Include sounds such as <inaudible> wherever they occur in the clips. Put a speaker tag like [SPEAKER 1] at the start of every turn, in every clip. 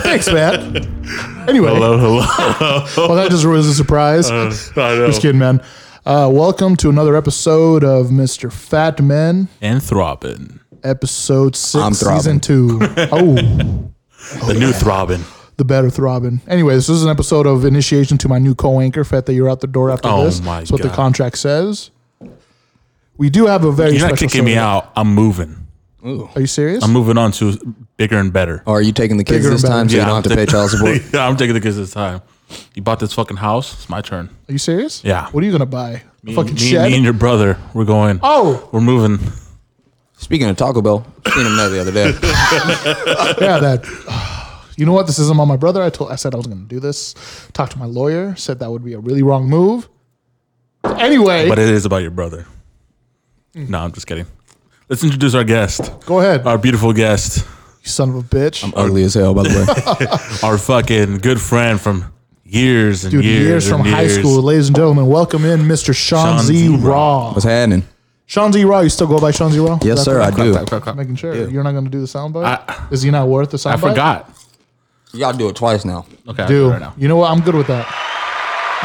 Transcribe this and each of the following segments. [SPEAKER 1] Thanks, man. Anyway,
[SPEAKER 2] Hello, hello.
[SPEAKER 1] well, that just was a surprise.
[SPEAKER 2] Uh, I know.
[SPEAKER 1] Just kidding, man. Uh, welcome to another episode of Mr. Fat Men,
[SPEAKER 3] <laughs>
[SPEAKER 2] Anthropin.
[SPEAKER 1] episode 6
[SPEAKER 3] I'm throbbing. <laughs>
[SPEAKER 1] season two. Oh,
[SPEAKER 2] the new throbbing.
[SPEAKER 1] the better throbbing. Anyway, this is an episode of initiation to my new co-anchor, Fat. That you're out the door after
[SPEAKER 2] Oh,
[SPEAKER 1] this.
[SPEAKER 2] my
[SPEAKER 1] That's what the
[SPEAKER 2] God.
[SPEAKER 1] contract says. We do have a very
[SPEAKER 2] You're not
[SPEAKER 1] special
[SPEAKER 2] kicking me
[SPEAKER 1] segment.
[SPEAKER 2] out. I'm moving.
[SPEAKER 1] Are you serious?
[SPEAKER 2] I'm moving on to bigger and better.
[SPEAKER 3] Or are you taking the kids
[SPEAKER 1] Bigger
[SPEAKER 3] this
[SPEAKER 1] and
[SPEAKER 3] time Oh, so
[SPEAKER 2] Yeah,
[SPEAKER 3] you don't
[SPEAKER 2] I'm
[SPEAKER 3] have to pay
[SPEAKER 2] taking-
[SPEAKER 3] child
[SPEAKER 1] <laughs>
[SPEAKER 3] support?
[SPEAKER 2] <laughs> yeah, I'm taking the kids this time. You bought this fucking house. It's my turn.
[SPEAKER 1] Are you serious?
[SPEAKER 2] Yeah.
[SPEAKER 1] What are you gonna buy? A fucking
[SPEAKER 2] me,
[SPEAKER 1] shed.
[SPEAKER 2] me and your brother, we're going.
[SPEAKER 1] oh,
[SPEAKER 2] We're moving.
[SPEAKER 3] Speaking of Taco Bell, seen him there the other day.
[SPEAKER 1] yeah. That. <sighs> You know what? This isn't on my brother. I told. I said I was gonna do this. Talked to my lawyer. Said that would be a really wrong move. Anyway,
[SPEAKER 2] But it is about your brother. No, I'm just kidding. Let's introduce our guest.
[SPEAKER 1] go ahead.
[SPEAKER 2] Our beautiful guest.
[SPEAKER 1] you son of a bitch.
[SPEAKER 3] Ugly as hell, by the way.
[SPEAKER 2] Our fucking good friend from years and
[SPEAKER 1] Dude,
[SPEAKER 2] years,
[SPEAKER 1] years, from
[SPEAKER 2] and
[SPEAKER 1] high
[SPEAKER 2] years.
[SPEAKER 1] school, ladies and gentlemen, welcome in Mr. Sean,
[SPEAKER 2] Sean
[SPEAKER 1] Z.
[SPEAKER 2] Z.
[SPEAKER 1] Raw.
[SPEAKER 3] What's happening?
[SPEAKER 1] Sean Z. Raw, you still go by Sean Z. Raw?
[SPEAKER 3] Yes,
[SPEAKER 1] That's
[SPEAKER 3] sir,
[SPEAKER 1] right.
[SPEAKER 3] I do.
[SPEAKER 1] Making sure you're not going to do the soundbite. Is he not worth the soundbite?
[SPEAKER 2] I forgot.
[SPEAKER 3] Y'all do it twice now.
[SPEAKER 2] Okay, I'll do it
[SPEAKER 1] Do
[SPEAKER 2] right now.
[SPEAKER 1] you know what? I'm good with that.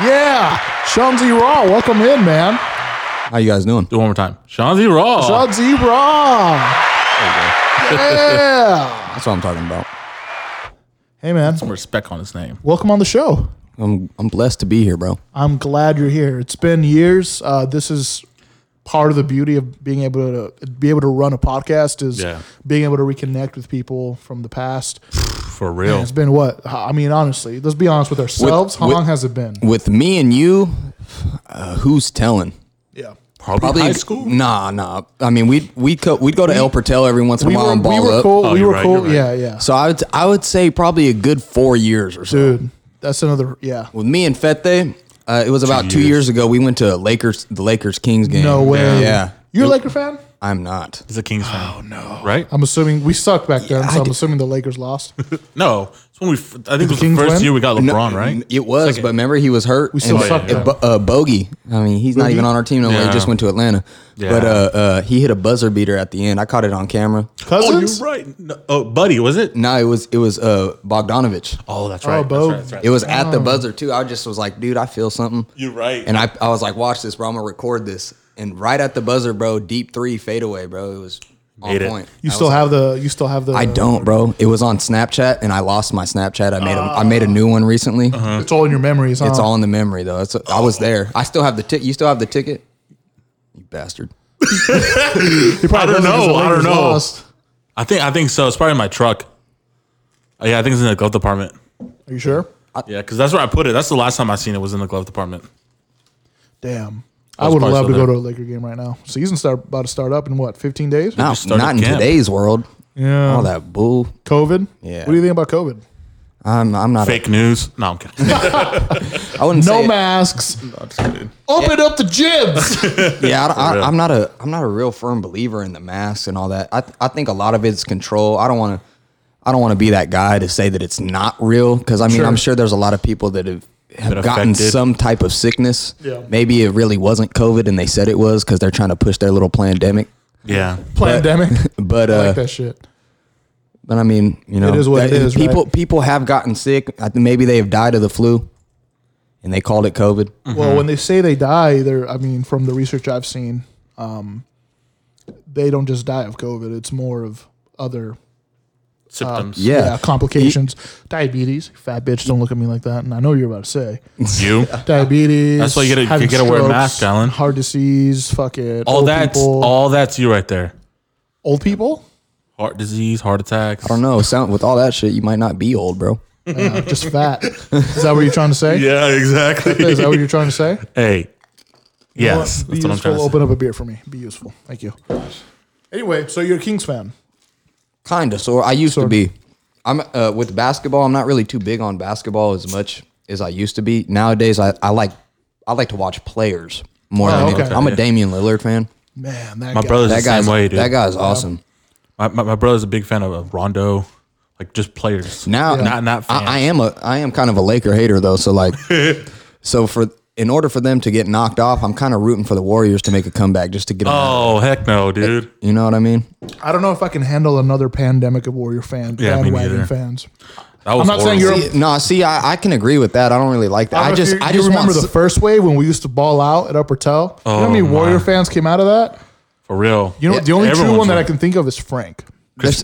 [SPEAKER 1] Yeah, Sean Z. Raw, welcome in, man.
[SPEAKER 3] How you guys doing?
[SPEAKER 2] Do it one more time. Sean Z Raw.
[SPEAKER 1] Sean Z. Raw.
[SPEAKER 2] <laughs>
[SPEAKER 1] Yeah.
[SPEAKER 3] That's what I'm talking about.
[SPEAKER 1] hey, man.
[SPEAKER 2] Some respect on his name.
[SPEAKER 1] Welcome on the show.
[SPEAKER 3] I'm I'm blessed to be here, bro.
[SPEAKER 1] I'm glad you're here. It's been years. Uh, this is part of the beauty of being able to be able to run a podcast is
[SPEAKER 2] Yeah.
[SPEAKER 1] being able to reconnect with people from the past.
[SPEAKER 2] For real.
[SPEAKER 1] It's been what? I mean, honestly, let's be honest with ourselves. How
[SPEAKER 3] with-
[SPEAKER 1] long has it been?
[SPEAKER 3] With me and you, uh, who's telling?
[SPEAKER 1] Yeah.
[SPEAKER 2] Probably, high school.
[SPEAKER 3] Nah, nah. I mean, we'd we'd co- we'd go to El Portel every once in a
[SPEAKER 1] We
[SPEAKER 3] while
[SPEAKER 1] were,
[SPEAKER 3] and
[SPEAKER 1] we
[SPEAKER 3] ball
[SPEAKER 1] were
[SPEAKER 3] up.
[SPEAKER 1] cool.
[SPEAKER 2] Oh,
[SPEAKER 1] we
[SPEAKER 2] you're
[SPEAKER 1] were
[SPEAKER 2] right,
[SPEAKER 1] cool.
[SPEAKER 2] you're right.
[SPEAKER 1] Yeah, yeah.
[SPEAKER 3] So I would I would say probably a good four years or so.
[SPEAKER 1] Dude, that's another. Yeah.
[SPEAKER 3] With me and Fete, uh, it was about two
[SPEAKER 2] years.
[SPEAKER 3] years. ago. We went to Lakers the Lakers Kings game.
[SPEAKER 1] No way.
[SPEAKER 3] Yeah,
[SPEAKER 1] You're a Laker fan?
[SPEAKER 3] I'm not.
[SPEAKER 2] He's a Kings fan. Oh no. Right?
[SPEAKER 1] I'm assuming we sucked back then,
[SPEAKER 3] Yeah,
[SPEAKER 1] so
[SPEAKER 3] I
[SPEAKER 1] I'm
[SPEAKER 3] did-
[SPEAKER 1] assuming the Lakers lost.
[SPEAKER 2] No. It's when we. f- I think it was
[SPEAKER 1] Kings
[SPEAKER 2] the first
[SPEAKER 1] win?
[SPEAKER 2] year we got
[SPEAKER 3] No,
[SPEAKER 2] LeBron,
[SPEAKER 3] n-
[SPEAKER 2] right?
[SPEAKER 3] It was, but remember he was hurt. We
[SPEAKER 1] still
[SPEAKER 2] sucked
[SPEAKER 3] uh,
[SPEAKER 1] then.
[SPEAKER 3] Bo- uh, Bogey. I mean, he's not even on our team no more. He
[SPEAKER 2] Yeah.
[SPEAKER 3] just went to Atlanta.
[SPEAKER 2] Yeah.
[SPEAKER 3] But uh, uh, he hit a buzzer beater at the end. I caught it on camera.
[SPEAKER 2] Oh,
[SPEAKER 1] Cousins?
[SPEAKER 2] you're right. No, oh, buddy, was it?
[SPEAKER 3] No, it was it was uh, Bogdanovich.
[SPEAKER 2] Oh, that's right.
[SPEAKER 1] Bo-
[SPEAKER 2] That's right.
[SPEAKER 3] It was at
[SPEAKER 1] Oh.
[SPEAKER 3] the buzzer too. I just was like, dude, I feel something.
[SPEAKER 2] You're right.
[SPEAKER 3] And I, I was like, watch this, bro. I'm gonna record this. And right at the buzzer, bro, deep three fadeaway, bro. It was on
[SPEAKER 2] Made it.
[SPEAKER 3] point.
[SPEAKER 1] You
[SPEAKER 3] I
[SPEAKER 1] still
[SPEAKER 3] was
[SPEAKER 1] have the. You still have the.
[SPEAKER 3] like, I don't, bro. It was on Snapchat, and I lost my Snapchat. I made a, I made a new one recently.
[SPEAKER 2] Uh-huh.
[SPEAKER 1] It's all in your memories. Huh?
[SPEAKER 3] It's all in the memory though. It's, I was there. I still have the ticket. You still have the ticket? You bastard.
[SPEAKER 1] He probably
[SPEAKER 2] I don't
[SPEAKER 1] doesn't 'cause
[SPEAKER 2] know.
[SPEAKER 1] the
[SPEAKER 2] I don't
[SPEAKER 1] Lakers
[SPEAKER 2] know.
[SPEAKER 1] lost.
[SPEAKER 2] I think. I think so. It's probably in my truck. Oh, yeah, I think it's in the glove department.
[SPEAKER 1] Are you sure?
[SPEAKER 2] Yeah, because that's where I put it. That's the last time I seen it was in the glove department.
[SPEAKER 1] Damn. I
[SPEAKER 2] was
[SPEAKER 1] would love to
[SPEAKER 2] partial
[SPEAKER 1] go to
[SPEAKER 2] there.
[SPEAKER 1] a Laker game right now. Season start about to start up in what? 15 days?
[SPEAKER 3] No,
[SPEAKER 2] started
[SPEAKER 3] not in
[SPEAKER 2] camp.
[SPEAKER 3] today's world.
[SPEAKER 1] Yeah.
[SPEAKER 3] All that bull.
[SPEAKER 1] COVID.
[SPEAKER 3] Yeah.
[SPEAKER 1] What do you think about COVID?
[SPEAKER 3] I'm, I'm not.
[SPEAKER 2] Fake news. No, I'm kidding.
[SPEAKER 3] A, I wouldn't
[SPEAKER 1] No
[SPEAKER 3] say.
[SPEAKER 1] masks. Open up the gyms.
[SPEAKER 3] Yeah, I,
[SPEAKER 2] real.
[SPEAKER 3] I, am not a. I'm not a real firm believer in the masks and all that. I, I think a lot of it's control. I don't want to. I don't want to be that guy to say that it's not real because I mean
[SPEAKER 1] Sure.
[SPEAKER 3] I'm sure there's a lot of people that have. Have
[SPEAKER 2] Been
[SPEAKER 3] gotten
[SPEAKER 2] affected.
[SPEAKER 3] some type of sickness.
[SPEAKER 1] Yeah.
[SPEAKER 3] Maybe it really wasn't COVID, and they said it was because they're trying to push their little pandemic.
[SPEAKER 2] yeah.
[SPEAKER 3] <laughs>
[SPEAKER 1] Pandemic.
[SPEAKER 3] <laughs> But
[SPEAKER 1] I
[SPEAKER 3] uh,
[SPEAKER 1] like that shit.
[SPEAKER 3] But I mean, you know,
[SPEAKER 1] is what it is,
[SPEAKER 3] People
[SPEAKER 1] right?
[SPEAKER 3] people have gotten sick. I think maybe they have died of the flu, and they called it
[SPEAKER 1] <laughs>
[SPEAKER 3] COVID.
[SPEAKER 1] Well, when they say they die, they're, I mean, from the research I've seen, um, they don't just die of COVID. It's more of other
[SPEAKER 2] Symptoms.
[SPEAKER 3] Yeah,
[SPEAKER 1] yeah, complications. diabetes. Fat bitch, don't look at me like that. And I know what you're about to say.
[SPEAKER 2] You.
[SPEAKER 1] Diabetes.
[SPEAKER 2] That's why you gotta-
[SPEAKER 1] having
[SPEAKER 2] you gotta wear a
[SPEAKER 1] strokes,
[SPEAKER 2] mask, Alan.
[SPEAKER 1] Heart disease. Fuck it.
[SPEAKER 2] All
[SPEAKER 1] old
[SPEAKER 2] that's
[SPEAKER 1] people.
[SPEAKER 2] all that's you right there.
[SPEAKER 1] old people.
[SPEAKER 2] Heart disease, heart attacks.
[SPEAKER 3] I don't know. Sound with all that shit, you might not be old, bro.
[SPEAKER 1] Yeah, just fat. Is that what you're trying to say?
[SPEAKER 2] <laughs> <laughs> Yeah, exactly.
[SPEAKER 1] Is that what you're trying to say?
[SPEAKER 2] hey.
[SPEAKER 1] Well,
[SPEAKER 2] Yes,
[SPEAKER 1] be
[SPEAKER 2] that's what I'm
[SPEAKER 1] useful.
[SPEAKER 2] trying to say.
[SPEAKER 1] Open up a beer for me. Be useful. Thank you. Anyway, so you're a Kings fan.
[SPEAKER 3] Kinda. So I used to be. I'm uh, with basketball. I'm not really too big on basketball as much as I used to be. Nowadays, I, I like I like to watch players more
[SPEAKER 1] Oh,
[SPEAKER 3] than
[SPEAKER 1] okay.
[SPEAKER 3] anything. I'm a Damian Lillard fan.
[SPEAKER 1] Man, that
[SPEAKER 2] My
[SPEAKER 1] guy.
[SPEAKER 2] brother's
[SPEAKER 3] That
[SPEAKER 2] the
[SPEAKER 3] guy's
[SPEAKER 2] same way, dude.
[SPEAKER 3] that guy's awesome.
[SPEAKER 2] My, my, my brother's a big fan of, of Rondo, like just players.
[SPEAKER 3] Now,
[SPEAKER 2] not not fans.
[SPEAKER 3] I, I am a I am kind of a Laker hater though. So
[SPEAKER 2] <laughs>
[SPEAKER 3] like, so for in order for them to get knocked off, I'm kind of rooting for the Warriors to make a comeback just to get them. out.
[SPEAKER 2] oh heck no, dude.
[SPEAKER 3] You know what I mean?
[SPEAKER 1] I don't know if I can handle another pandemic of Warrior fan
[SPEAKER 2] Yeah, me
[SPEAKER 1] bandwagon
[SPEAKER 2] neither.
[SPEAKER 1] fans.
[SPEAKER 2] That was
[SPEAKER 1] I'm not saying
[SPEAKER 2] horrible.
[SPEAKER 1] you're-
[SPEAKER 3] See, no, see, I, I can agree with that. I don't really like that. I,
[SPEAKER 1] don't know if
[SPEAKER 3] just,
[SPEAKER 1] you,
[SPEAKER 3] I
[SPEAKER 1] you
[SPEAKER 3] just
[SPEAKER 1] remember
[SPEAKER 3] want
[SPEAKER 1] the first wave when we used to ball out at Upper Tell. you know how many
[SPEAKER 2] Oh,
[SPEAKER 1] Warrior
[SPEAKER 2] my.
[SPEAKER 1] fans came out of that?
[SPEAKER 2] for real.
[SPEAKER 1] You know,
[SPEAKER 2] Yeah,
[SPEAKER 1] the only true
[SPEAKER 2] everyone's
[SPEAKER 1] one that I
[SPEAKER 2] like-
[SPEAKER 1] can think of is Frank
[SPEAKER 2] Chris,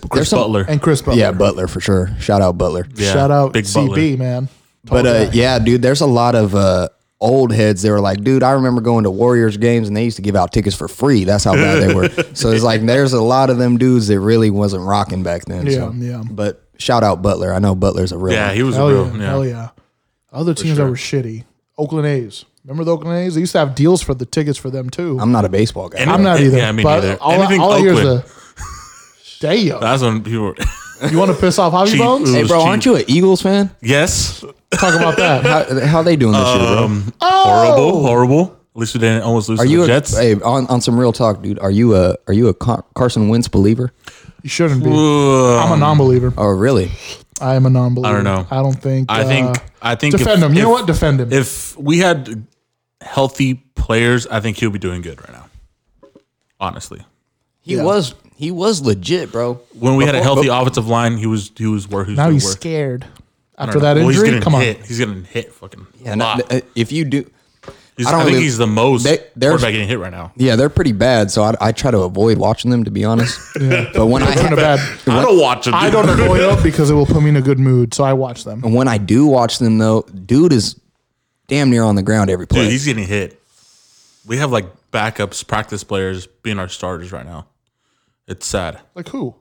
[SPEAKER 3] there's-
[SPEAKER 2] Chris
[SPEAKER 3] there's some-
[SPEAKER 2] Butler.
[SPEAKER 1] and Chris Butler.
[SPEAKER 3] yeah, Butler for sure. Shout out Butler.
[SPEAKER 2] Yeah,
[SPEAKER 1] Shout out
[SPEAKER 2] Big
[SPEAKER 1] CB,
[SPEAKER 2] Butler.
[SPEAKER 1] man.
[SPEAKER 3] But uh, yeah, dude, there's a lot of uh, old heads. They were like, dude, I remember going to Warriors games and they used to give out tickets for free. That's how bad <laughs> they were. so it's like there's a lot of them dudes that really wasn't rocking back then.
[SPEAKER 1] Yeah,
[SPEAKER 3] so.
[SPEAKER 1] yeah.
[SPEAKER 3] But shout out Butler. I know Butler's a real.
[SPEAKER 2] yeah,
[SPEAKER 3] one.
[SPEAKER 2] he was
[SPEAKER 1] Hell
[SPEAKER 2] real.
[SPEAKER 1] yeah,
[SPEAKER 2] yeah.
[SPEAKER 1] hell yeah. Other teams that were shitty, Oakland A's. Remember the Oakland A's? They used to have deals for the tickets for them too. I'm,
[SPEAKER 3] I'm not a baseball guy.
[SPEAKER 2] Any-
[SPEAKER 1] not
[SPEAKER 2] yeah,
[SPEAKER 1] either.
[SPEAKER 2] yeah, me
[SPEAKER 1] but
[SPEAKER 2] neither.
[SPEAKER 1] All, I-
[SPEAKER 2] Anything
[SPEAKER 1] all I hear is
[SPEAKER 2] Oakland.
[SPEAKER 1] the
[SPEAKER 2] <laughs>
[SPEAKER 1] damn.
[SPEAKER 2] That's when people. Were,
[SPEAKER 1] You want to piss off Hobby
[SPEAKER 2] Cheap.
[SPEAKER 1] Bones?
[SPEAKER 2] Ooh.
[SPEAKER 3] hey, bro, aren't you an Eagles
[SPEAKER 2] <laughs>
[SPEAKER 3] fan?
[SPEAKER 2] yes,
[SPEAKER 1] Talk about that.
[SPEAKER 3] How, how they doing this year, bro?
[SPEAKER 2] Um,
[SPEAKER 1] Oh!
[SPEAKER 2] horrible, horrible. At least we didn't almost lose
[SPEAKER 3] Are
[SPEAKER 2] to
[SPEAKER 3] you
[SPEAKER 2] the
[SPEAKER 3] a,
[SPEAKER 2] Jets.
[SPEAKER 3] Hey, on, on some real talk, dude. Are you a are you a Car- Carson Wentz believer?
[SPEAKER 1] You shouldn't be.
[SPEAKER 2] Ugh.
[SPEAKER 1] I'm a non-believer.
[SPEAKER 3] Oh, really?
[SPEAKER 1] I am a non-believer.
[SPEAKER 2] Mm. I don't know.
[SPEAKER 1] I don't think.
[SPEAKER 2] I
[SPEAKER 1] uh,
[SPEAKER 2] think. I think.
[SPEAKER 1] defend
[SPEAKER 2] if-
[SPEAKER 1] him. You know
[SPEAKER 2] if-
[SPEAKER 1] what? Defend him.
[SPEAKER 2] If we had healthy players, I think he'll be doing good right now. Honestly,
[SPEAKER 3] He was he was legit, bro.
[SPEAKER 2] when we had a healthy offensive line, he was he was where he was
[SPEAKER 1] now
[SPEAKER 2] doing
[SPEAKER 1] he's
[SPEAKER 2] work.
[SPEAKER 1] scared
[SPEAKER 2] I
[SPEAKER 1] after
[SPEAKER 2] don't know.
[SPEAKER 1] that
[SPEAKER 2] Well,
[SPEAKER 1] injury.
[SPEAKER 2] he's getting
[SPEAKER 1] Come on.
[SPEAKER 2] hit. He's getting hit. Fucking.
[SPEAKER 3] Yeah,
[SPEAKER 2] Yeah,
[SPEAKER 3] no, th- uh, if you do,
[SPEAKER 2] he's,
[SPEAKER 3] I
[SPEAKER 2] I,
[SPEAKER 3] don't
[SPEAKER 2] think
[SPEAKER 3] really-
[SPEAKER 2] he's the most
[SPEAKER 3] They- there's-
[SPEAKER 2] quarterback getting hit right now.
[SPEAKER 3] yeah, they're pretty bad. So I, I try to avoid watching them, to be
[SPEAKER 1] <laughs>
[SPEAKER 3] honest. But when I
[SPEAKER 1] Kinda
[SPEAKER 2] <laughs>
[SPEAKER 1] bad.
[SPEAKER 2] I don't watch him.
[SPEAKER 1] I
[SPEAKER 2] <laughs> dude.
[SPEAKER 1] don't avoid them because it will put me in a good mood. So I watch them.
[SPEAKER 3] when I do watch them, though, dude is damn near on the ground every play.
[SPEAKER 2] Dude, he's getting hit. We have like backups, practice players being our starters right now. It's sad.
[SPEAKER 1] Like who?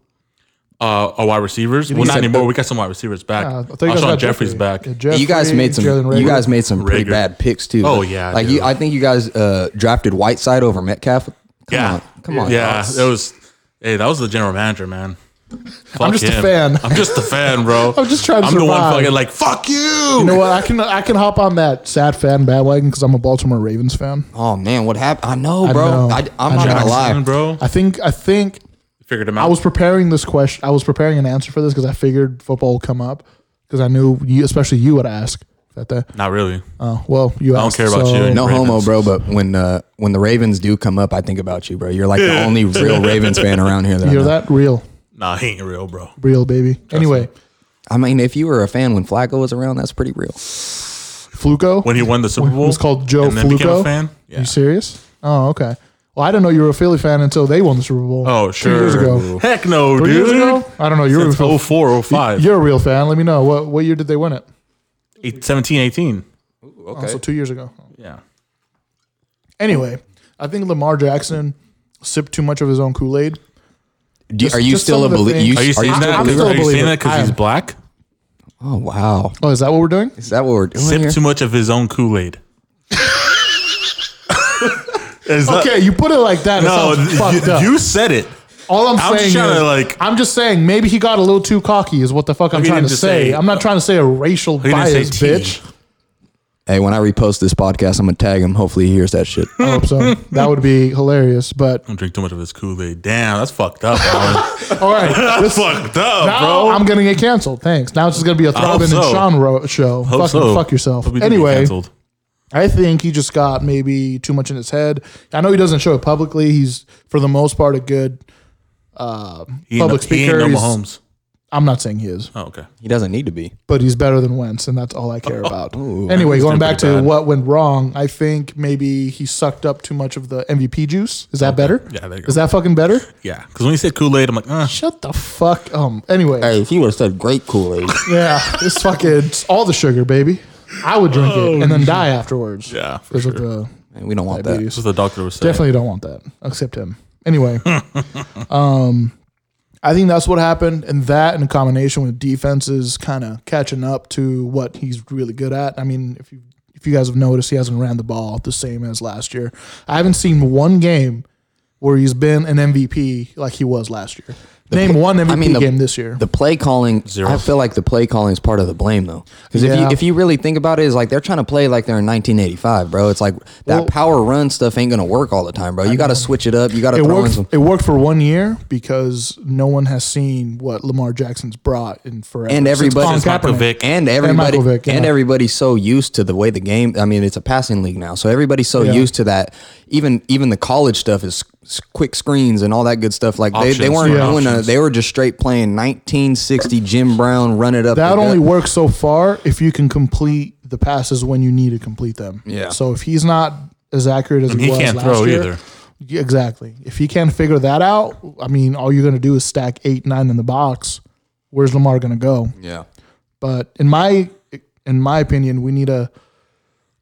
[SPEAKER 2] Uh, our wide receivers. Well, not
[SPEAKER 3] said-
[SPEAKER 2] anymore. We got some wide receivers back.
[SPEAKER 1] Uh, I
[SPEAKER 2] Uh,
[SPEAKER 1] thought you guys
[SPEAKER 2] Alshon
[SPEAKER 1] got
[SPEAKER 2] Jeffrey's
[SPEAKER 1] Jeffrey.
[SPEAKER 2] back.
[SPEAKER 1] Yeah, Jeffrey,
[SPEAKER 3] you guys made some.
[SPEAKER 1] Jalen Rager.
[SPEAKER 3] You guys made some pretty
[SPEAKER 2] Rager.
[SPEAKER 3] bad picks too.
[SPEAKER 2] Oh, yeah,
[SPEAKER 3] like
[SPEAKER 2] dude.
[SPEAKER 3] you, I think you guys uh, drafted Whiteside over Metcalf. Come
[SPEAKER 2] yeah,
[SPEAKER 3] on, come on.
[SPEAKER 2] Yeah, that was. Hey, that was the general manager, man. Fuck
[SPEAKER 1] just a fan.
[SPEAKER 2] I'm just a fan,
[SPEAKER 1] <laughs>
[SPEAKER 2] bro.
[SPEAKER 1] I'm just trying to
[SPEAKER 2] I'm the one
[SPEAKER 1] survive.
[SPEAKER 2] fucking like fuck you.
[SPEAKER 1] <laughs> You know what?
[SPEAKER 2] <laughs>
[SPEAKER 1] I can I can hop on that sad fan bandwagon because I'm a Baltimore Ravens fan.
[SPEAKER 3] Oh man, what happened? I know, bro.
[SPEAKER 1] know.
[SPEAKER 3] I
[SPEAKER 1] I
[SPEAKER 3] am not gonna
[SPEAKER 1] know.
[SPEAKER 2] Man,
[SPEAKER 3] lie.
[SPEAKER 2] bro.
[SPEAKER 1] I think I think
[SPEAKER 2] Figured him
[SPEAKER 1] I
[SPEAKER 2] out.
[SPEAKER 1] was preparing this question. I was preparing an answer for this because I figured football would come up because I knew you, especially you would ask that. That
[SPEAKER 2] not really.
[SPEAKER 1] uh, well, you.
[SPEAKER 2] Oh. don't
[SPEAKER 1] asked,
[SPEAKER 2] care about you.
[SPEAKER 3] No
[SPEAKER 2] Ravens.
[SPEAKER 3] homo, bro. But when uh, when the Ravens do come up, I think about you, bro. You're like the only real Ravens fan around here. That I,
[SPEAKER 1] You hear
[SPEAKER 3] know.
[SPEAKER 1] that? Real,
[SPEAKER 2] Nah, he ain't real, bro.
[SPEAKER 1] real baby. anyway,
[SPEAKER 3] I mean, if you were a fan when Flacco was around, that's pretty real.
[SPEAKER 1] Fluco.
[SPEAKER 2] When he won the Super
[SPEAKER 1] When
[SPEAKER 2] Bowl,
[SPEAKER 1] it was called Joe
[SPEAKER 2] and then became
[SPEAKER 1] Fluco.
[SPEAKER 2] a fan. Yeah.
[SPEAKER 1] You serious? Oh, okay. Well, I didn't know you were a Philly fan until they won the Super Bowl.
[SPEAKER 2] Oh, sure.
[SPEAKER 1] Two years ago.
[SPEAKER 2] Heck no,
[SPEAKER 1] Three
[SPEAKER 2] dude.
[SPEAKER 1] years ago? I don't know. You're a
[SPEAKER 2] Since
[SPEAKER 1] Philly
[SPEAKER 2] 04, 05.
[SPEAKER 1] You're a real fan. Let me know. What what year did they win it?
[SPEAKER 2] Eight- 17, 18.
[SPEAKER 1] Oh, so two years ago.
[SPEAKER 2] Yeah.
[SPEAKER 1] Anyway, I think Lamar Jackson sipped too much of his own Kool Aid.
[SPEAKER 3] Do,
[SPEAKER 1] Just-
[SPEAKER 3] are you
[SPEAKER 1] just
[SPEAKER 3] still
[SPEAKER 1] some
[SPEAKER 3] a
[SPEAKER 1] of the
[SPEAKER 3] believer?
[SPEAKER 1] things-
[SPEAKER 3] You,
[SPEAKER 2] Are you
[SPEAKER 3] are
[SPEAKER 2] saying
[SPEAKER 3] you still a
[SPEAKER 2] that?
[SPEAKER 1] believe
[SPEAKER 3] believer?
[SPEAKER 2] Are
[SPEAKER 1] it?
[SPEAKER 2] you saying that
[SPEAKER 1] I
[SPEAKER 2] because he's
[SPEAKER 1] am.
[SPEAKER 2] black?
[SPEAKER 3] Oh wow!
[SPEAKER 1] Oh, is that what we're doing?
[SPEAKER 3] Is that what we're doing
[SPEAKER 2] Sip
[SPEAKER 3] here?
[SPEAKER 2] too much of his own Kool
[SPEAKER 1] <laughs>
[SPEAKER 2] Aid.
[SPEAKER 1] Okay, you put it like that. No,
[SPEAKER 2] No,
[SPEAKER 1] it sounds fucked
[SPEAKER 2] you,
[SPEAKER 1] up.
[SPEAKER 2] you said it.
[SPEAKER 1] All I'm,
[SPEAKER 2] I'm
[SPEAKER 1] saying
[SPEAKER 2] just trying
[SPEAKER 1] is,
[SPEAKER 2] to, like-
[SPEAKER 1] I'm just saying, maybe he got a little too cocky. Is what the fuck I'm
[SPEAKER 2] He
[SPEAKER 1] trying to
[SPEAKER 2] didn't just
[SPEAKER 1] say.
[SPEAKER 2] say-
[SPEAKER 1] I'm not trying to say a racial
[SPEAKER 2] didn't say
[SPEAKER 1] bias,
[SPEAKER 2] tea.
[SPEAKER 1] bitch.
[SPEAKER 3] hey, when I repost this podcast, I'm gonna tag him. Hopefully, he hears that shit.
[SPEAKER 1] I hope so. Oh, That would be hilarious. But
[SPEAKER 2] Don't drink too much of his Kool Aid. Damn, that's fucked up. Bro.
[SPEAKER 1] <laughs> all right,
[SPEAKER 2] <laughs> that's fucked up,
[SPEAKER 1] now
[SPEAKER 2] bro.
[SPEAKER 1] I'm gonna get canceled. Thanks. Now it's just gonna be a Throbbing and
[SPEAKER 2] so.
[SPEAKER 1] Sean ro- show.
[SPEAKER 2] Hope
[SPEAKER 1] Fucking
[SPEAKER 2] so.
[SPEAKER 1] fuck yourself.
[SPEAKER 2] Hope we didn't get
[SPEAKER 1] Anyway,
[SPEAKER 2] canceled.
[SPEAKER 1] I think he just got maybe too much in his head. I know he doesn't show it publicly. He's for the most part a good.
[SPEAKER 2] he ain't, no,
[SPEAKER 1] public
[SPEAKER 2] he ain't no
[SPEAKER 1] speaker, he's-
[SPEAKER 2] Mahomes.
[SPEAKER 1] I'm not saying he is,
[SPEAKER 2] Oh, okay.
[SPEAKER 3] <laughs> He doesn't need to be.
[SPEAKER 1] but he's better than Wentz, and that's all I
[SPEAKER 2] <laughs>
[SPEAKER 1] care about. anyway, going back to
[SPEAKER 2] pretty bad.
[SPEAKER 1] what went wrong, I think maybe he sucked up too much of the MVP juice. Is that better?
[SPEAKER 2] Yeah, there you go.
[SPEAKER 1] Is that fucking better?
[SPEAKER 2] Yeah, because when you said Kool Aid, I'm like, uh,
[SPEAKER 1] Shut the fuck. Um. Anyway,
[SPEAKER 3] Hey, if he would have said grape Kool Aid,
[SPEAKER 1] <laughs> yeah, it's fucking it's all the sugar, baby. I would drink it and then die afterwards.
[SPEAKER 2] Oh, Yeah, for
[SPEAKER 1] because of the
[SPEAKER 3] we don't want that.
[SPEAKER 2] this is what the doctor was saying.
[SPEAKER 1] Definitely don't want that. Except him. Anyway,
[SPEAKER 3] <laughs>
[SPEAKER 1] um, I think that's what happened, and that in combination with defenses kind of catching up to what he's really good at. I mean, if you if you guys have noticed, he hasn't ran the ball the same as last year. I haven't seen one game where he's been an MVP like he was last year. Name one MVP
[SPEAKER 3] I mean, the-
[SPEAKER 1] game this year.
[SPEAKER 3] The play calling, I feel like the play calling is part of the blame though, because if
[SPEAKER 1] Yeah.
[SPEAKER 3] you if you really think about it, it's like they're trying to play like they're in 1985, bro. It's like that
[SPEAKER 1] Well-
[SPEAKER 3] power run stuff ain't gonna work all the time, bro. You got to switch it up. You got to
[SPEAKER 1] it
[SPEAKER 3] throw in
[SPEAKER 1] worked.
[SPEAKER 3] some.
[SPEAKER 1] It worked for one year because no one has seen what Lamar Jackson's brought in forever.
[SPEAKER 3] And
[SPEAKER 1] Since
[SPEAKER 3] everybody-
[SPEAKER 1] Colin
[SPEAKER 3] Since
[SPEAKER 1] Kaepernick.
[SPEAKER 2] Malkovich.
[SPEAKER 3] and everybody
[SPEAKER 1] Michael
[SPEAKER 3] and,
[SPEAKER 1] Vick, yeah.
[SPEAKER 3] everybody's so used to the way the game. I mean, it's a passing league now, so everybody's so
[SPEAKER 1] Yeah.
[SPEAKER 3] used to that. Even even the college stuff is s- quick screens and all that good stuff. Like they, they
[SPEAKER 2] Options,
[SPEAKER 3] weren't
[SPEAKER 2] yeah.
[SPEAKER 3] doing none. of-
[SPEAKER 2] Options.
[SPEAKER 3] They were just straight playing 1960 Jim Brown, run it up.
[SPEAKER 1] That
[SPEAKER 3] the
[SPEAKER 1] only
[SPEAKER 3] gut.
[SPEAKER 1] works so far if you can complete the passes when you need to complete them.
[SPEAKER 3] Yeah.
[SPEAKER 1] So if he's not as accurate as
[SPEAKER 2] And
[SPEAKER 1] he,
[SPEAKER 2] he
[SPEAKER 1] was
[SPEAKER 2] can't
[SPEAKER 1] last
[SPEAKER 2] throw
[SPEAKER 1] year,
[SPEAKER 2] either.
[SPEAKER 1] Yeah, Exactly. If he can't figure that out, I mean, all you're going to do is stack eight, nine in the box. Where's Lamar going to go?
[SPEAKER 3] yeah.
[SPEAKER 1] But in my in my opinion, we need to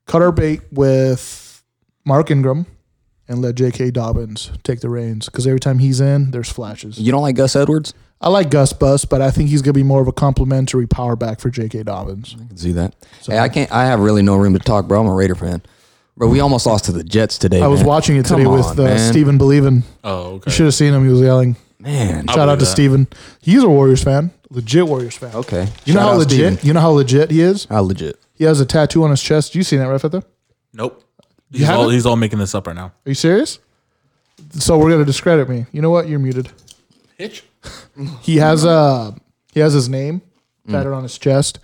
[SPEAKER 1] cut our bait with Mark Ingram and let J.K. Dobbins take the reins because every time he's in, there's flashes.
[SPEAKER 3] You don't like Gus Edwards?
[SPEAKER 1] I like Gus Bus, but I think he's going to be more of a complimentary power back for J.K. Dobbins.
[SPEAKER 3] I can see that. hey, I can't. I have really no room to talk, bro. I'm a Raider fan, bro. We almost lost to the Jets today.
[SPEAKER 1] I was
[SPEAKER 3] man.
[SPEAKER 1] watching it today
[SPEAKER 3] Come
[SPEAKER 1] with
[SPEAKER 3] on,
[SPEAKER 1] uh,
[SPEAKER 3] man.
[SPEAKER 1] Stephen Believin.
[SPEAKER 2] Oh,
[SPEAKER 1] You
[SPEAKER 2] okay.
[SPEAKER 1] should have seen him. He was yelling.
[SPEAKER 3] Man,
[SPEAKER 2] I
[SPEAKER 1] Shout out
[SPEAKER 2] believe
[SPEAKER 1] to
[SPEAKER 2] that.
[SPEAKER 1] Steven. He's a Warriors fan, legit Warriors fan.
[SPEAKER 3] okay.
[SPEAKER 1] You know
[SPEAKER 3] Shout
[SPEAKER 1] how
[SPEAKER 3] out
[SPEAKER 1] legit
[SPEAKER 3] Steven.
[SPEAKER 1] you know how legit he is?
[SPEAKER 3] How legit?
[SPEAKER 1] He has a tattoo on his chest. You seen that right there? Are
[SPEAKER 2] Nope. He's all,
[SPEAKER 1] haven't?
[SPEAKER 2] he's all making this up right now.
[SPEAKER 1] you serious? So we're gonna discredit me. You know what? You're muted.
[SPEAKER 2] Hitch?
[SPEAKER 1] He has uh he has his name tatted on his chest,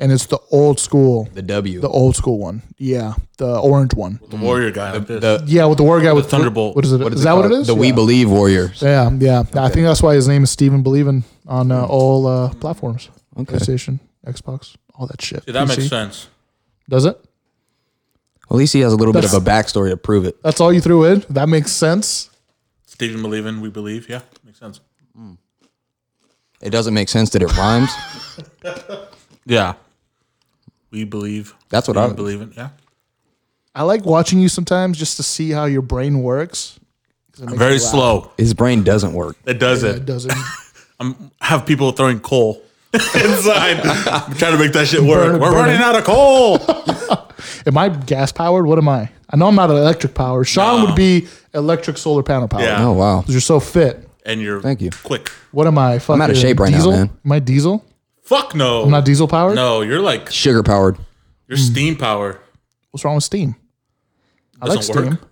[SPEAKER 1] and it's the old school
[SPEAKER 3] The W.
[SPEAKER 1] the old school one. Yeah. The orange one.
[SPEAKER 2] The warrior guy. like this.
[SPEAKER 3] the-
[SPEAKER 1] Yeah, with the war guy with
[SPEAKER 2] Thunderbolt.
[SPEAKER 1] What is it? Is that what it is?
[SPEAKER 3] The We
[SPEAKER 1] yeah.
[SPEAKER 3] Believe Warriors.
[SPEAKER 1] Yeah, yeah. I think that's why his name is Steven Believin on uh, all uh, platforms.
[SPEAKER 3] Hmm. Okay.
[SPEAKER 1] PlayStation, Xbox, all that shit.
[SPEAKER 2] See, that
[SPEAKER 1] PC.
[SPEAKER 2] makes sense.
[SPEAKER 1] Does it?
[SPEAKER 3] At least he has a little bit of a backstory to prove it.
[SPEAKER 1] That's all you threw in? That makes sense.
[SPEAKER 2] Stephen believing, we believe. Yeah, makes sense.
[SPEAKER 3] It doesn't make sense that it <laughs> rhymes.
[SPEAKER 2] Yeah. We believe.
[SPEAKER 3] That's what
[SPEAKER 2] Steven
[SPEAKER 3] I-
[SPEAKER 2] believe in. Yeah.
[SPEAKER 1] I like watching you sometimes just to see how your brain works. 'Cause it makes
[SPEAKER 2] Very
[SPEAKER 1] me laugh.
[SPEAKER 2] slow.
[SPEAKER 3] His brain doesn't work.
[SPEAKER 2] It does it.
[SPEAKER 1] It doesn't
[SPEAKER 2] have people throwing coal <laughs> inside. I'm trying to make that shit work.
[SPEAKER 1] Burn it,
[SPEAKER 2] We're
[SPEAKER 1] burn
[SPEAKER 2] running out of coal. <laughs>
[SPEAKER 1] Am I gas powered? What am I? I know I'm not electric powered. Sean would be electric solar panel powered.
[SPEAKER 2] Yeah.
[SPEAKER 3] Oh wow.
[SPEAKER 1] 'Cause You're so fit.
[SPEAKER 2] And you're
[SPEAKER 3] Thank you.
[SPEAKER 2] quick.
[SPEAKER 1] What am I? Fucking
[SPEAKER 3] out of shape right now,
[SPEAKER 1] diesel?
[SPEAKER 3] man.
[SPEAKER 1] Am I diesel?
[SPEAKER 2] Fuck no.
[SPEAKER 1] I'm not Hmm. diesel powered?
[SPEAKER 2] No, you're like
[SPEAKER 3] Sugar powered.
[SPEAKER 2] you're steam power.
[SPEAKER 1] What's wrong with steam? I like
[SPEAKER 2] Doesn't work.
[SPEAKER 1] steam.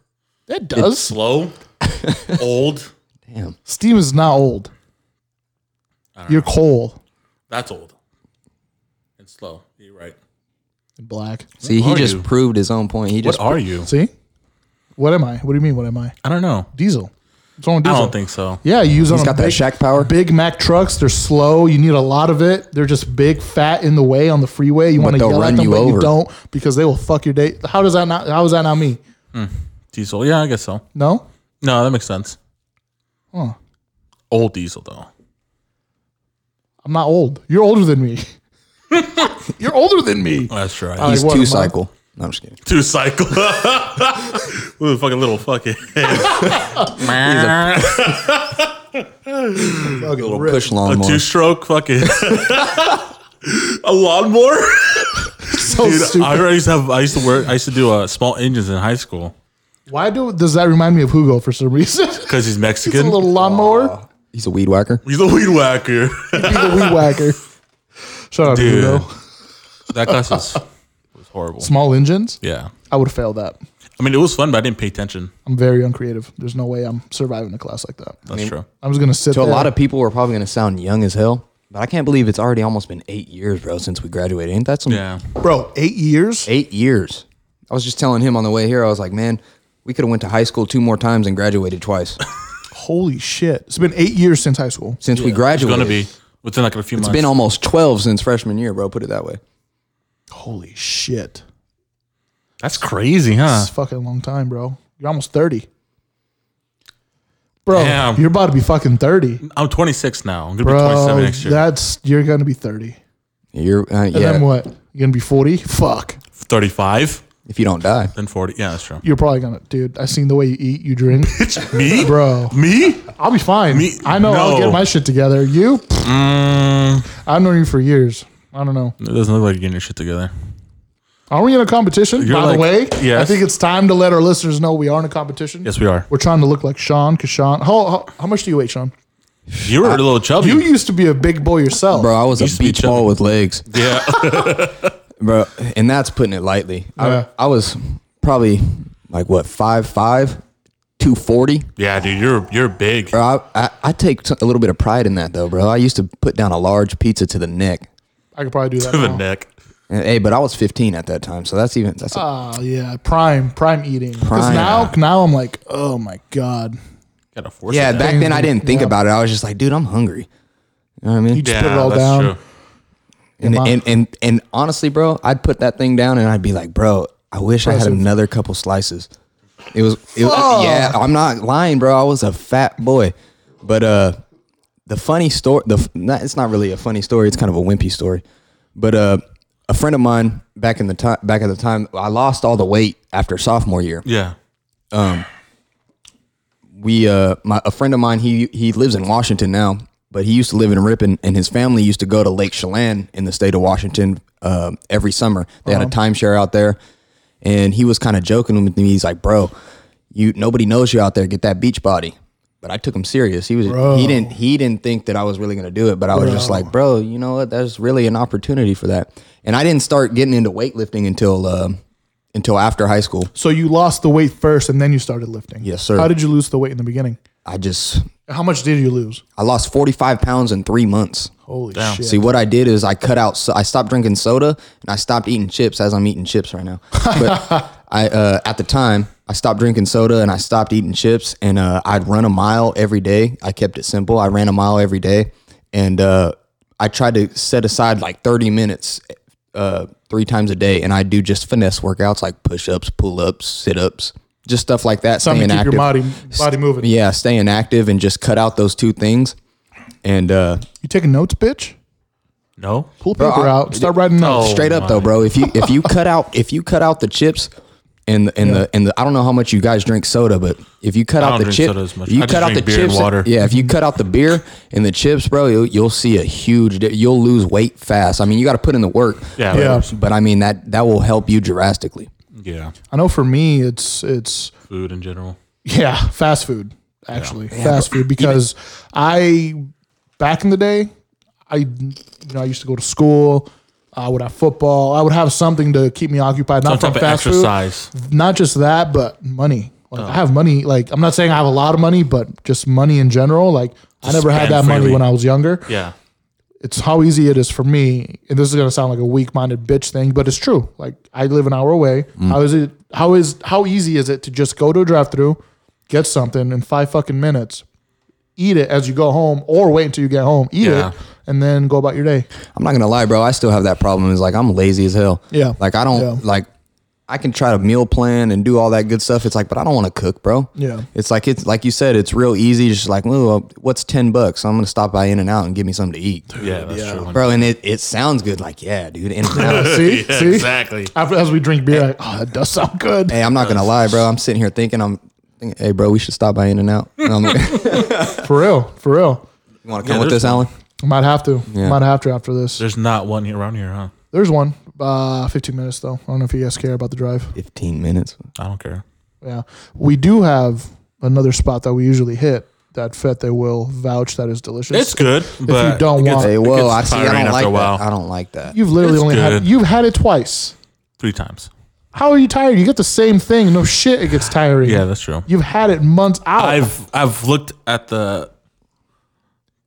[SPEAKER 1] It does.
[SPEAKER 2] Slow, <laughs> old.
[SPEAKER 3] Damn.
[SPEAKER 1] steam is not old. You're coal
[SPEAKER 2] That's old. And slow. You're right.
[SPEAKER 1] and black.
[SPEAKER 3] See, he
[SPEAKER 2] are
[SPEAKER 3] just
[SPEAKER 2] you?
[SPEAKER 3] proved his own point. He just
[SPEAKER 2] are you?
[SPEAKER 1] See? What am I? What do you mean? What am I?
[SPEAKER 2] I don't know.
[SPEAKER 1] Diesel. What's wrong with
[SPEAKER 2] I
[SPEAKER 1] diesel?
[SPEAKER 2] don't think so.
[SPEAKER 1] Yeah, you use
[SPEAKER 3] he's
[SPEAKER 1] on a
[SPEAKER 3] got that
[SPEAKER 1] big-
[SPEAKER 3] shack power.
[SPEAKER 1] Big Mac trucks, they're slow. You need a lot of it. They're just big, fat in the way on the freeway. You want to
[SPEAKER 3] they'll
[SPEAKER 1] yell at
[SPEAKER 3] run
[SPEAKER 1] them,
[SPEAKER 3] you
[SPEAKER 1] but you
[SPEAKER 3] over.
[SPEAKER 1] don't because they will fuck your day. How does that not? How is that not me?
[SPEAKER 2] Diesel. Yeah, I guess so.
[SPEAKER 1] No.
[SPEAKER 2] No, that makes sense.
[SPEAKER 1] Huh.
[SPEAKER 2] Old diesel though.
[SPEAKER 1] I'm not old. You're older than
[SPEAKER 2] <laughs>
[SPEAKER 1] me. You're older than me.
[SPEAKER 2] That's right.
[SPEAKER 1] like,
[SPEAKER 3] He's
[SPEAKER 1] what, a
[SPEAKER 3] two
[SPEAKER 1] month?
[SPEAKER 3] cycle. No, I'm just kidding.
[SPEAKER 2] two cycle. <laughs> With a fucking little fucking <laughs> a,
[SPEAKER 1] Fucking rip.
[SPEAKER 3] Push lawnmower.
[SPEAKER 2] two stroke fucking <laughs> a lawnmower.
[SPEAKER 1] So
[SPEAKER 2] Dude,
[SPEAKER 1] stupid.
[SPEAKER 2] <laughs> I already used to have. I used to work. I used to do uh, small engines in high school
[SPEAKER 1] Why do does that remind me of Hugo for some reason? <laughs>
[SPEAKER 2] because he's
[SPEAKER 1] It's a
[SPEAKER 2] Mexican.
[SPEAKER 1] little lawnmower.
[SPEAKER 3] He's a weed whacker.
[SPEAKER 2] he's a weed whacker. <laughs>
[SPEAKER 1] He'd be the weed whacker. <laughs> Shout out to
[SPEAKER 2] Dude.
[SPEAKER 1] Hugo.
[SPEAKER 2] that
[SPEAKER 3] <laughs>
[SPEAKER 2] class was, was horrible.
[SPEAKER 1] Small engines.
[SPEAKER 2] Yeah,
[SPEAKER 1] I would have failed that.
[SPEAKER 2] I mean it was fun, but I didn't pay attention.
[SPEAKER 1] I'm very uncreative. There's no way I'm surviving a class like that.
[SPEAKER 2] That's true.
[SPEAKER 1] I'm just gonna sit.
[SPEAKER 3] To a
[SPEAKER 1] there.
[SPEAKER 3] lot of people, we're probably going to sound young as hell. But I can't believe it's already almost been eight years, bro, since we graduated. Ain't that some
[SPEAKER 2] Yeah,
[SPEAKER 1] bro. Eight years.
[SPEAKER 3] eight years? I was just telling him on the way here. I was like, man, we could have went to high school two more times and graduated
[SPEAKER 2] <laughs>
[SPEAKER 3] twice
[SPEAKER 1] Holy shit! It's been eight years since high school.
[SPEAKER 3] since we
[SPEAKER 2] it's
[SPEAKER 3] graduated.
[SPEAKER 2] gonna be within like a few
[SPEAKER 3] It's
[SPEAKER 2] months.
[SPEAKER 3] been almost twelve since freshman year, bro. Put it that way.
[SPEAKER 1] Holy shit!
[SPEAKER 2] That's crazy, huh?
[SPEAKER 1] It's a fucking long time, bro. You're almost thirty, bro.
[SPEAKER 2] Damn.
[SPEAKER 1] You're about to be fucking thirty,
[SPEAKER 2] I'm 26 now. I'm gonna be 27
[SPEAKER 1] bro.
[SPEAKER 2] next year.
[SPEAKER 1] That's you're gonna be thirty,
[SPEAKER 3] You're uh,
[SPEAKER 1] and
[SPEAKER 3] yeah.
[SPEAKER 1] then what? You're gonna be forty? Fuck.
[SPEAKER 2] 35,
[SPEAKER 3] If you don't die,
[SPEAKER 2] then 40. Yeah, that's true.
[SPEAKER 1] You're probably gonna, dude. I seen the way you eat, you
[SPEAKER 2] <laughs>
[SPEAKER 1] drink,
[SPEAKER 2] Me,
[SPEAKER 1] bro.
[SPEAKER 2] me.
[SPEAKER 1] I'll be fine.
[SPEAKER 2] Me-
[SPEAKER 1] I know I'll
[SPEAKER 2] no.
[SPEAKER 1] get my shit together. You?
[SPEAKER 2] Mm,
[SPEAKER 1] I've known you for years. I don't know.
[SPEAKER 2] it doesn't look like you're getting your shit together.
[SPEAKER 1] Are we in a competition?
[SPEAKER 2] You're
[SPEAKER 1] By
[SPEAKER 2] like-
[SPEAKER 1] the way, I
[SPEAKER 2] yes.
[SPEAKER 1] think it's time to let our listeners know we are in a competition.
[SPEAKER 2] Yes, we are.
[SPEAKER 1] We're trying to look like Sean, because Sean, how, how, how much do you weigh, Sean?
[SPEAKER 2] You were a little chubby.
[SPEAKER 1] You used to be a big boy yourself.
[SPEAKER 3] bro, I was
[SPEAKER 2] used
[SPEAKER 3] a
[SPEAKER 2] to be
[SPEAKER 3] beach ball
[SPEAKER 2] chubby.
[SPEAKER 3] with legs,
[SPEAKER 2] yeah,
[SPEAKER 3] <laughs> bro, and that's putting it lightly.
[SPEAKER 1] Yeah.
[SPEAKER 3] I, I was probably like what five five, two forty.
[SPEAKER 2] yeah, dude. You're you're big.
[SPEAKER 3] Bro, I, I, I take t- a little bit of pride in that though, bro. I used to put down a large pizza to the neck.
[SPEAKER 1] I could probably do that.
[SPEAKER 2] The
[SPEAKER 1] now.
[SPEAKER 2] neck.
[SPEAKER 3] And, hey, but I was 15 at that time, so that's even
[SPEAKER 1] Ah.
[SPEAKER 3] that's a,
[SPEAKER 1] Oh yeah, prime prime eating. Because
[SPEAKER 3] Prime.
[SPEAKER 1] now now I'm like, oh my god,
[SPEAKER 2] Gotta force
[SPEAKER 3] Yeah,
[SPEAKER 2] it.
[SPEAKER 3] back then I didn't think about it. I was just like, dude, I'm hungry. You know what I mean?
[SPEAKER 1] You just put it all
[SPEAKER 2] that's
[SPEAKER 1] down.
[SPEAKER 2] true.
[SPEAKER 3] And,
[SPEAKER 1] my-
[SPEAKER 3] and and and honestly, bro, I'd put that thing down and I'd be like, bro, I wish I had
[SPEAKER 1] Impressive.
[SPEAKER 3] another couple slices. It was, it was yeah, I'm not lying, bro. I was a fat boy, but uh, the funny story, the f- not, it's not really a funny story. It's kind of a wimpy story, but uh, a friend of mine back in the time, back at the time, I lost all the weight after sophomore year
[SPEAKER 2] Yeah.
[SPEAKER 3] we uh my a friend of mine he he lives in Washington now, but he used to live in Ripon and his family used to go to Lake Chelan in the state of Washington uh, every summer. They had a timeshare out there and he was kind of joking with me. He's like, "Bro, you nobody knows you out there. Get that beach body." But I took him serious. He was he didn't he didn't think that I was really going to do it, but I was just like, "Bro, you know what? There's really an opportunity for that." And I didn't start getting into weightlifting until uh, until after high school.
[SPEAKER 1] So you lost the weight first, and then you started lifting.
[SPEAKER 3] Yes, sir.
[SPEAKER 1] How did you lose the weight in the beginning?
[SPEAKER 3] I just
[SPEAKER 1] How much did you lose?
[SPEAKER 3] I lost 45 pounds in 3 months.
[SPEAKER 1] Holy shit!
[SPEAKER 3] See, what I did is I cut out. So I stopped drinking soda and I stopped eating chips as I'm eating chips right now.
[SPEAKER 1] <laughs>
[SPEAKER 3] But I, uh, at the time, I stopped drinking soda and I stopped eating chips. And uh, I'd run a mile every day. I kept it simple. I ran a mile every day, and uh, I tried to set aside like 30 minutes uh, three times a day, and I do just finesse workouts like push ups, pull ups, sit ups, just stuff like that.
[SPEAKER 1] Something
[SPEAKER 3] staying
[SPEAKER 1] to keep
[SPEAKER 3] active.
[SPEAKER 1] your body body moving.
[SPEAKER 3] yeah, staying active and just cut out those two things. And uh,
[SPEAKER 1] You taking notes, bitch?
[SPEAKER 2] No.
[SPEAKER 1] Pull paper
[SPEAKER 3] I-
[SPEAKER 1] out. Start writing notes.
[SPEAKER 2] Oh.
[SPEAKER 3] straight up though,
[SPEAKER 2] my.
[SPEAKER 3] bro. If you if
[SPEAKER 2] <laughs>
[SPEAKER 3] you cut out if you cut out the chips and the, and the and the I don't know how much you guys drink soda, but if you cut
[SPEAKER 2] I
[SPEAKER 3] out
[SPEAKER 2] don't
[SPEAKER 3] the
[SPEAKER 2] drink
[SPEAKER 3] chip,
[SPEAKER 2] soda as much.
[SPEAKER 3] if you
[SPEAKER 2] I just
[SPEAKER 3] cut out
[SPEAKER 2] drink
[SPEAKER 3] the
[SPEAKER 2] beer and
[SPEAKER 3] chips,
[SPEAKER 2] water.
[SPEAKER 3] yeah. If you cut out the beer and the chips, bro, you'll, you'll see a huge. di- You'll lose weight fast. I mean, you got to put in the work.
[SPEAKER 2] Yeah.
[SPEAKER 3] But,
[SPEAKER 1] Yeah.
[SPEAKER 3] but I mean that that will help you drastically.
[SPEAKER 2] Yeah.
[SPEAKER 1] I know for me, it's it's
[SPEAKER 2] Food in general.
[SPEAKER 1] Yeah, <laughs> fast food. Actually, fast food because I back in the day, I you know I used to go to school. I would have football. I would have something to keep me occupied.
[SPEAKER 2] Some
[SPEAKER 1] Not
[SPEAKER 2] type
[SPEAKER 1] from
[SPEAKER 2] of
[SPEAKER 1] fast
[SPEAKER 2] exercise. Oh.
[SPEAKER 1] food. Not just that, but money. Like I have money. Like I'm not saying I have a lot of money, but just money in general. Like I never had
[SPEAKER 2] spend
[SPEAKER 1] that money
[SPEAKER 2] freely.
[SPEAKER 1] when I was younger.
[SPEAKER 2] Yeah.
[SPEAKER 1] It's how easy it is for me. And this is gonna sound like a weak-minded bitch thing, but it's true. Like I live an hour away.
[SPEAKER 2] Mm.
[SPEAKER 1] How is it? How is how easy is it to just go to a drive-through, get something in five fucking minutes, eat it as you go home, or wait until you get home, eat
[SPEAKER 2] Yeah.
[SPEAKER 1] it, and then go about your day.
[SPEAKER 3] I'm not gonna lie, bro. I still have that problem. Is like I'm lazy as hell.
[SPEAKER 1] Yeah.
[SPEAKER 3] Like I don't
[SPEAKER 1] Yeah.
[SPEAKER 3] like. I can try to meal plan and do all that good stuff. It's like, but I don't want to cook, bro.
[SPEAKER 1] Yeah.
[SPEAKER 3] It's like it's like you said. It's real easy. Just like, well, what's ten bucks? I'm gonna stop by In and Out and give me something to eat,
[SPEAKER 2] Yeah. That's true.
[SPEAKER 3] bro. And it, it sounds good. Like, yeah, dude. In and Out.
[SPEAKER 1] See,
[SPEAKER 2] <laughs> Yeah,
[SPEAKER 1] see.
[SPEAKER 2] exactly.
[SPEAKER 1] After, as we drink beer, like, oh, that does sound good.
[SPEAKER 3] hey, I'm not gonna lie, bro. I'm sitting here thinking, I'm thinking, hey, bro, we should stop by In and Out. I'm
[SPEAKER 2] <laughs>
[SPEAKER 3] like, you
[SPEAKER 1] For real, for real.
[SPEAKER 3] want to
[SPEAKER 2] Yeah,
[SPEAKER 3] come with
[SPEAKER 2] there's
[SPEAKER 3] us, Alan?
[SPEAKER 1] I might have to. Might have to after this.
[SPEAKER 2] There's not one here around here, huh?
[SPEAKER 1] There's one. Uh, 15 minutes though. I don't know if you guys care about the drive.
[SPEAKER 3] Fifteen minutes.
[SPEAKER 2] I don't care.
[SPEAKER 1] Yeah. We do have another spot that we usually hit that Fete will vouch that is delicious.
[SPEAKER 2] It's good, but
[SPEAKER 1] you don't
[SPEAKER 2] it gets-
[SPEAKER 1] want-
[SPEAKER 3] Hey,
[SPEAKER 2] it
[SPEAKER 3] whoa!
[SPEAKER 2] gets
[SPEAKER 3] I see. I
[SPEAKER 2] tiring
[SPEAKER 3] don't
[SPEAKER 2] after a
[SPEAKER 3] like
[SPEAKER 2] while.
[SPEAKER 3] that. I don't like that.
[SPEAKER 1] You've literally
[SPEAKER 2] it's
[SPEAKER 1] only had
[SPEAKER 2] good.
[SPEAKER 1] you've had it twice.
[SPEAKER 2] Three times.
[SPEAKER 1] How are you tired? You get the same thing. No shit, it gets tiring.
[SPEAKER 2] Yeah, that's true.
[SPEAKER 1] You've had it months out.
[SPEAKER 2] I've I've looked at the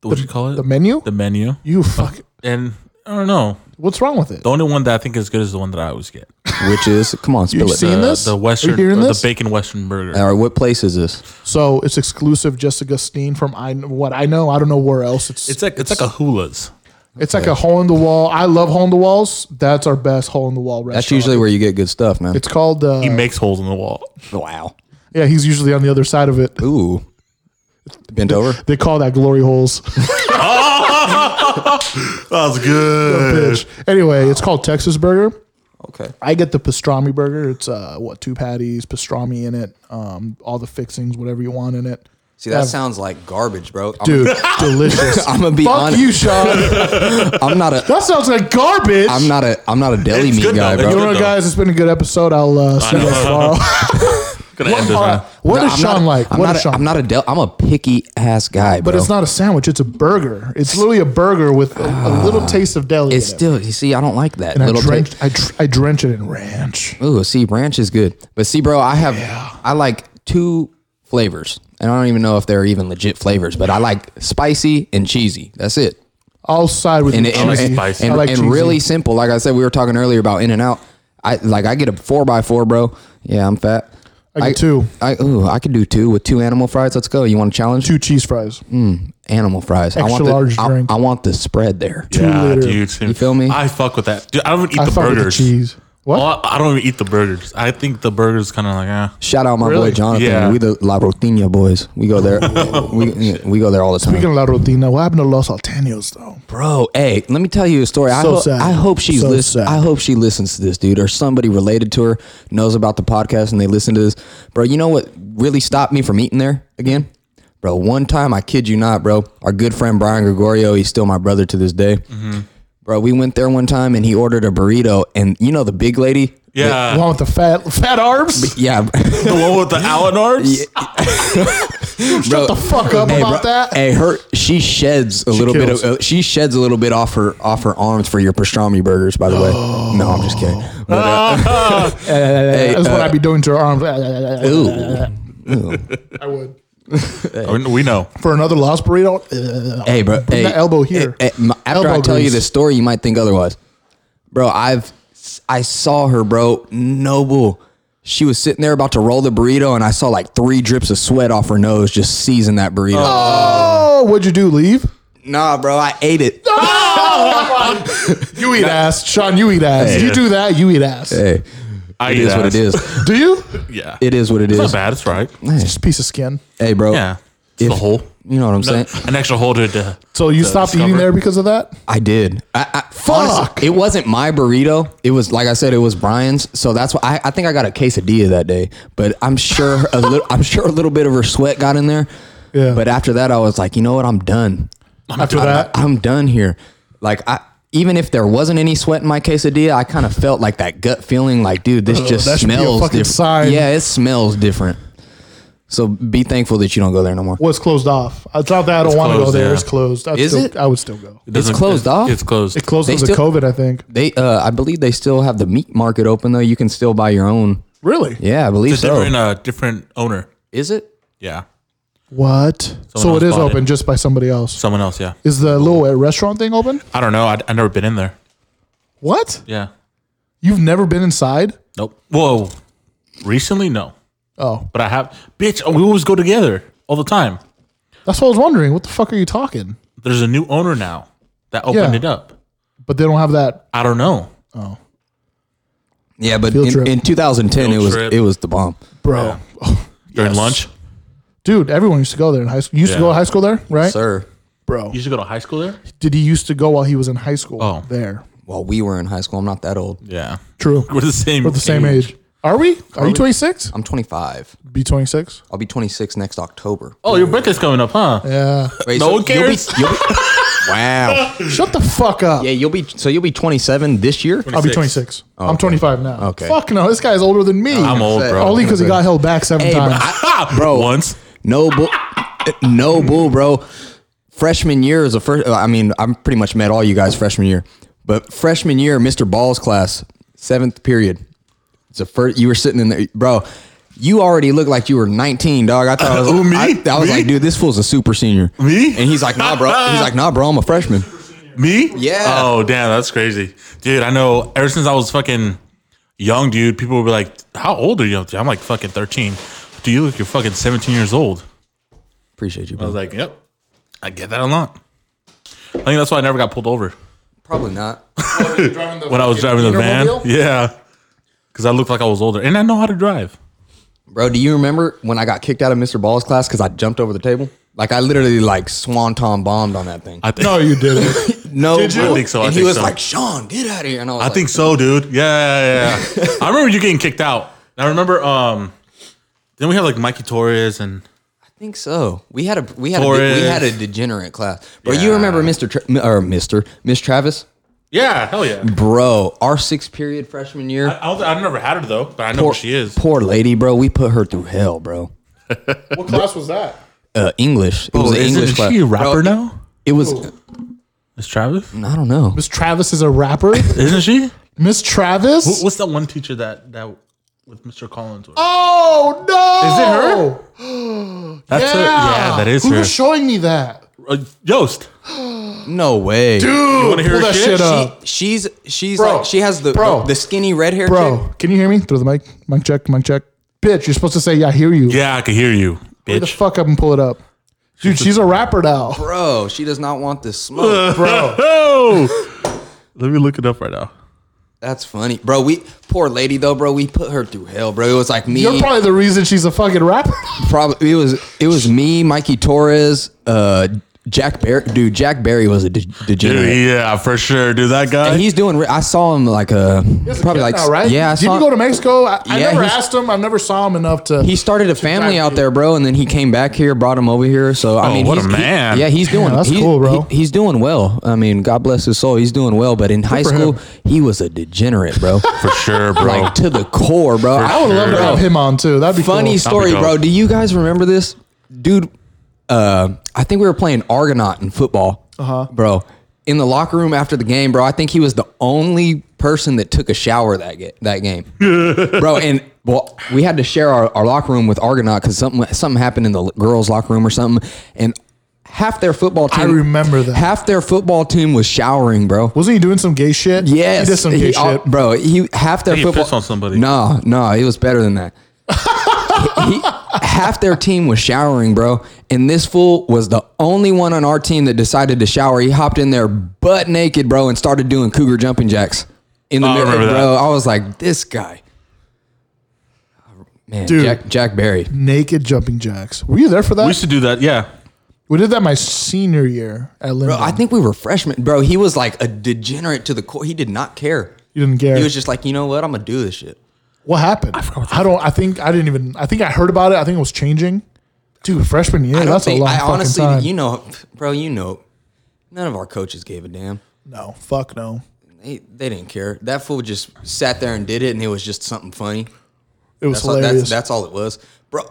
[SPEAKER 2] what do you call it?
[SPEAKER 1] the menu?
[SPEAKER 2] The menu.
[SPEAKER 1] you fuck
[SPEAKER 2] And I don't know.
[SPEAKER 1] What's wrong with it?
[SPEAKER 2] The only one that I think is good is the one that I always get.
[SPEAKER 3] Which is, come on, spill
[SPEAKER 1] You've
[SPEAKER 3] it.
[SPEAKER 1] seen
[SPEAKER 2] The,
[SPEAKER 1] this?
[SPEAKER 2] the
[SPEAKER 1] Are you
[SPEAKER 2] Western
[SPEAKER 1] hearing
[SPEAKER 2] the
[SPEAKER 1] this?
[SPEAKER 2] bacon Western burger.
[SPEAKER 3] All right, what place is this?
[SPEAKER 1] So it's exclusive just to Gustine from I what I know. I don't know where else it's
[SPEAKER 2] It's like it's like a hula's.
[SPEAKER 1] it's like a hole in the wall. I love hole in the walls. That's our best hole in the wall restaurant.
[SPEAKER 3] That's usually where you get good stuff, man.
[SPEAKER 1] it's called uh,
[SPEAKER 2] He makes holes in the wall.
[SPEAKER 3] wow.
[SPEAKER 1] yeah, he's usually on the other side of it.
[SPEAKER 3] Ooh. Bent over.
[SPEAKER 1] They call that glory holes.
[SPEAKER 2] That's good.
[SPEAKER 1] bitch. Anyway, it's called Texas Burger.
[SPEAKER 3] Okay.
[SPEAKER 1] I get the pastrami burger. It's uh what two patties, pastrami in it, um, all the fixings, whatever you want in it.
[SPEAKER 3] See, that sounds like garbage, bro. I'm,
[SPEAKER 1] <laughs> Dude, delicious.
[SPEAKER 3] <laughs> I'm gonna be
[SPEAKER 1] Fuck
[SPEAKER 3] honest. <laughs>
[SPEAKER 1] you, Sean.
[SPEAKER 3] I'm not a.
[SPEAKER 1] That sounds like garbage.
[SPEAKER 3] I'm not a. I'm not a deli
[SPEAKER 2] It's
[SPEAKER 3] meat
[SPEAKER 2] good
[SPEAKER 3] guy,
[SPEAKER 2] though.
[SPEAKER 3] bro.
[SPEAKER 2] It's
[SPEAKER 1] you
[SPEAKER 2] good
[SPEAKER 1] know,
[SPEAKER 2] though.
[SPEAKER 1] guys, it's been a good episode. I'll uh, see you guys tomorrow.
[SPEAKER 2] Gonna end this
[SPEAKER 1] All right,
[SPEAKER 2] now.
[SPEAKER 1] what is
[SPEAKER 3] I'm
[SPEAKER 1] Sean
[SPEAKER 3] not, a-
[SPEAKER 1] like?
[SPEAKER 3] I'm
[SPEAKER 1] What
[SPEAKER 3] not.
[SPEAKER 1] is
[SPEAKER 3] a, I'm
[SPEAKER 1] Sean?
[SPEAKER 3] not a del. I'm a picky ass guy, bro.
[SPEAKER 1] but it's not a sandwich. It's a burger. It's literally a burger with a, a little taste of deli.
[SPEAKER 3] Ah. It's
[SPEAKER 1] in it.
[SPEAKER 3] still. You see, I don't like that
[SPEAKER 1] And I
[SPEAKER 3] little.
[SPEAKER 1] drench,
[SPEAKER 3] taste.
[SPEAKER 1] I, dr- I drench it in ranch.
[SPEAKER 3] Ooh, see, ranch is good, but see, bro, I have. I like two flavors, and I don't even know if they're even legit flavors, but I like spicy and cheesy. That's it.
[SPEAKER 1] I'll side with
[SPEAKER 3] and
[SPEAKER 1] you,
[SPEAKER 3] it, and,
[SPEAKER 2] like
[SPEAKER 1] cheesy.
[SPEAKER 3] and,
[SPEAKER 2] spicy.
[SPEAKER 3] and-
[SPEAKER 1] I like
[SPEAKER 3] and
[SPEAKER 1] cheesy.
[SPEAKER 3] really simple. Like I said, we were talking earlier about In and Out. I like I get a four by four, bro. Yeah, I'm fat.
[SPEAKER 1] I get two,
[SPEAKER 3] I ooh, I could do two with two animal fries. Let's go. You want a challenge?
[SPEAKER 1] two cheese fries.
[SPEAKER 3] Animal fries. I want
[SPEAKER 1] Extra
[SPEAKER 3] the,
[SPEAKER 1] large
[SPEAKER 3] I-
[SPEAKER 1] drink.
[SPEAKER 3] I want the spread there.
[SPEAKER 2] yeah,
[SPEAKER 1] liter.
[SPEAKER 2] dude. same-
[SPEAKER 3] You feel me?
[SPEAKER 2] I fuck with that. Dude, I don't even eat
[SPEAKER 1] I
[SPEAKER 2] the
[SPEAKER 1] fuck with the
[SPEAKER 2] burgers.
[SPEAKER 1] cheese. What?
[SPEAKER 2] Well, Oh, I I don't even eat the burgers. I think the burgers kind of like, eh.
[SPEAKER 3] Shout out my
[SPEAKER 1] Really?
[SPEAKER 3] boy Jonathan.
[SPEAKER 2] Yeah.
[SPEAKER 3] We the La Rotinha boys. We go
[SPEAKER 1] <laughs>
[SPEAKER 3] there. we, we go there all the time.
[SPEAKER 1] Speaking of La Rotina, what happened to Los Alteños though?
[SPEAKER 3] Bro, hey, let me tell you a story. I,
[SPEAKER 1] So
[SPEAKER 3] ho-
[SPEAKER 1] sad.
[SPEAKER 3] I hope she's
[SPEAKER 1] So
[SPEAKER 3] listen-
[SPEAKER 1] sad.
[SPEAKER 3] I hope she listens to this, dude, or somebody related to her knows about the podcast and they listen to this. Bro, you know what really stopped me from eating there again? Bro, one time, I kid you not, bro, our good friend Brian Gregorio, he's still my brother to this day.
[SPEAKER 1] Mm-hmm.
[SPEAKER 3] Bro, we went there one time and he ordered a burrito, and you know the big lady?
[SPEAKER 1] the
[SPEAKER 2] Yeah.
[SPEAKER 1] one with the fat fat arms.
[SPEAKER 3] Yeah.
[SPEAKER 1] <laughs>
[SPEAKER 2] <laughs> The one with the Allen arms?
[SPEAKER 1] Shut the fuck up
[SPEAKER 3] Hey,
[SPEAKER 1] about
[SPEAKER 3] bro,
[SPEAKER 1] that.
[SPEAKER 3] hey, her she sheds a little
[SPEAKER 1] kills.
[SPEAKER 3] bit of uh, she sheds a little bit off her off her arms for your pastrami burgers. By the way,
[SPEAKER 1] Oh.
[SPEAKER 3] no, I'm just kidding. But, uh,
[SPEAKER 2] Oh.
[SPEAKER 3] hey,
[SPEAKER 1] That's what
[SPEAKER 3] uh,
[SPEAKER 1] I'd be doing to her arms.
[SPEAKER 3] Ooh. Ooh.
[SPEAKER 1] I would.
[SPEAKER 2] Oh, no, We know.
[SPEAKER 1] For another lost burrito.
[SPEAKER 3] Hey, bro.
[SPEAKER 1] Put
[SPEAKER 3] hey,
[SPEAKER 1] that elbow here.
[SPEAKER 3] hey, hey, my- after I
[SPEAKER 1] Elbow
[SPEAKER 3] tell you
[SPEAKER 1] grease.
[SPEAKER 3] this story, you might think otherwise. Bro, I've I saw her, bro. Noble. She was sitting there about to roll the burrito, and I saw like three drips of sweat off her nose just seizing that burrito.
[SPEAKER 1] Oh, what'd you do? Leave?
[SPEAKER 3] Nah, bro, I ate it.
[SPEAKER 2] <laughs>
[SPEAKER 1] You eat ass, Sean. You eat ass.
[SPEAKER 2] Hey.
[SPEAKER 1] You do that. You eat ass.
[SPEAKER 3] Hey,
[SPEAKER 2] I
[SPEAKER 3] it
[SPEAKER 2] eat
[SPEAKER 3] is what
[SPEAKER 2] ass.
[SPEAKER 3] it is.
[SPEAKER 1] Do you?
[SPEAKER 2] Yeah.
[SPEAKER 3] It is what it
[SPEAKER 2] It's not
[SPEAKER 3] is.
[SPEAKER 2] bad. It's right.
[SPEAKER 1] Just a piece of skin.
[SPEAKER 3] Hey, bro.
[SPEAKER 2] Yeah. It's
[SPEAKER 3] If-
[SPEAKER 2] the hole.
[SPEAKER 3] You know what I'm
[SPEAKER 2] No,
[SPEAKER 3] saying?
[SPEAKER 2] an extra hole to the.
[SPEAKER 1] So you
[SPEAKER 2] the
[SPEAKER 1] stopped eating
[SPEAKER 2] discover-
[SPEAKER 1] there because of that?
[SPEAKER 3] I did. I, I, Fuck.
[SPEAKER 1] Fuck.
[SPEAKER 3] it wasn't my burrito. It was like I said. It was Brian's. So that's why I, I think I got a quesadilla that day. But I'm
[SPEAKER 1] <laughs>
[SPEAKER 3] sure a little. I'm sure a little bit of her sweat got in there.
[SPEAKER 1] Yeah.
[SPEAKER 3] But after that, I was like, you know what? I'm done.
[SPEAKER 1] After that,
[SPEAKER 3] I'm done here. Like I. Even if there wasn't any sweat in my quesadilla, I kind of felt like that gut feeling, like, dude, this
[SPEAKER 1] Ugh,
[SPEAKER 3] just
[SPEAKER 1] Oh, that should be a
[SPEAKER 3] smells
[SPEAKER 1] fucking
[SPEAKER 3] different.
[SPEAKER 1] sign.
[SPEAKER 3] Yeah, it smells different. So be thankful that you don't go there no more.
[SPEAKER 1] was closed off. I thought that I don't want to go
[SPEAKER 2] closed,
[SPEAKER 1] there.
[SPEAKER 2] yeah.
[SPEAKER 1] It's closed. I'd
[SPEAKER 3] Is
[SPEAKER 1] still,
[SPEAKER 3] it?
[SPEAKER 1] I would still go.
[SPEAKER 2] It doesn't-
[SPEAKER 3] closed
[SPEAKER 2] it's-
[SPEAKER 3] off?
[SPEAKER 2] It's closed.
[SPEAKER 1] It closed
[SPEAKER 3] They
[SPEAKER 1] because of
[SPEAKER 3] still-
[SPEAKER 1] COVID, I think.
[SPEAKER 3] They, uh, I believe they still have the meat market open though. You can still buy your own.
[SPEAKER 1] Really?
[SPEAKER 3] Yeah, I believe
[SPEAKER 2] It's a
[SPEAKER 3] so.
[SPEAKER 2] different, uh, different owner.
[SPEAKER 3] Is it?
[SPEAKER 2] Yeah.
[SPEAKER 1] What? so
[SPEAKER 2] else
[SPEAKER 1] it is
[SPEAKER 2] bought
[SPEAKER 1] open
[SPEAKER 2] it.
[SPEAKER 1] just by somebody else.
[SPEAKER 2] Someone else. Yeah.
[SPEAKER 1] Is the little uh, restaurant thing open?
[SPEAKER 2] I don't know. I, I've never been in there.
[SPEAKER 1] What?
[SPEAKER 2] Yeah.
[SPEAKER 1] You've never been inside?
[SPEAKER 2] Nope. Whoa. Recently, no.
[SPEAKER 1] Oh,
[SPEAKER 2] But I have. Bitch, we always go together all the time.
[SPEAKER 1] that's what I was wondering. What the fuck are you talking?
[SPEAKER 2] There's a new owner now that opened
[SPEAKER 1] Yeah.
[SPEAKER 2] it up.
[SPEAKER 1] But they don't have that.
[SPEAKER 2] I don't know.
[SPEAKER 3] Yeah, but
[SPEAKER 1] Field
[SPEAKER 3] in,
[SPEAKER 1] trip.
[SPEAKER 3] in 2010
[SPEAKER 2] Field
[SPEAKER 3] it was
[SPEAKER 2] trip.
[SPEAKER 3] it was the bomb.
[SPEAKER 1] Bro.
[SPEAKER 2] During lunch,
[SPEAKER 1] Oh, Dude, everyone used to go there in high school. You used to
[SPEAKER 2] Yeah.
[SPEAKER 1] go to high school there, right?
[SPEAKER 3] Sir,
[SPEAKER 1] Bro.
[SPEAKER 2] you should go to high school there.
[SPEAKER 1] Did he used to go while he was in high school
[SPEAKER 2] Oh.
[SPEAKER 1] there?
[SPEAKER 3] while we were in high school, I'm not that old.
[SPEAKER 2] Yeah.
[SPEAKER 1] True.
[SPEAKER 2] We're the same.
[SPEAKER 1] We're the same age. Are we? Are, you 26?
[SPEAKER 3] I'm 25.
[SPEAKER 1] Be 26?
[SPEAKER 3] I'll be 26 next October.
[SPEAKER 2] Oh, your birthday's coming up, huh? <laughs>
[SPEAKER 1] Yeah.
[SPEAKER 3] Wait,
[SPEAKER 2] No one cares.
[SPEAKER 3] You'll be, <laughs> you'll be, wow.
[SPEAKER 1] Shut the fuck up.
[SPEAKER 3] Yeah, you'll be so you'll be 27 this year.
[SPEAKER 1] I'll be 26. I'm 25 now.
[SPEAKER 3] Okay.
[SPEAKER 1] Fuck no, this guy's older than me.
[SPEAKER 2] I'm old, bro.
[SPEAKER 1] Only because he got held back seven
[SPEAKER 3] Hey, bro,
[SPEAKER 1] times.
[SPEAKER 3] I- bro,
[SPEAKER 2] Once.
[SPEAKER 3] no bull, no bull, bro. Freshman year is the first. I mean, I'm pretty much met all you guys freshman year, but freshman year, Mr. Ball's class, seventh period. It's the first. You were sitting in there, bro. You already looked like you were 19, dog. I thought I was,
[SPEAKER 2] Who, me?
[SPEAKER 3] I, I was
[SPEAKER 2] Me?
[SPEAKER 3] like, dude, this fool's a super senior.
[SPEAKER 2] Me?
[SPEAKER 3] And he's like, nah, bro. He's like, nah, bro. I'm a freshman.
[SPEAKER 2] Me?
[SPEAKER 3] Yeah.
[SPEAKER 2] Oh, damn, that's crazy. Dude, I know ever since I was fucking young, dude, people would be like, How old are you? Dude, I'm like fucking 13. Do you look you're fucking 17 years old?
[SPEAKER 3] Appreciate you,
[SPEAKER 2] I was
[SPEAKER 3] bro.
[SPEAKER 2] like, Yep. I get that a lot. I think that's why I never got pulled over
[SPEAKER 3] Probably not.
[SPEAKER 2] when I was driving the van. Yeah. Cause I looked like I was older. And I know how to drive.
[SPEAKER 3] Bro, do you remember when I got kicked out of Mr. Ball's class because I jumped over the table? Like I literally like swanton bombed on that thing.
[SPEAKER 2] I think
[SPEAKER 1] No, you
[SPEAKER 2] <laughs>
[SPEAKER 1] didn't.
[SPEAKER 3] No,
[SPEAKER 2] Did you?
[SPEAKER 3] bro.
[SPEAKER 2] I think so, I
[SPEAKER 3] and he
[SPEAKER 2] think
[SPEAKER 3] was
[SPEAKER 2] so.
[SPEAKER 3] like, "Sean, get out of here!" And I was
[SPEAKER 2] I
[SPEAKER 3] like,
[SPEAKER 2] think so, dude. Yeah, yeah, yeah, yeah. <laughs> I remember you getting kicked out. I remember um then we had like Mikey Torres and
[SPEAKER 3] "I think so." We had a we had a,
[SPEAKER 2] Torres.
[SPEAKER 3] we had a degenerate class, bro. You
[SPEAKER 2] Yeah.
[SPEAKER 3] remember Mr. Tra- or Mr. Miss Travis,
[SPEAKER 2] Yeah, hell yeah.
[SPEAKER 3] bro? Our sixth period freshman year,
[SPEAKER 2] I, don't- I've never had her though, but I know
[SPEAKER 3] poor,
[SPEAKER 2] who she is.
[SPEAKER 3] poor lady, bro. We put her through hell, bro.
[SPEAKER 1] what class was that?
[SPEAKER 3] Uh, English. It
[SPEAKER 2] Oh,
[SPEAKER 3] was an English class. Bro,
[SPEAKER 2] now?
[SPEAKER 3] It was.
[SPEAKER 2] Miss Travis?
[SPEAKER 3] I don't know.
[SPEAKER 1] Miss Travis is a <laughs> rapper?
[SPEAKER 2] Isn't she?
[SPEAKER 1] Miss Travis?
[SPEAKER 2] What's that one teacher that that with Mr. Collins? Was?
[SPEAKER 1] Oh, no.
[SPEAKER 2] Is
[SPEAKER 1] it her?
[SPEAKER 2] That's her. Yeah, that is
[SPEAKER 1] Who
[SPEAKER 2] her.
[SPEAKER 1] was showing me that?
[SPEAKER 2] Uh, Yoast.
[SPEAKER 3] No way, dude.
[SPEAKER 2] You want to hear
[SPEAKER 1] Pull
[SPEAKER 2] her
[SPEAKER 1] that shit
[SPEAKER 2] uh,
[SPEAKER 1] up.
[SPEAKER 3] She's she's
[SPEAKER 1] Bro.
[SPEAKER 3] like she has the
[SPEAKER 1] Bro.
[SPEAKER 3] the skinny red hair. chick.
[SPEAKER 1] Bro, can you hear me? Through the mic. Mic check, mic check. bitch. You're supposed to say, "Yeah, I hear you."
[SPEAKER 2] Yeah, I can hear you,
[SPEAKER 1] Hurry the
[SPEAKER 2] bitch.
[SPEAKER 1] fuck up and pull it up, dude. She's a rapper now.
[SPEAKER 3] Bro, she does not want this smoke.
[SPEAKER 2] <laughs> Bro. oh, let me look it up right now.
[SPEAKER 3] That's funny, bro. We poor lady though, bro. We put her through hell, bro. It was like me.
[SPEAKER 1] <laughs> You're probably the reason she's a fucking rapper. <laughs>
[SPEAKER 3] Probably it was it was me, Mikey Torres, uh, Jack Barry. Dude, Jack Barry was a de- degenerate.
[SPEAKER 2] Dude, yeah, for sure, dude. That guy.
[SPEAKER 3] And he's doing. Re- I saw him like a probably like
[SPEAKER 1] now, right?
[SPEAKER 3] yeah. I
[SPEAKER 1] Did
[SPEAKER 3] saw
[SPEAKER 1] you go to Mexico? I, I
[SPEAKER 3] Yeah,
[SPEAKER 1] never
[SPEAKER 3] he's-
[SPEAKER 1] asked him. I never saw him enough to.
[SPEAKER 3] he started a family
[SPEAKER 1] back
[SPEAKER 3] out there, bro, and then he came back here, brought him over here. So I
[SPEAKER 2] Oh,
[SPEAKER 3] mean,
[SPEAKER 2] what a
[SPEAKER 3] he's, he-
[SPEAKER 2] man.
[SPEAKER 3] yeah, he's doing.
[SPEAKER 1] that's
[SPEAKER 3] he's-
[SPEAKER 1] cool, bro.
[SPEAKER 3] he- he's doing well. I mean, God bless his soul. He's doing well, but in high
[SPEAKER 1] for
[SPEAKER 3] school,
[SPEAKER 1] him.
[SPEAKER 3] he was a degenerate,
[SPEAKER 2] <laughs>
[SPEAKER 3] bro.
[SPEAKER 2] for sure, bro.
[SPEAKER 3] like to the core, bro.
[SPEAKER 1] I would love to
[SPEAKER 2] Sure.
[SPEAKER 1] have him on too. That'd be
[SPEAKER 3] Funny
[SPEAKER 1] Cool.
[SPEAKER 3] story,
[SPEAKER 2] dope.
[SPEAKER 3] bro. Do you guys remember this, dude? Uh, I think we were playing Argonaut in football, uh-huh. bro. In the locker room after the game, bro. I think he was the only person that took a shower that ga- that
[SPEAKER 1] <laughs>
[SPEAKER 3] game, bro. And well, we had to share our, our locker room with Argonaut because something something happened in the l- girls' locker room or something, and. Half their football team.
[SPEAKER 1] I remember that.
[SPEAKER 3] Half their football team was showering, bro.
[SPEAKER 1] Wasn't he doing some gay shit?
[SPEAKER 3] Yes,
[SPEAKER 1] he did some gay
[SPEAKER 3] He-
[SPEAKER 1] shit.
[SPEAKER 3] oh, bro. He half their
[SPEAKER 2] He
[SPEAKER 3] football.
[SPEAKER 2] pissed on somebody.
[SPEAKER 3] No, no, it was better than
[SPEAKER 1] <laughs>
[SPEAKER 3] that. He- he- half their team was showering, bro, and this fool was the only one on our team that decided to shower. He hopped in there butt naked, bro, and started doing cougar jumping jacks in the
[SPEAKER 2] Oh, I
[SPEAKER 3] mirror,
[SPEAKER 2] remember
[SPEAKER 3] bro. I was like, this guy, man,
[SPEAKER 1] Dude.
[SPEAKER 3] Jack, Jack Barry.
[SPEAKER 1] Naked jumping jacks. Were you there for that?
[SPEAKER 2] we
[SPEAKER 1] We,
[SPEAKER 2] used to do that. Yeah.
[SPEAKER 1] did that my senior year at Linden.
[SPEAKER 3] Bro, I think we were freshmen, bro. He was like a degenerate to the core. He did not care.
[SPEAKER 1] you didn't care.
[SPEAKER 3] He was just like, you know what? I'm gonna do this shit.
[SPEAKER 1] what happened? I, don't. I think I didn't even. I think I heard about it. I think it was changing. Dude, freshman year.
[SPEAKER 3] I don't
[SPEAKER 1] That's
[SPEAKER 3] think-
[SPEAKER 1] a long
[SPEAKER 3] I
[SPEAKER 1] fucking
[SPEAKER 3] honestly,
[SPEAKER 1] time.
[SPEAKER 3] you know, bro, you know, none of our coaches gave a damn.
[SPEAKER 1] no, fuck no.
[SPEAKER 3] They, they didn't care. That fool just sat there and did it, and it was just something funny.
[SPEAKER 1] It was
[SPEAKER 3] That's all,
[SPEAKER 1] hilarious.
[SPEAKER 3] that's, that's all it was, bro.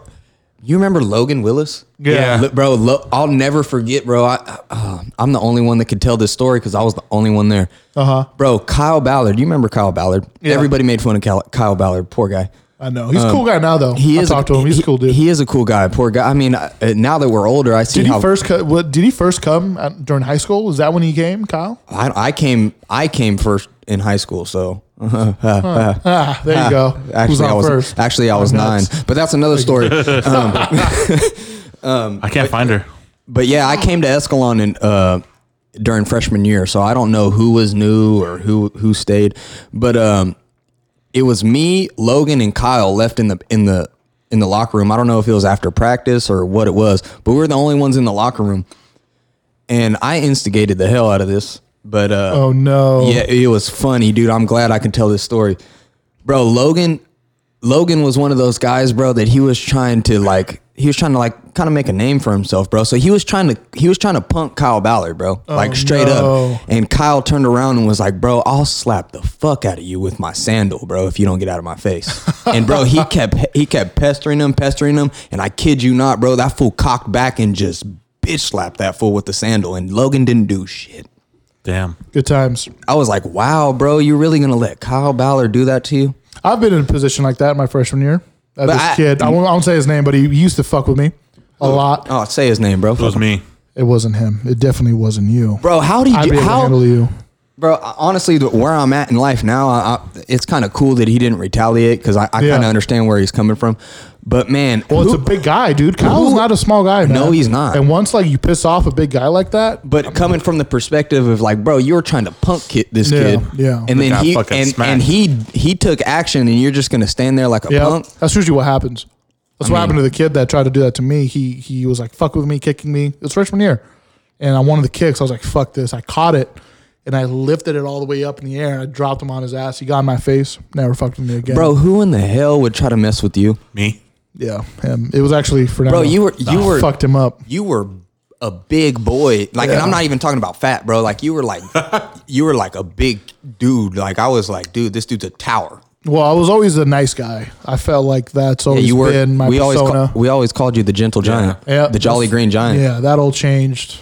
[SPEAKER 3] You remember Logan Willis?
[SPEAKER 2] Yeah.
[SPEAKER 3] Look, bro. Lo- I'll never forget, bro. I, I- uh, I'm the only one that could tell this story because I was the only one there. Uh
[SPEAKER 1] Uh-huh.
[SPEAKER 3] huh. Bro, Kyle Ballard. You remember Kyle Ballard? Everybody made fun of Kyle, Kyle Ballard. Poor guy.
[SPEAKER 1] I know. He's a cool guy now though.
[SPEAKER 3] Um, He
[SPEAKER 1] I
[SPEAKER 3] is.
[SPEAKER 1] talked to him. He's
[SPEAKER 3] he,
[SPEAKER 1] a cool dude.
[SPEAKER 3] He is a cool guy. Poor guy. I mean, uh, now that we're older, I see
[SPEAKER 1] did
[SPEAKER 3] how
[SPEAKER 1] he first co- what did he first come at, during high school? Was that when he came, Kyle? <laughs>
[SPEAKER 3] I, I came I came first in high school, so <laughs>
[SPEAKER 1] Ah, there you go. Who's
[SPEAKER 3] actually
[SPEAKER 1] on
[SPEAKER 3] I was
[SPEAKER 1] first? Oh,
[SPEAKER 3] actually I was nine, but that's another story.
[SPEAKER 1] <laughs>
[SPEAKER 3] um,
[SPEAKER 2] I can't find her.
[SPEAKER 3] but yeah, I came to Escalon in, uh, during freshman year, so I don't know who was new or who who stayed, but um, it was me, Logan, and Kyle left in the in the in the locker room. I don't know if it was after practice or what it was, but we were the only ones in the locker room, and I instigated the hell out of this. But uh,
[SPEAKER 1] oh no.
[SPEAKER 3] Yeah, it was funny, dude. I'm glad I can tell this story. Bro, Logan Logan was one of those guys, bro, that he was trying to like he was trying to like kind of make a name for himself, bro. So he was trying to he was trying to punk Kyle Ballard, bro. like straight
[SPEAKER 1] no.
[SPEAKER 3] up. And Kyle turned around and was like, "Bro, I'll slap the fuck out of you with my sandal, bro, if you don't get out of my face." and bro, he kept he kept pestering him, pestering him, and I kid you not, bro, that fool cocked back and just bitch slapped that fool with the sandal and Logan didn't do shit.
[SPEAKER 2] Damn.
[SPEAKER 1] Good times.
[SPEAKER 3] I was like, wow, bro, you really gonna let Kyle Ballard do that to you?
[SPEAKER 1] I've been in a position like that my freshman year. Uh, this
[SPEAKER 3] I-
[SPEAKER 1] kid, I won't, I won't say his name, but he used to fuck with me a lot.
[SPEAKER 3] Oh, say his name, bro.
[SPEAKER 2] It was me.
[SPEAKER 1] It wasn't him. It definitely wasn't you.
[SPEAKER 3] Bro, how do
[SPEAKER 1] I'd be
[SPEAKER 3] you
[SPEAKER 1] able to
[SPEAKER 3] how
[SPEAKER 1] handle you.
[SPEAKER 3] bro? Honestly, th- where I'm at in life now, I, I, it's kind of cool that he didn't retaliate because I, I
[SPEAKER 1] Yeah.
[SPEAKER 3] kind of understand where he's coming from. But man,
[SPEAKER 1] Well, it's
[SPEAKER 3] who-
[SPEAKER 1] a big guy, dude. Kyle's
[SPEAKER 3] who-
[SPEAKER 1] not a small guy, man.
[SPEAKER 3] No, he's not.
[SPEAKER 1] And once like you piss off a big guy like that,
[SPEAKER 3] but coming from the perspective of like, bro, you're trying to punk kid this
[SPEAKER 1] Yeah,
[SPEAKER 3] kid,
[SPEAKER 1] yeah.
[SPEAKER 3] and then
[SPEAKER 2] got
[SPEAKER 3] he
[SPEAKER 2] fucking
[SPEAKER 3] and,
[SPEAKER 2] smacked.
[SPEAKER 3] and he he took action, and you're just gonna stand there like a
[SPEAKER 1] yeah,
[SPEAKER 3] punk.
[SPEAKER 1] that's usually what happens. That's what happened to the kid that tried to do that to me. He he was like fuck with me, kicking me. It's freshman year, and I wanted the kicks. I was like fuck this. I caught it, and I lifted it all the way up in the air and I dropped him on his ass. He got in my face. Never fucked with me again,
[SPEAKER 3] Bro, who in the hell would try to mess with you?
[SPEAKER 2] Me.
[SPEAKER 1] Yeah, him. It was actually Fernando.
[SPEAKER 3] Bro, you were you were
[SPEAKER 1] fucked him up.
[SPEAKER 3] you were a big boy. Like, and I'm not even talking about fat, bro. Like, you were
[SPEAKER 1] <laughs>
[SPEAKER 3] like, you were like a big dude. Like, I was like, dude, this dude's a tower.
[SPEAKER 1] Well, I was always a nice guy. I felt like that's always
[SPEAKER 3] you were.
[SPEAKER 1] been my
[SPEAKER 3] we always
[SPEAKER 1] persona.
[SPEAKER 3] ca- we always called you the gentle giant,
[SPEAKER 1] Yeah,
[SPEAKER 3] the jolly
[SPEAKER 1] that's-
[SPEAKER 3] green giant.
[SPEAKER 1] Yeah, that all changed.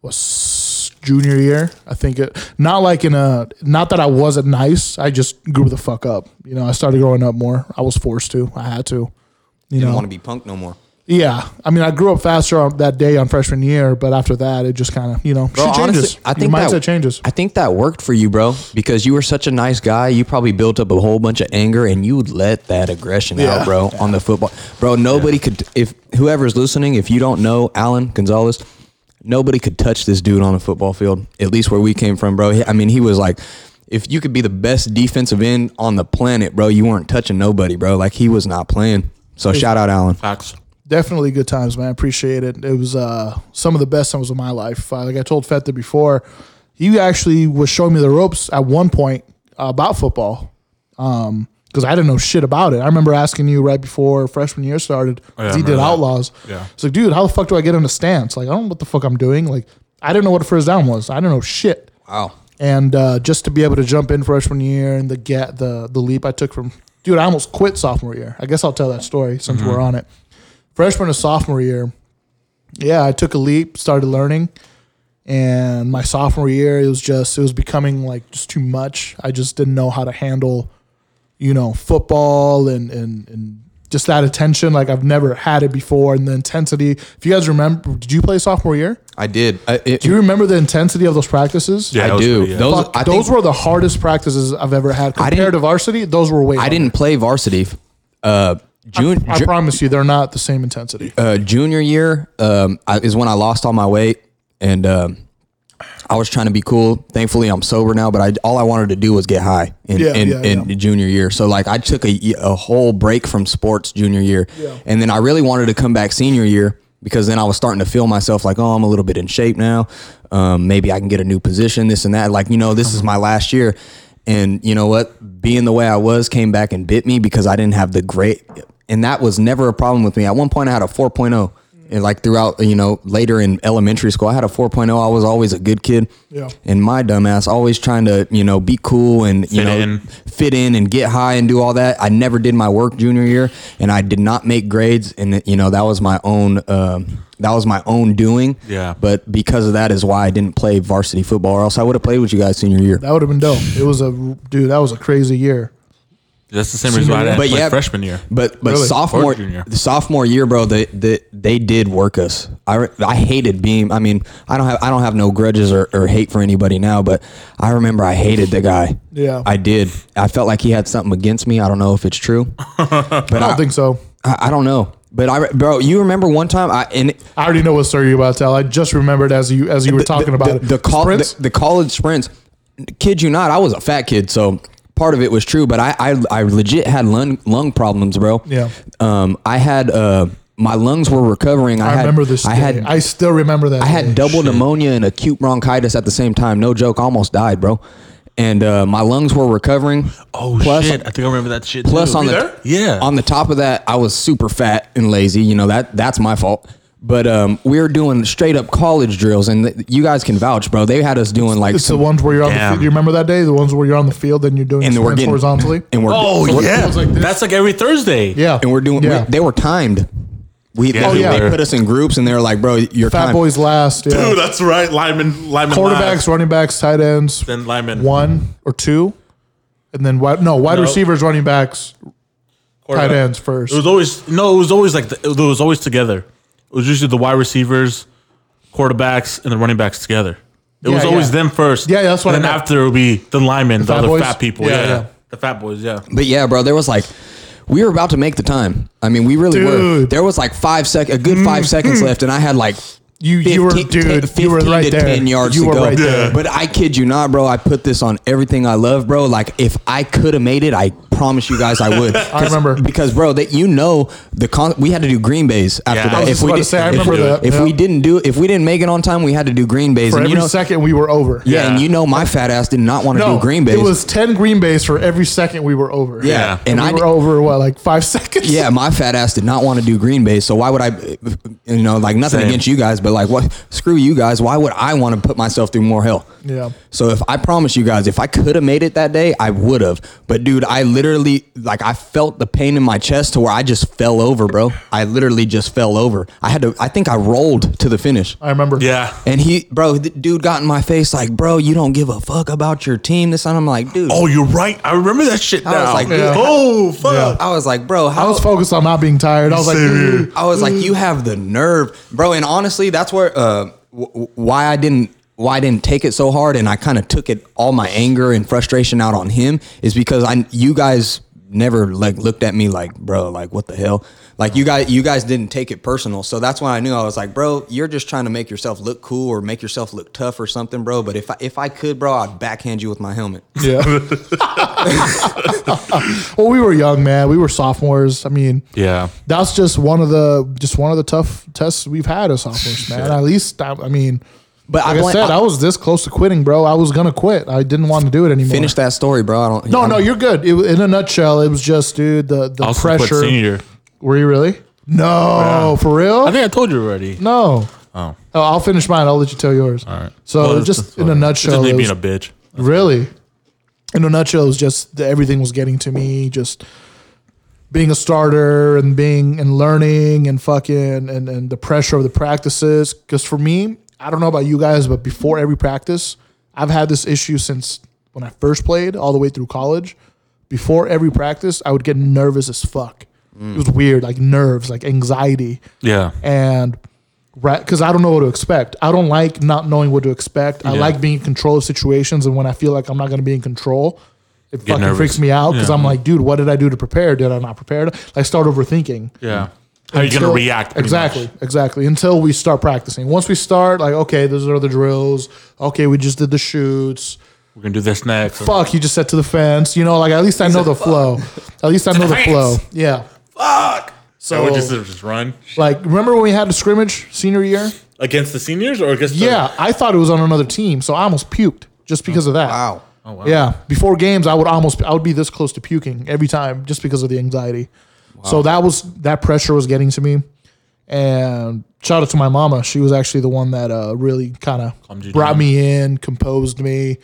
[SPEAKER 1] Was junior year, I think it. Not like in a. Not that I wasn't nice. I just grew the fuck up. You know, I started growing up more. I was forced to. I had to. You
[SPEAKER 3] Didn't
[SPEAKER 1] know,
[SPEAKER 3] want to be punk no more.
[SPEAKER 1] Yeah, I mean, I grew up faster on that day on freshman year, but after that, it just kind of you know
[SPEAKER 3] Bro,
[SPEAKER 1] shit changes.
[SPEAKER 3] honestly, I think
[SPEAKER 1] Your mindset
[SPEAKER 3] that
[SPEAKER 1] changes.
[SPEAKER 3] I think that worked for you, bro, because you were such a nice guy. You probably built up a whole bunch of anger, and you let that aggression
[SPEAKER 1] Yeah.
[SPEAKER 3] out, bro, on the football. Bro, nobody could. If whoever's listening, if you don't know Alan Gonzalez, nobody could touch this dude on the football field. At least where we came from, bro. He- I mean, he was like. If you could be the best defensive end on the planet, bro, you weren't touching nobody, bro. Like he was not playing. So shout out Alan.
[SPEAKER 2] Facts.
[SPEAKER 1] definitely good times, man. I appreciate it. It was uh, some of the best times of my life. Uh, like I told Feta before, he actually was showing me the ropes at one point uh, about football because I didn't know shit about it. I remember asking you right before freshman year started
[SPEAKER 2] Oh, yeah,
[SPEAKER 1] 'cause
[SPEAKER 2] I
[SPEAKER 1] he did
[SPEAKER 2] remember that.
[SPEAKER 1] Outlaws.
[SPEAKER 2] Yeah.
[SPEAKER 1] It's like, dude, how the fuck do I get in a stance? Like, I don't know what the fuck I'm doing. Like, I didn't know what a first down was. I didn't know shit
[SPEAKER 3] Wow.
[SPEAKER 1] and uh, just to be able to jump in freshman year and the get the the leap I took from dude, I almost quit sophomore year. I guess I'll tell that story since we're on it. Freshman to sophomore year, yeah, I took a leap, started learning, and my sophomore year it was just it was becoming like just too much. I just didn't know how to handle, you know, football and and and just that attention like I've never had it before and the intensity. If you guys remember, did you play sophomore year?
[SPEAKER 3] I did. I, it,
[SPEAKER 1] Do you remember the intensity of those practices?
[SPEAKER 2] Yeah, that
[SPEAKER 3] I
[SPEAKER 2] was
[SPEAKER 3] do.
[SPEAKER 2] pretty- yeah.
[SPEAKER 3] Those,
[SPEAKER 1] Fuck,
[SPEAKER 3] I
[SPEAKER 1] those
[SPEAKER 3] think,
[SPEAKER 1] were the hardest practices I've ever had
[SPEAKER 3] I
[SPEAKER 1] compared
[SPEAKER 3] didn't-
[SPEAKER 1] to varsity. Those were way.
[SPEAKER 3] I
[SPEAKER 1] harder.
[SPEAKER 3] didn't play varsity. Uh, June,
[SPEAKER 1] I promise you, they're not the same intensity.
[SPEAKER 3] uh, junior year um, I, is when I lost all my weight, and um, I was trying to be cool. Thankfully, I'm sober now, but I, all I wanted to do was get high in,
[SPEAKER 1] Yeah,
[SPEAKER 3] in,
[SPEAKER 1] yeah,
[SPEAKER 3] in
[SPEAKER 1] yeah.
[SPEAKER 3] junior year. So like I took a, y- a whole break from sports junior year, and then I really wanted to come back senior year because then I was starting to feel myself like, oh, I'm a little bit in shape now. Um, maybe I can get a new position, this and that. Like you know, this is my last year. And you know what? Being the way I was came back and bit me because I didn't have the great, and that was never a problem with me. At one point, I had a 4.0, and like throughout, you know, later in elementary school, I had a 4.0. I was always a good kid,
[SPEAKER 1] Yeah.
[SPEAKER 3] and my dumbass always trying to, you know, be cool and you
[SPEAKER 2] Fit
[SPEAKER 3] know,
[SPEAKER 2] in.
[SPEAKER 3] fit in and get high and do all that. I never did my work junior year, and I did not make grades, and you know that was my own um, that was my own doing.
[SPEAKER 2] Yeah.
[SPEAKER 3] But because of that is why I didn't play varsity football, or else I would have played with you guys senior year.
[SPEAKER 1] That would have been dope. It was a dude. That was a crazy year.
[SPEAKER 2] That's the same reason why I didn't
[SPEAKER 3] But
[SPEAKER 2] play
[SPEAKER 3] yeah,
[SPEAKER 2] freshman year.
[SPEAKER 3] But but
[SPEAKER 1] Really?
[SPEAKER 3] sophomore
[SPEAKER 2] Or junior.
[SPEAKER 3] the sophomore year, bro, they, they they did work us. I re- I hated being. I mean, I don't have I don't have no grudges or, or hate for anybody now, but I remember I hated the guy.
[SPEAKER 1] Yeah.
[SPEAKER 3] I did. I felt like he had something against me. I don't know if it's true, but
[SPEAKER 1] I don't
[SPEAKER 3] I,
[SPEAKER 1] think so.
[SPEAKER 3] I, I don't know. But I, re- bro, you remember one time I and
[SPEAKER 1] I already know what story you're about to tell. I just remembered as you as you were talking about
[SPEAKER 3] the,
[SPEAKER 1] it.
[SPEAKER 3] the, col-
[SPEAKER 1] Sprints?
[SPEAKER 3] the, the college sprints. Kid you not, I was a fat kid, so part of it was true. But I, I, I legit had lung lung problems, bro.
[SPEAKER 1] Yeah.
[SPEAKER 3] Um, I had uh, my lungs were recovering. I,
[SPEAKER 1] I
[SPEAKER 3] had,
[SPEAKER 1] remember this.
[SPEAKER 3] I
[SPEAKER 1] day.
[SPEAKER 3] had
[SPEAKER 1] I still remember that.
[SPEAKER 3] I had
[SPEAKER 1] day.
[SPEAKER 3] double pneumonia and acute bronchitis at the same time. No joke, I almost died, bro. And uh, my lungs were recovering.
[SPEAKER 2] Oh shit! I think I remember that shit.
[SPEAKER 3] Plus
[SPEAKER 2] too.
[SPEAKER 3] on
[SPEAKER 2] You
[SPEAKER 3] the
[SPEAKER 2] there? yeah
[SPEAKER 3] on the top of that, I was super fat and lazy. You know that that's my fault. But um, we were doing straight up college drills, and th- you guys can vouch, bro. They had us doing like
[SPEAKER 1] It's <laughs> the
[SPEAKER 3] some,
[SPEAKER 1] ones where you're on the
[SPEAKER 2] Damn.
[SPEAKER 1] field. You remember that day? The ones where you're on the field and you're doing
[SPEAKER 3] and we're
[SPEAKER 1] sprints
[SPEAKER 3] getting
[SPEAKER 1] horizontally.
[SPEAKER 3] and we're
[SPEAKER 2] Oh
[SPEAKER 3] we're-
[SPEAKER 2] yeah,
[SPEAKER 1] like this.
[SPEAKER 2] that's like every Thursday.
[SPEAKER 1] yeah,
[SPEAKER 3] and we're doing.
[SPEAKER 1] yeah.
[SPEAKER 3] We, they were timed. We
[SPEAKER 2] Yeah,
[SPEAKER 3] they,
[SPEAKER 1] they
[SPEAKER 3] they
[SPEAKER 2] were.
[SPEAKER 3] put us in groups, and they were like, bro, you're
[SPEAKER 1] Fat
[SPEAKER 3] timed.
[SPEAKER 1] boys last. Yeah.
[SPEAKER 2] Dude, that's right. Lyman, Lyman,
[SPEAKER 1] Quarterbacks, running backs, tight ends,
[SPEAKER 2] then Lyman,
[SPEAKER 1] one or two, and then wide, no wide
[SPEAKER 2] No.
[SPEAKER 1] receivers, running backs,
[SPEAKER 2] quarterback.
[SPEAKER 1] tight ends first.
[SPEAKER 2] It was always no. It was always like the, it was always together. It was usually the wide receivers, quarterbacks, and the running backs together. It was
[SPEAKER 1] Yeah,
[SPEAKER 2] always
[SPEAKER 1] yeah.
[SPEAKER 2] them first.
[SPEAKER 1] Yeah, that's what
[SPEAKER 2] And
[SPEAKER 1] I
[SPEAKER 2] then
[SPEAKER 1] meant.
[SPEAKER 2] after it would be the linemen, the,
[SPEAKER 1] fat
[SPEAKER 2] other
[SPEAKER 1] boys?
[SPEAKER 2] fat people.
[SPEAKER 1] Yeah,
[SPEAKER 2] Yeah,
[SPEAKER 1] yeah.
[SPEAKER 2] the fat boys. Yeah,
[SPEAKER 3] But yeah, bro, there was like we were about to make the time. I mean, we really were.
[SPEAKER 1] Dude. Mm-hmm.
[SPEAKER 3] There was like five sec, a good five seconds left, and I had like
[SPEAKER 1] You- you were- dude, you were right
[SPEAKER 3] to
[SPEAKER 1] there.
[SPEAKER 3] ten yards
[SPEAKER 1] You
[SPEAKER 3] to
[SPEAKER 1] were
[SPEAKER 3] go.
[SPEAKER 1] right there.
[SPEAKER 3] But I kid you not, bro. I put this on everything I love, bro. Like if I could have made it, I promise you guys I
[SPEAKER 1] <laughs>
[SPEAKER 3] would. I
[SPEAKER 1] remember.
[SPEAKER 3] because, bro, that you know the con- we had to do Green Bay's after
[SPEAKER 2] Yeah. I
[SPEAKER 3] that.
[SPEAKER 2] was
[SPEAKER 3] if
[SPEAKER 1] just
[SPEAKER 3] we
[SPEAKER 1] about to
[SPEAKER 3] did-
[SPEAKER 1] say, I
[SPEAKER 3] if-
[SPEAKER 1] remember that,
[SPEAKER 3] If we
[SPEAKER 1] yeah.
[SPEAKER 3] didn't do, if we didn't make it on time, we had to do Green Bay's.
[SPEAKER 1] for
[SPEAKER 3] and
[SPEAKER 1] every
[SPEAKER 3] you know,
[SPEAKER 1] second we were over.
[SPEAKER 3] yeah, and
[SPEAKER 2] Yeah.
[SPEAKER 3] you know, my fat ass did not want to
[SPEAKER 1] No,
[SPEAKER 3] do Green Bay's.
[SPEAKER 1] It was ten green bays for every second we were over.
[SPEAKER 3] yeah,
[SPEAKER 2] Yeah.
[SPEAKER 1] and
[SPEAKER 3] and
[SPEAKER 1] we
[SPEAKER 3] I
[SPEAKER 1] were over what like five <laughs> seconds.
[SPEAKER 3] Yeah, my fat ass did not want to do Green Bay, so why would I? You know, like nothing
[SPEAKER 2] Same.
[SPEAKER 3] against you guys, but like, what? Screw you guys. Why would I want to put myself through more hell?
[SPEAKER 1] Yeah.
[SPEAKER 3] So if I promise you guys, if I could have made it that day, I would have. But dude, I literally like I felt the pain in my chest to where I just fell over, bro. I literally just fell over. I had to. I think I rolled to the finish.
[SPEAKER 1] I remember.
[SPEAKER 2] Yeah.
[SPEAKER 3] And he, bro, the dude got in my face like, bro, you don't give a fuck about your team. This and I'm like, dude,
[SPEAKER 2] Oh, you're right. I remember that shit
[SPEAKER 3] I was
[SPEAKER 2] now.
[SPEAKER 3] like, dude.
[SPEAKER 2] Oh fuck.
[SPEAKER 3] I was like, bro, how?
[SPEAKER 1] I was focused on not being tired. I was like,
[SPEAKER 2] Same here.
[SPEAKER 1] "Dude,
[SPEAKER 3] I was like,
[SPEAKER 1] Mm.
[SPEAKER 3] you have the nerve, bro. And honestly, that's where uh, w- w- why I didn't why I didn't take it so hard, and I kind of took it all my anger and frustration out on him is because I you guys never like looked at me like bro like what the hell like you guys you guys didn't take it personal so that's when i knew i was like bro you're just trying to make yourself look cool or make yourself look tough or something bro but if i if i could bro i'd backhand you with my helmet
[SPEAKER 2] <laughs>
[SPEAKER 1] yeah. well, we were young, man. We were sophomores. I mean,
[SPEAKER 2] Yeah.
[SPEAKER 1] that's just one of the just one of the tough tests we've had as sophomores, man. At least I, I mean,
[SPEAKER 3] but
[SPEAKER 1] like I,
[SPEAKER 3] blame-
[SPEAKER 1] said, I, was this close to quitting, bro. I was gonna quit. I didn't want to do it anymore.
[SPEAKER 3] finish that story bro i don't
[SPEAKER 1] No,
[SPEAKER 3] I'm-
[SPEAKER 1] no, you're good. It, in a nutshell, it was just, dude, the the
[SPEAKER 2] I was quit
[SPEAKER 1] pressure.
[SPEAKER 2] senior. year.
[SPEAKER 1] Were you really? No, for real?
[SPEAKER 2] I think I told you already.
[SPEAKER 1] no.
[SPEAKER 2] Oh.
[SPEAKER 1] Oh, I'll finish mine. I'll let you tell yours. All
[SPEAKER 2] right.
[SPEAKER 1] So
[SPEAKER 2] Well, it's
[SPEAKER 1] just
[SPEAKER 2] just
[SPEAKER 1] in a
[SPEAKER 2] It's just
[SPEAKER 1] nutshell,
[SPEAKER 2] me
[SPEAKER 1] it was-
[SPEAKER 2] being a bitch.
[SPEAKER 1] really, in a nutshell, it was just the, everything was getting to me. Just being a starter and being and learning and fucking and and the pressure of the practices. Because for me, I don't know about you guys, but before every practice, I've had this issue since when I first played all the way through college. Before every practice, I would get nervous as fuck. It was weird, like nerves, like anxiety
[SPEAKER 2] Yeah.
[SPEAKER 1] and right because i don't know what to expect i don't like not knowing what to expect i
[SPEAKER 2] Yeah.
[SPEAKER 1] like being in control of situations and when i feel like i'm not going to be in control it fucking
[SPEAKER 2] nervous.
[SPEAKER 1] freaks me out because
[SPEAKER 2] Yeah.
[SPEAKER 1] i'm like dude what did i do to prepare did i not prepare i start overthinking
[SPEAKER 2] Yeah. How are you gonna
[SPEAKER 1] Until-
[SPEAKER 2] react? pretty
[SPEAKER 1] exactly
[SPEAKER 2] much?
[SPEAKER 1] exactly until we start practicing once we start like okay those are the drills okay we just did the shoots
[SPEAKER 2] We're gonna do this next. or-
[SPEAKER 1] fuck you just set to the fence you know like at least i know the flow at least i know the
[SPEAKER 2] fence.
[SPEAKER 1] flow yeah
[SPEAKER 2] Fuck. So
[SPEAKER 1] So-
[SPEAKER 2] we just, just run
[SPEAKER 1] like remember when we had the scrimmage senior year
[SPEAKER 2] against the seniors or against the-
[SPEAKER 1] Yeah, I thought it was on another team, so I almost puked just because of that.
[SPEAKER 3] wow
[SPEAKER 2] Oh wow.
[SPEAKER 1] Yeah, before games, I would almost I would be this close to puking every time just because of the anxiety. So that was that pressure was getting to me. And shout out to my mama. She was actually the one that uh, really kind
[SPEAKER 2] Calmed you
[SPEAKER 1] of brought
[SPEAKER 2] down.
[SPEAKER 1] me in, composed me,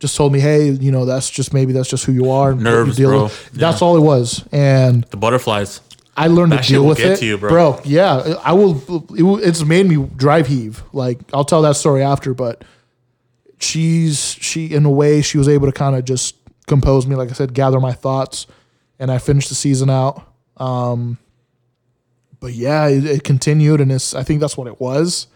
[SPEAKER 1] just told me, hey, you know, that's just maybe that's just who you are. and what you
[SPEAKER 2] Nerves,
[SPEAKER 1] deal
[SPEAKER 2] bro.
[SPEAKER 1] with." That's all it was. And
[SPEAKER 2] The butterflies.
[SPEAKER 1] I learned
[SPEAKER 2] That
[SPEAKER 1] to
[SPEAKER 2] shit
[SPEAKER 1] deal
[SPEAKER 2] will
[SPEAKER 1] with
[SPEAKER 2] get
[SPEAKER 1] it,
[SPEAKER 2] to you, bro.
[SPEAKER 1] Yeah, I will. It, will- it's made me drive heave. Like I'll tell that story after, but she's she in a way she was able to kind of just compose me. Like I said, gather my thoughts, and I finished the season out. Um, but yeah, it, it continued, and it's. I think that's what it was.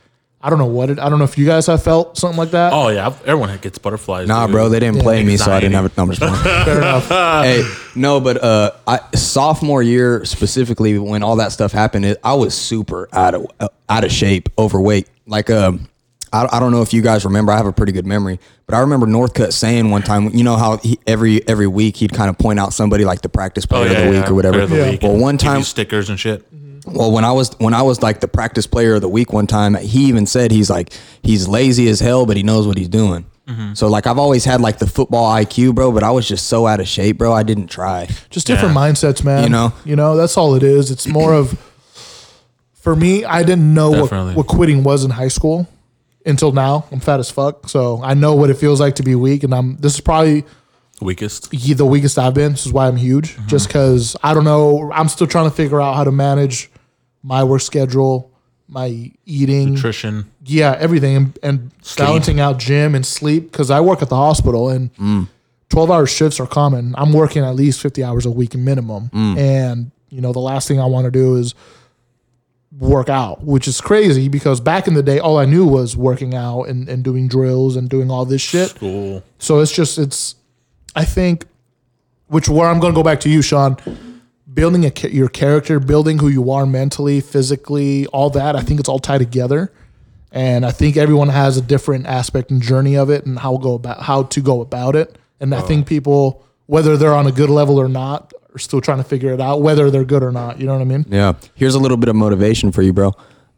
[SPEAKER 1] I don't know what it. I don't know if you guys have felt something like that.
[SPEAKER 2] Oh yeah, everyone gets butterflies.
[SPEAKER 3] Nah,
[SPEAKER 2] dude.
[SPEAKER 3] bro, they didn't play me, so I didn't
[SPEAKER 2] Anxiety.
[SPEAKER 3] have it. No, I'm just
[SPEAKER 2] <laughs>
[SPEAKER 3] playing. hey, no, but uh, I, sophomore year specifically, when all that stuff happened, it, I was super out of uh, out of shape, overweight. Like, um, I, I don't know if you guys remember. I have a pretty good memory, but I remember Northcutt saying one time, you know how he, every every week he'd kind of point out somebody like the practice player
[SPEAKER 2] Oh, yeah,
[SPEAKER 3] of the
[SPEAKER 2] yeah.
[SPEAKER 3] week or whatever.
[SPEAKER 2] Player of the
[SPEAKER 1] Yeah.
[SPEAKER 2] week.
[SPEAKER 3] Well, one
[SPEAKER 2] Give you
[SPEAKER 3] time,
[SPEAKER 2] stickers and shit.
[SPEAKER 3] well, when I was when I was like the practice player of the week one time, he even said he's like he's lazy as hell, but he knows what he's doing. So like I've always had like the football IQ, bro, but I was just so out of shape, bro. I didn't try.
[SPEAKER 1] just different mindsets, man.
[SPEAKER 3] You know?
[SPEAKER 1] you know, that's all it is. It's more of, for me, I didn't know what,
[SPEAKER 2] Definitely.
[SPEAKER 1] what quitting was in high school until now. I'm fat as fuck, so I know what it feels like to be weak, and I'm. This is probably
[SPEAKER 2] Weakest.
[SPEAKER 1] ye- the weakest I've been. This is why I'm huge,
[SPEAKER 3] Mm-hmm.
[SPEAKER 1] just because I don't know. I'm still trying to figure out how to manage my work schedule, my eating,
[SPEAKER 2] Nutrition.
[SPEAKER 1] yeah, everything and, and balancing out gym and sleep because I work at the hospital and 12 hour shifts are common. I'm working at least 50 hours a week minimum. And, you know, the last thing I want to do is work out, which is crazy because back in the day, all I knew was working out and, and doing drills and doing all this shit.
[SPEAKER 2] School.
[SPEAKER 1] So it's just it's I think which where I'm going to go back to you, Sean. Building a, cha- your character, building who you are mentally, physically, all that. I think it's all tied together, and I think everyone has a different aspect and journey of it, and how go about how to go about it.
[SPEAKER 3] Oh.
[SPEAKER 1] And I think people, whether they're on a good level or not, are still trying to figure it out, whether they're good or not. You know what I mean?
[SPEAKER 3] Yeah. Here's a little bit of motivation for you, bro.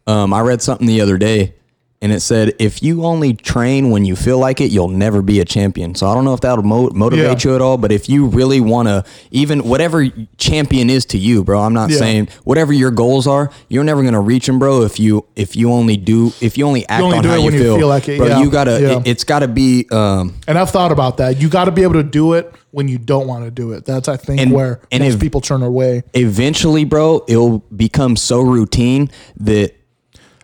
[SPEAKER 3] Um, I read something the other day, and it said if you only train when you feel like it, you'll never be a champion. So I don't know if that'll mo- motivate
[SPEAKER 1] Yeah.
[SPEAKER 3] you at all, but if you really want to, even whatever champion is to you, bro, I'm not
[SPEAKER 1] Yeah.
[SPEAKER 3] saying whatever your goals are, you're never gonna reach them, bro. If you if you only do if you only act
[SPEAKER 1] only
[SPEAKER 3] on
[SPEAKER 1] do
[SPEAKER 3] how
[SPEAKER 1] it
[SPEAKER 3] you
[SPEAKER 1] when you
[SPEAKER 3] feel,
[SPEAKER 1] feel like it,
[SPEAKER 3] bro,
[SPEAKER 1] yeah.
[SPEAKER 3] you gotta
[SPEAKER 1] Yeah.
[SPEAKER 3] it, has gotta be. um
[SPEAKER 1] And I've thought about that. You got to be able to do it when you don't want to do it. That's I think
[SPEAKER 3] And-
[SPEAKER 1] where
[SPEAKER 3] and
[SPEAKER 1] most
[SPEAKER 3] if-
[SPEAKER 1] people turn away.
[SPEAKER 3] Eventually, bro, it'll become so routine that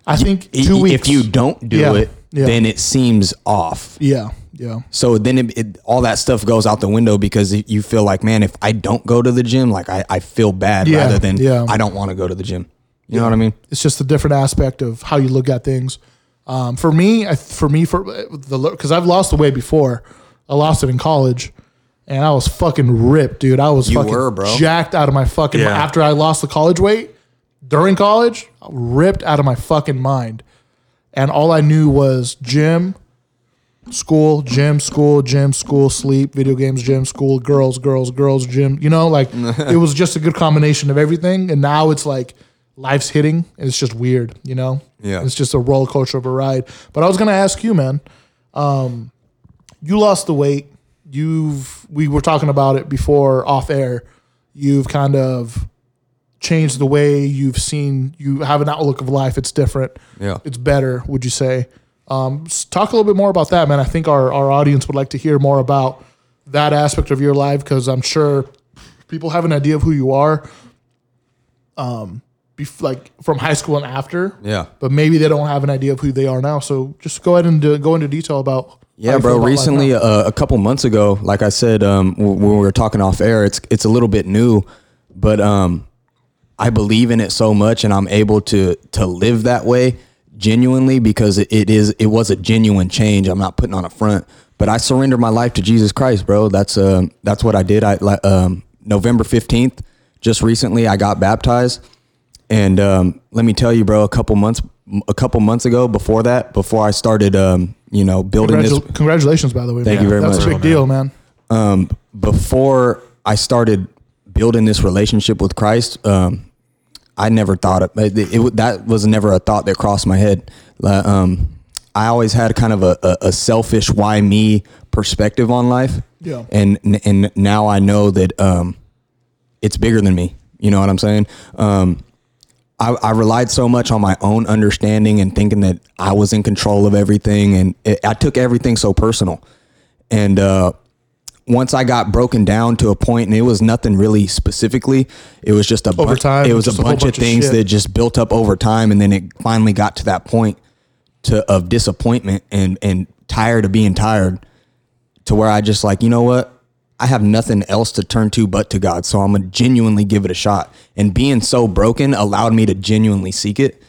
[SPEAKER 1] I think
[SPEAKER 3] i-
[SPEAKER 1] two
[SPEAKER 3] i-
[SPEAKER 1] weeks.
[SPEAKER 3] if you don't do
[SPEAKER 1] Yeah,
[SPEAKER 3] it,
[SPEAKER 1] yeah.
[SPEAKER 3] then it seems off.
[SPEAKER 1] yeah, yeah,
[SPEAKER 3] So then it, it, all that stuff goes out the window because it- you feel like, man, if I don't go to the gym, like I, I feel bad
[SPEAKER 1] Yeah,
[SPEAKER 3] rather than
[SPEAKER 1] yeah.
[SPEAKER 3] I don't want to go to the gym. You know what I mean?
[SPEAKER 1] it's just a different aspect of how you look at things. Um, for me, I, for me, for the because I've lost the weight before. I lost it in college, and I was fucking ripped, dude. I was fucking
[SPEAKER 3] were, bro.
[SPEAKER 1] jacked out of my fucking.
[SPEAKER 2] Yeah.
[SPEAKER 1] After I lost the college weight during college, I was ripped out of my fucking mind, and all I knew was gym, school, gym, school, gym, school, sleep, video games, gym, school, girls, girls, girls, gym. You know, like it was just a good combination of everything. And now it's like life's hitting. And it's just weird, you know?
[SPEAKER 3] Yeah.
[SPEAKER 1] It's just a roller coaster of a ride. But I was gonna ask you, man. Um, you lost the weight. You've we were talking about it before off air. You've kind of changed the way you've seen you have an outlook of life. It's different
[SPEAKER 3] Yeah.
[SPEAKER 1] it's better, would you say? Um, s- talk a little bit more about that, man. I think our, our audience would like to hear more about that aspect of your life because I'm sure people have an idea of who you are, um, bef- like from high school and after.
[SPEAKER 3] Yeah.
[SPEAKER 1] But maybe they don't have an idea of who they are now. So just go ahead and uh, go into detail about. how
[SPEAKER 3] Yeah,
[SPEAKER 1] you
[SPEAKER 3] bro.
[SPEAKER 1] feel about life
[SPEAKER 3] Recently,
[SPEAKER 1] now.
[SPEAKER 3] uh, a couple months ago, like I said, um, w- when we were talking off air, it's it's a little bit new, but um, I believe in it so much, and I'm able to to live that way genuinely because it, it is it was a genuine change. I'm not putting on a front, but I surrendered my life to Jesus Christ, bro. That's um that's what I did. I like um, November fifteenth, just recently, I got baptized, and um, let me tell you, bro, a couple months a couple months ago, before that, before I started, um, you know, building this
[SPEAKER 1] Congratu- congratulations, by the way.
[SPEAKER 3] Thank
[SPEAKER 1] man.
[SPEAKER 3] you very
[SPEAKER 1] That's
[SPEAKER 3] much.
[SPEAKER 1] a big deal, man.
[SPEAKER 3] before I started building this relationship with Christ, um, I never thought it, it, it, wa- that was never a thought that crossed my head. Like, Um, I always had kind of a, a, a selfish why me perspective on life.
[SPEAKER 1] Yeah.
[SPEAKER 3] And, and now I know that, um, it's bigger than me. You know what I'm saying? Um, I, I relied so much on my own understanding and thinking that I was in control of everything, and it, I took everything so personal. And uh, once I got broken down to a point, and it was nothing really specifically, it was just a
[SPEAKER 1] Over
[SPEAKER 3] bunch,
[SPEAKER 1] time,
[SPEAKER 3] It was a
[SPEAKER 1] just a whole
[SPEAKER 3] bunch,
[SPEAKER 1] bunch
[SPEAKER 3] of
[SPEAKER 1] of
[SPEAKER 3] things
[SPEAKER 1] shit.
[SPEAKER 3] that just built up over time, and then it finally got to that point to of disappointment and and tired of being tired to where I just like, you know what? I have nothing else to turn to but to God. So I'm gonna genuinely give it a shot. And being so broken allowed me to genuinely seek it.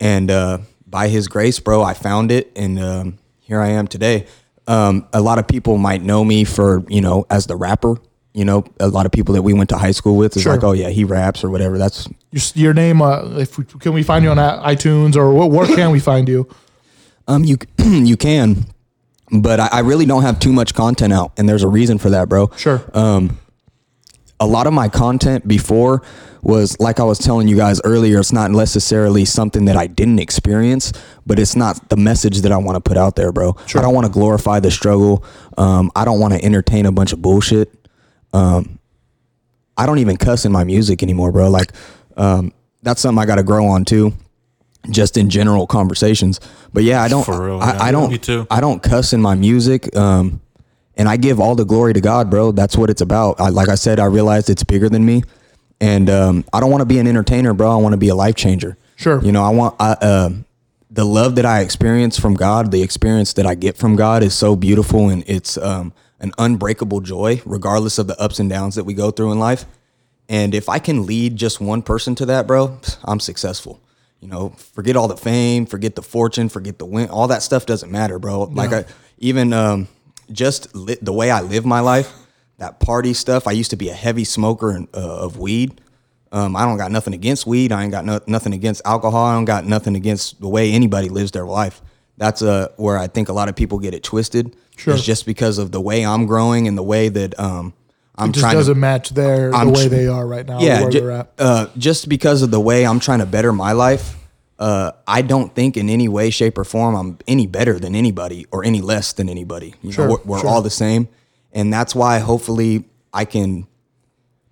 [SPEAKER 3] And uh, by His grace, bro, I found it, and um, here I am today. Um, a lot of people might know me for you know as the rapper. You know, a lot of people that we went to high school with is
[SPEAKER 1] Sure.
[SPEAKER 3] like, oh yeah, he raps or whatever. That's
[SPEAKER 1] Your, s- your name, uh, if we, can we find you on i- iTunes or where, where can we find you?
[SPEAKER 3] Um, you <clears throat> you can, but I, I really don't have too much content out, and there's a reason for that, bro.
[SPEAKER 1] Sure.
[SPEAKER 3] A lot of my content before was like I was telling you guys earlier. It's not necessarily something that I didn't experience, but it's not the message that I want to put out there, bro. I don't want to glorify the struggle. Um, I don't want to entertain a bunch of bullshit. Um, I don't even cuss in my music anymore, bro. Like, um, that's something I got to grow on too. Just in general conversations, but yeah, I don't.
[SPEAKER 2] For real,
[SPEAKER 3] I,
[SPEAKER 2] yeah.
[SPEAKER 3] I don't.
[SPEAKER 2] Me too.
[SPEAKER 3] I don't cuss in my music. Um, and I give all the glory to God, bro. That's what it's about. I, like I said, I realized it's bigger than me, and um, I don't want to be an entertainer, bro. I want to be a life changer.
[SPEAKER 1] Sure.
[SPEAKER 3] You know, I want I, um the love that I experience from God, the experience that I get from God is so beautiful, and it's um, an unbreakable joy, regardless of the ups and downs that we go through in life. And if I can lead just one person to that, bro, I'm successful. You know, forget all the fame, forget the fortune, forget the win. All that stuff doesn't matter, bro. Like I even um, just li- the way I live my life, that party stuff. I used to be a heavy smoker and, uh, of weed. Um, I don't got nothing against weed. I ain't got no, nothing against alcohol. I don't got nothing against the way anybody lives their life. That's uh, where I think a lot of people get it twisted.
[SPEAKER 1] Sure.
[SPEAKER 3] It's just because of the way I'm growing and the way that um, I'm
[SPEAKER 1] it just
[SPEAKER 3] trying to
[SPEAKER 1] doesn't match their
[SPEAKER 3] I'm
[SPEAKER 1] the way
[SPEAKER 3] tr-
[SPEAKER 1] they are right now.
[SPEAKER 3] yeah,
[SPEAKER 1] where
[SPEAKER 3] ju-
[SPEAKER 1] they're at.
[SPEAKER 3] uh, just because of the way I'm trying to better my life, uh, I don't think in any way, shape, or form I'm any better than anybody or any less than anybody. You know, we're, we're all the same, and that's why hopefully I can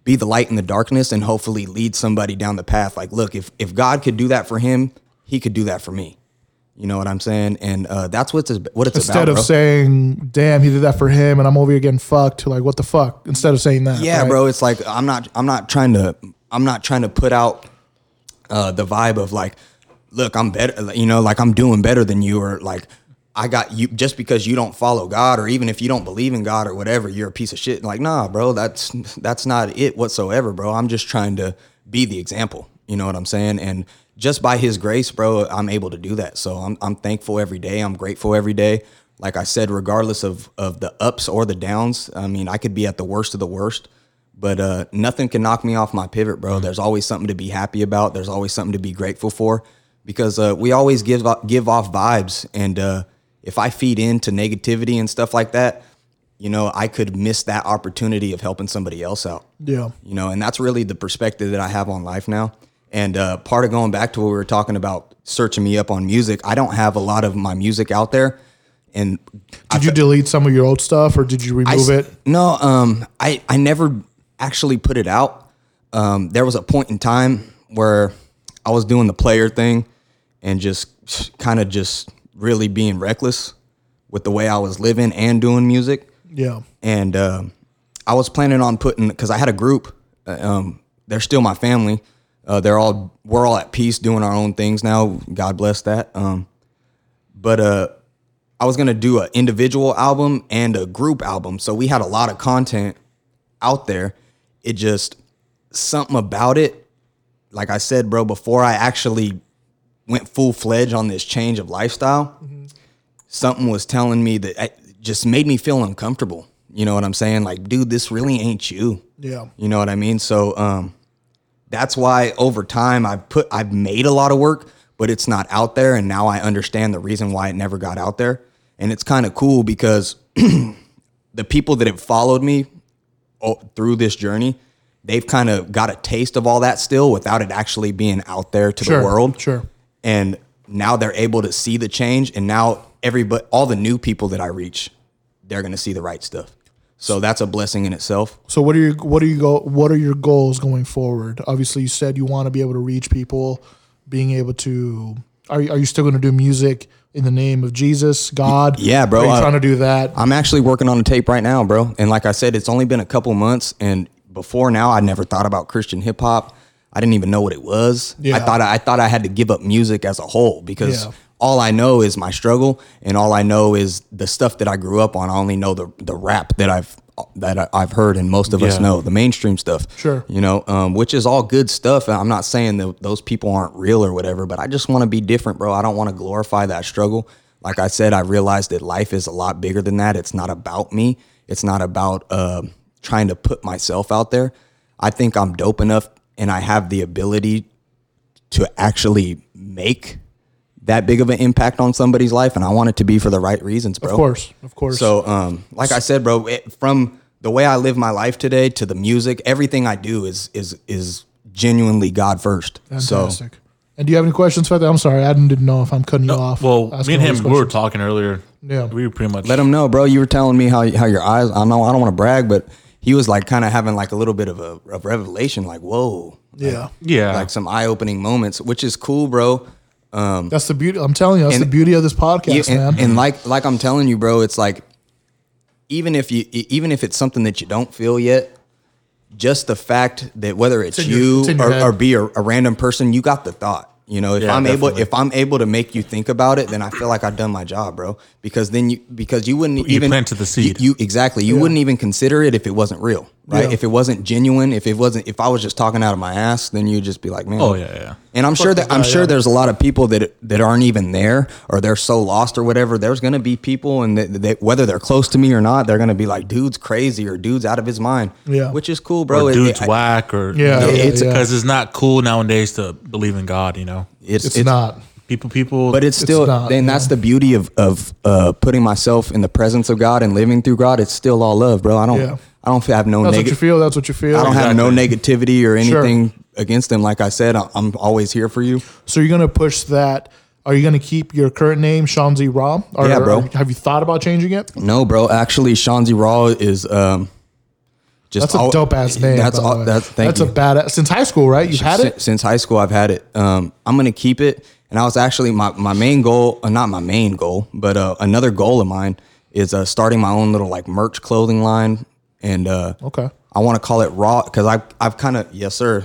[SPEAKER 3] be the light in the darkness and hopefully lead somebody down the path. Like, look, if if God could do that for him, He could do that for me. You know what I'm saying? And uh, that's what's what it's
[SPEAKER 1] Instead
[SPEAKER 3] about.
[SPEAKER 1] of
[SPEAKER 3] bro.
[SPEAKER 1] saying, "Damn, he did that for him," and I'm over here getting fucked, to like, "What the fuck?" Instead of saying that,
[SPEAKER 3] Yeah,
[SPEAKER 1] right?
[SPEAKER 3] bro. It's like I'm not I'm not trying to I'm not trying to put out uh, the vibe of like, look, I'm better. You know, like I'm doing better than you, or like I got you just because you don't follow God, or even if you don't believe in God or whatever, you're a piece of shit. Like, nah, bro. That's that's not it whatsoever, bro. I'm just trying to be the example. You know what I'm saying? And just by His grace, bro, I'm able to do that. So I'm I'm thankful every day. I'm grateful every day like I said, regardless of of the ups or the downs, I mean, I could be at the worst of the worst, but uh, nothing can knock me off my pivot, bro. There's always something to be happy about. There's always something to be grateful for, because uh, we always give o- give off vibes, and uh, if I feed into negativity and stuff like that, you know, I could miss that opportunity of helping somebody else out
[SPEAKER 1] yeah,
[SPEAKER 3] you know and that's really the perspective that i have on life now and uh, part of going back to what we were talking about searching me up on music i don't have a lot of my music out there and
[SPEAKER 1] Did you delete some of your old stuff, or did you
[SPEAKER 3] I
[SPEAKER 1] remove
[SPEAKER 3] s-
[SPEAKER 1] it?
[SPEAKER 3] no um, I, I never actually put it out um, there was a point in time where i was doing the player thing and just kind of just really being reckless with the way i was living and doing music
[SPEAKER 1] Yeah,
[SPEAKER 3] and um, I was planning on putting because I had a group. uh, Um, they're still my family. Uh, they're all we're all at peace doing our own things now. God bless that. Um, but uh, I was gonna do an individual album and a group album, so we had a lot of content out there. It just something about it. Like I said, bro, before I actually went full fledged on this change of lifestyle, something was telling me that I, just made me feel uncomfortable. You know what I'm saying? Like, dude, this really ain't you.
[SPEAKER 1] yeah,
[SPEAKER 3] You know what I mean? So um, that's why over time I've put I've made a lot of work, but it's not out there. And now I understand the reason why it never got out there. And it's kind of cool because <clears throat> the people that have followed me o- through this journey, they've kind of got a taste of all that still without it actually being out there to
[SPEAKER 1] sure,
[SPEAKER 3] the world
[SPEAKER 1] sure.
[SPEAKER 3] and now they're able to see the change and now everybody all the new people that i reach they're going to see the right stuff so that's a blessing in itself
[SPEAKER 1] So what are your what are you go what are your goals going forward? Obviously, you said you want to be able to reach people, being able to. Are you, are you still going to do music in the name of Jesus, God?
[SPEAKER 3] yeah, bro,
[SPEAKER 1] Are you
[SPEAKER 3] I-
[SPEAKER 1] trying to do that?
[SPEAKER 3] i'm actually working on a tape right now bro and like i said it's only been a couple months and before now i never thought about christian hip hop i didn't even know what it was i
[SPEAKER 1] Yeah.
[SPEAKER 3] thought I, I thought i had to give up music as a whole because
[SPEAKER 1] Yeah.
[SPEAKER 3] all i know is my struggle and all i know is the stuff that i grew up on i only know the the rap that i've that I- i've heard and most of us
[SPEAKER 2] Yeah.
[SPEAKER 3] know the mainstream stuff
[SPEAKER 1] Sure.
[SPEAKER 3] you know, um, which is all good stuff. And I'm not saying that those people aren't real or whatever, but I just want to be different, bro. I don't want to glorify that struggle. Like I said, I realized that life is a lot bigger than that. It's not about me. It's not about uh, trying to put myself out there. I think I'm dope enough, and I have the ability to actually make that big of an impact on somebody's life, and I want it to be for the right reasons, bro.
[SPEAKER 1] of course, of course.
[SPEAKER 3] So, um, like I said, bro, it, from the way I live my life today to the music, everything I do is is is genuinely God first. So,
[SPEAKER 1] fantastic. and do you have any questions for that? I'm sorry, I didn't know if I'm cutting you off.
[SPEAKER 2] Well,
[SPEAKER 1] asking
[SPEAKER 2] me and
[SPEAKER 1] all these
[SPEAKER 2] him, we were
[SPEAKER 1] questions.
[SPEAKER 2] talking earlier.
[SPEAKER 1] Yeah.
[SPEAKER 2] We were pretty much.
[SPEAKER 3] let him know, bro. You were telling me how how your eyes. I know I don't want to brag, but he was like kind of having like a little bit of a of revelation, like whoa,
[SPEAKER 1] Yeah,
[SPEAKER 2] yeah.
[SPEAKER 3] like some eye opening moments, which is cool, bro.
[SPEAKER 1] that's the beauty. I'm telling you, that's the beauty of this podcast,
[SPEAKER 3] Yeah, and,
[SPEAKER 1] man.
[SPEAKER 3] and like like I'm telling you, bro, it's like even if you e- even if it's something that you don't feel yet, just the fact that whether it's,
[SPEAKER 1] in your-
[SPEAKER 3] you
[SPEAKER 1] it's in your
[SPEAKER 3] or,
[SPEAKER 1] head.
[SPEAKER 3] or be a, a random person, you got the thought. You know, if
[SPEAKER 2] Yeah,
[SPEAKER 3] I'm able
[SPEAKER 2] definitely.
[SPEAKER 3] if I'm able to make you think about it, then I feel like I've done my job, bro. Because then you because you wouldn't
[SPEAKER 2] You
[SPEAKER 3] even
[SPEAKER 2] planted the seed.
[SPEAKER 3] You, you- exactly. You wouldn't even consider it if it wasn't real, right?
[SPEAKER 1] Yeah.
[SPEAKER 3] If it wasn't genuine, if it wasn't if I was just talking out of my ass, then you'd just be like, man.
[SPEAKER 2] Oh, yeah, yeah.
[SPEAKER 3] And I'm sure that I'm
[SPEAKER 1] guy,
[SPEAKER 3] sure
[SPEAKER 1] yeah.
[SPEAKER 3] there's a lot of people that that aren't even there or they're so lost or whatever. There's gonna be people, and that that whether they're close to me or not, they're gonna be like, "Dude's crazy" or "Dude's out of his mind."
[SPEAKER 1] Yeah.
[SPEAKER 3] which is cool, bro.
[SPEAKER 2] Or
[SPEAKER 3] It-
[SPEAKER 2] dudes
[SPEAKER 3] it-
[SPEAKER 2] whack or
[SPEAKER 1] Yeah,
[SPEAKER 2] you know,
[SPEAKER 1] yeah,
[SPEAKER 2] it's
[SPEAKER 1] yeah.
[SPEAKER 2] because it's not cool nowadays to believe in God. You know,
[SPEAKER 3] it's,
[SPEAKER 1] It's,
[SPEAKER 3] it's-
[SPEAKER 1] not.
[SPEAKER 2] people, people.
[SPEAKER 3] but it's still.
[SPEAKER 1] not,
[SPEAKER 3] and that's the beauty of of uh, putting myself in the presence of God and living through God. It's still all love, bro. I don't.
[SPEAKER 1] Yeah.
[SPEAKER 3] I don't have no
[SPEAKER 1] That's what you
[SPEAKER 3] negative.
[SPEAKER 1] feel. That's what you feel.
[SPEAKER 3] I don't have no negativity or
[SPEAKER 1] Sure.
[SPEAKER 3] anything against them, like I said, I- I'm always here for you.
[SPEAKER 1] So you're gonna push that. Are you gonna keep your current name, Sean Z. Raw? Or,
[SPEAKER 3] Yeah, bro.
[SPEAKER 1] or have you thought about changing it?
[SPEAKER 3] No, bro. Actually, Shanzi Raw is um, just
[SPEAKER 1] That's a
[SPEAKER 3] al-
[SPEAKER 1] dope ass name.
[SPEAKER 3] That's
[SPEAKER 1] by the
[SPEAKER 3] all.
[SPEAKER 1] way.
[SPEAKER 3] That's thank
[SPEAKER 1] that's
[SPEAKER 3] you.
[SPEAKER 1] a badass since high school, right? You've had
[SPEAKER 3] Si-
[SPEAKER 1] it.
[SPEAKER 3] since high school. I've had it. Um, I'm gonna keep it. And I was actually my my main goal, uh, not my main goal, but uh, another goal of mine is uh, starting my own little like merch clothing line, and uh, <laughs>
[SPEAKER 1] Okay.
[SPEAKER 3] I want to call it Raw because I I've kind of yes sir.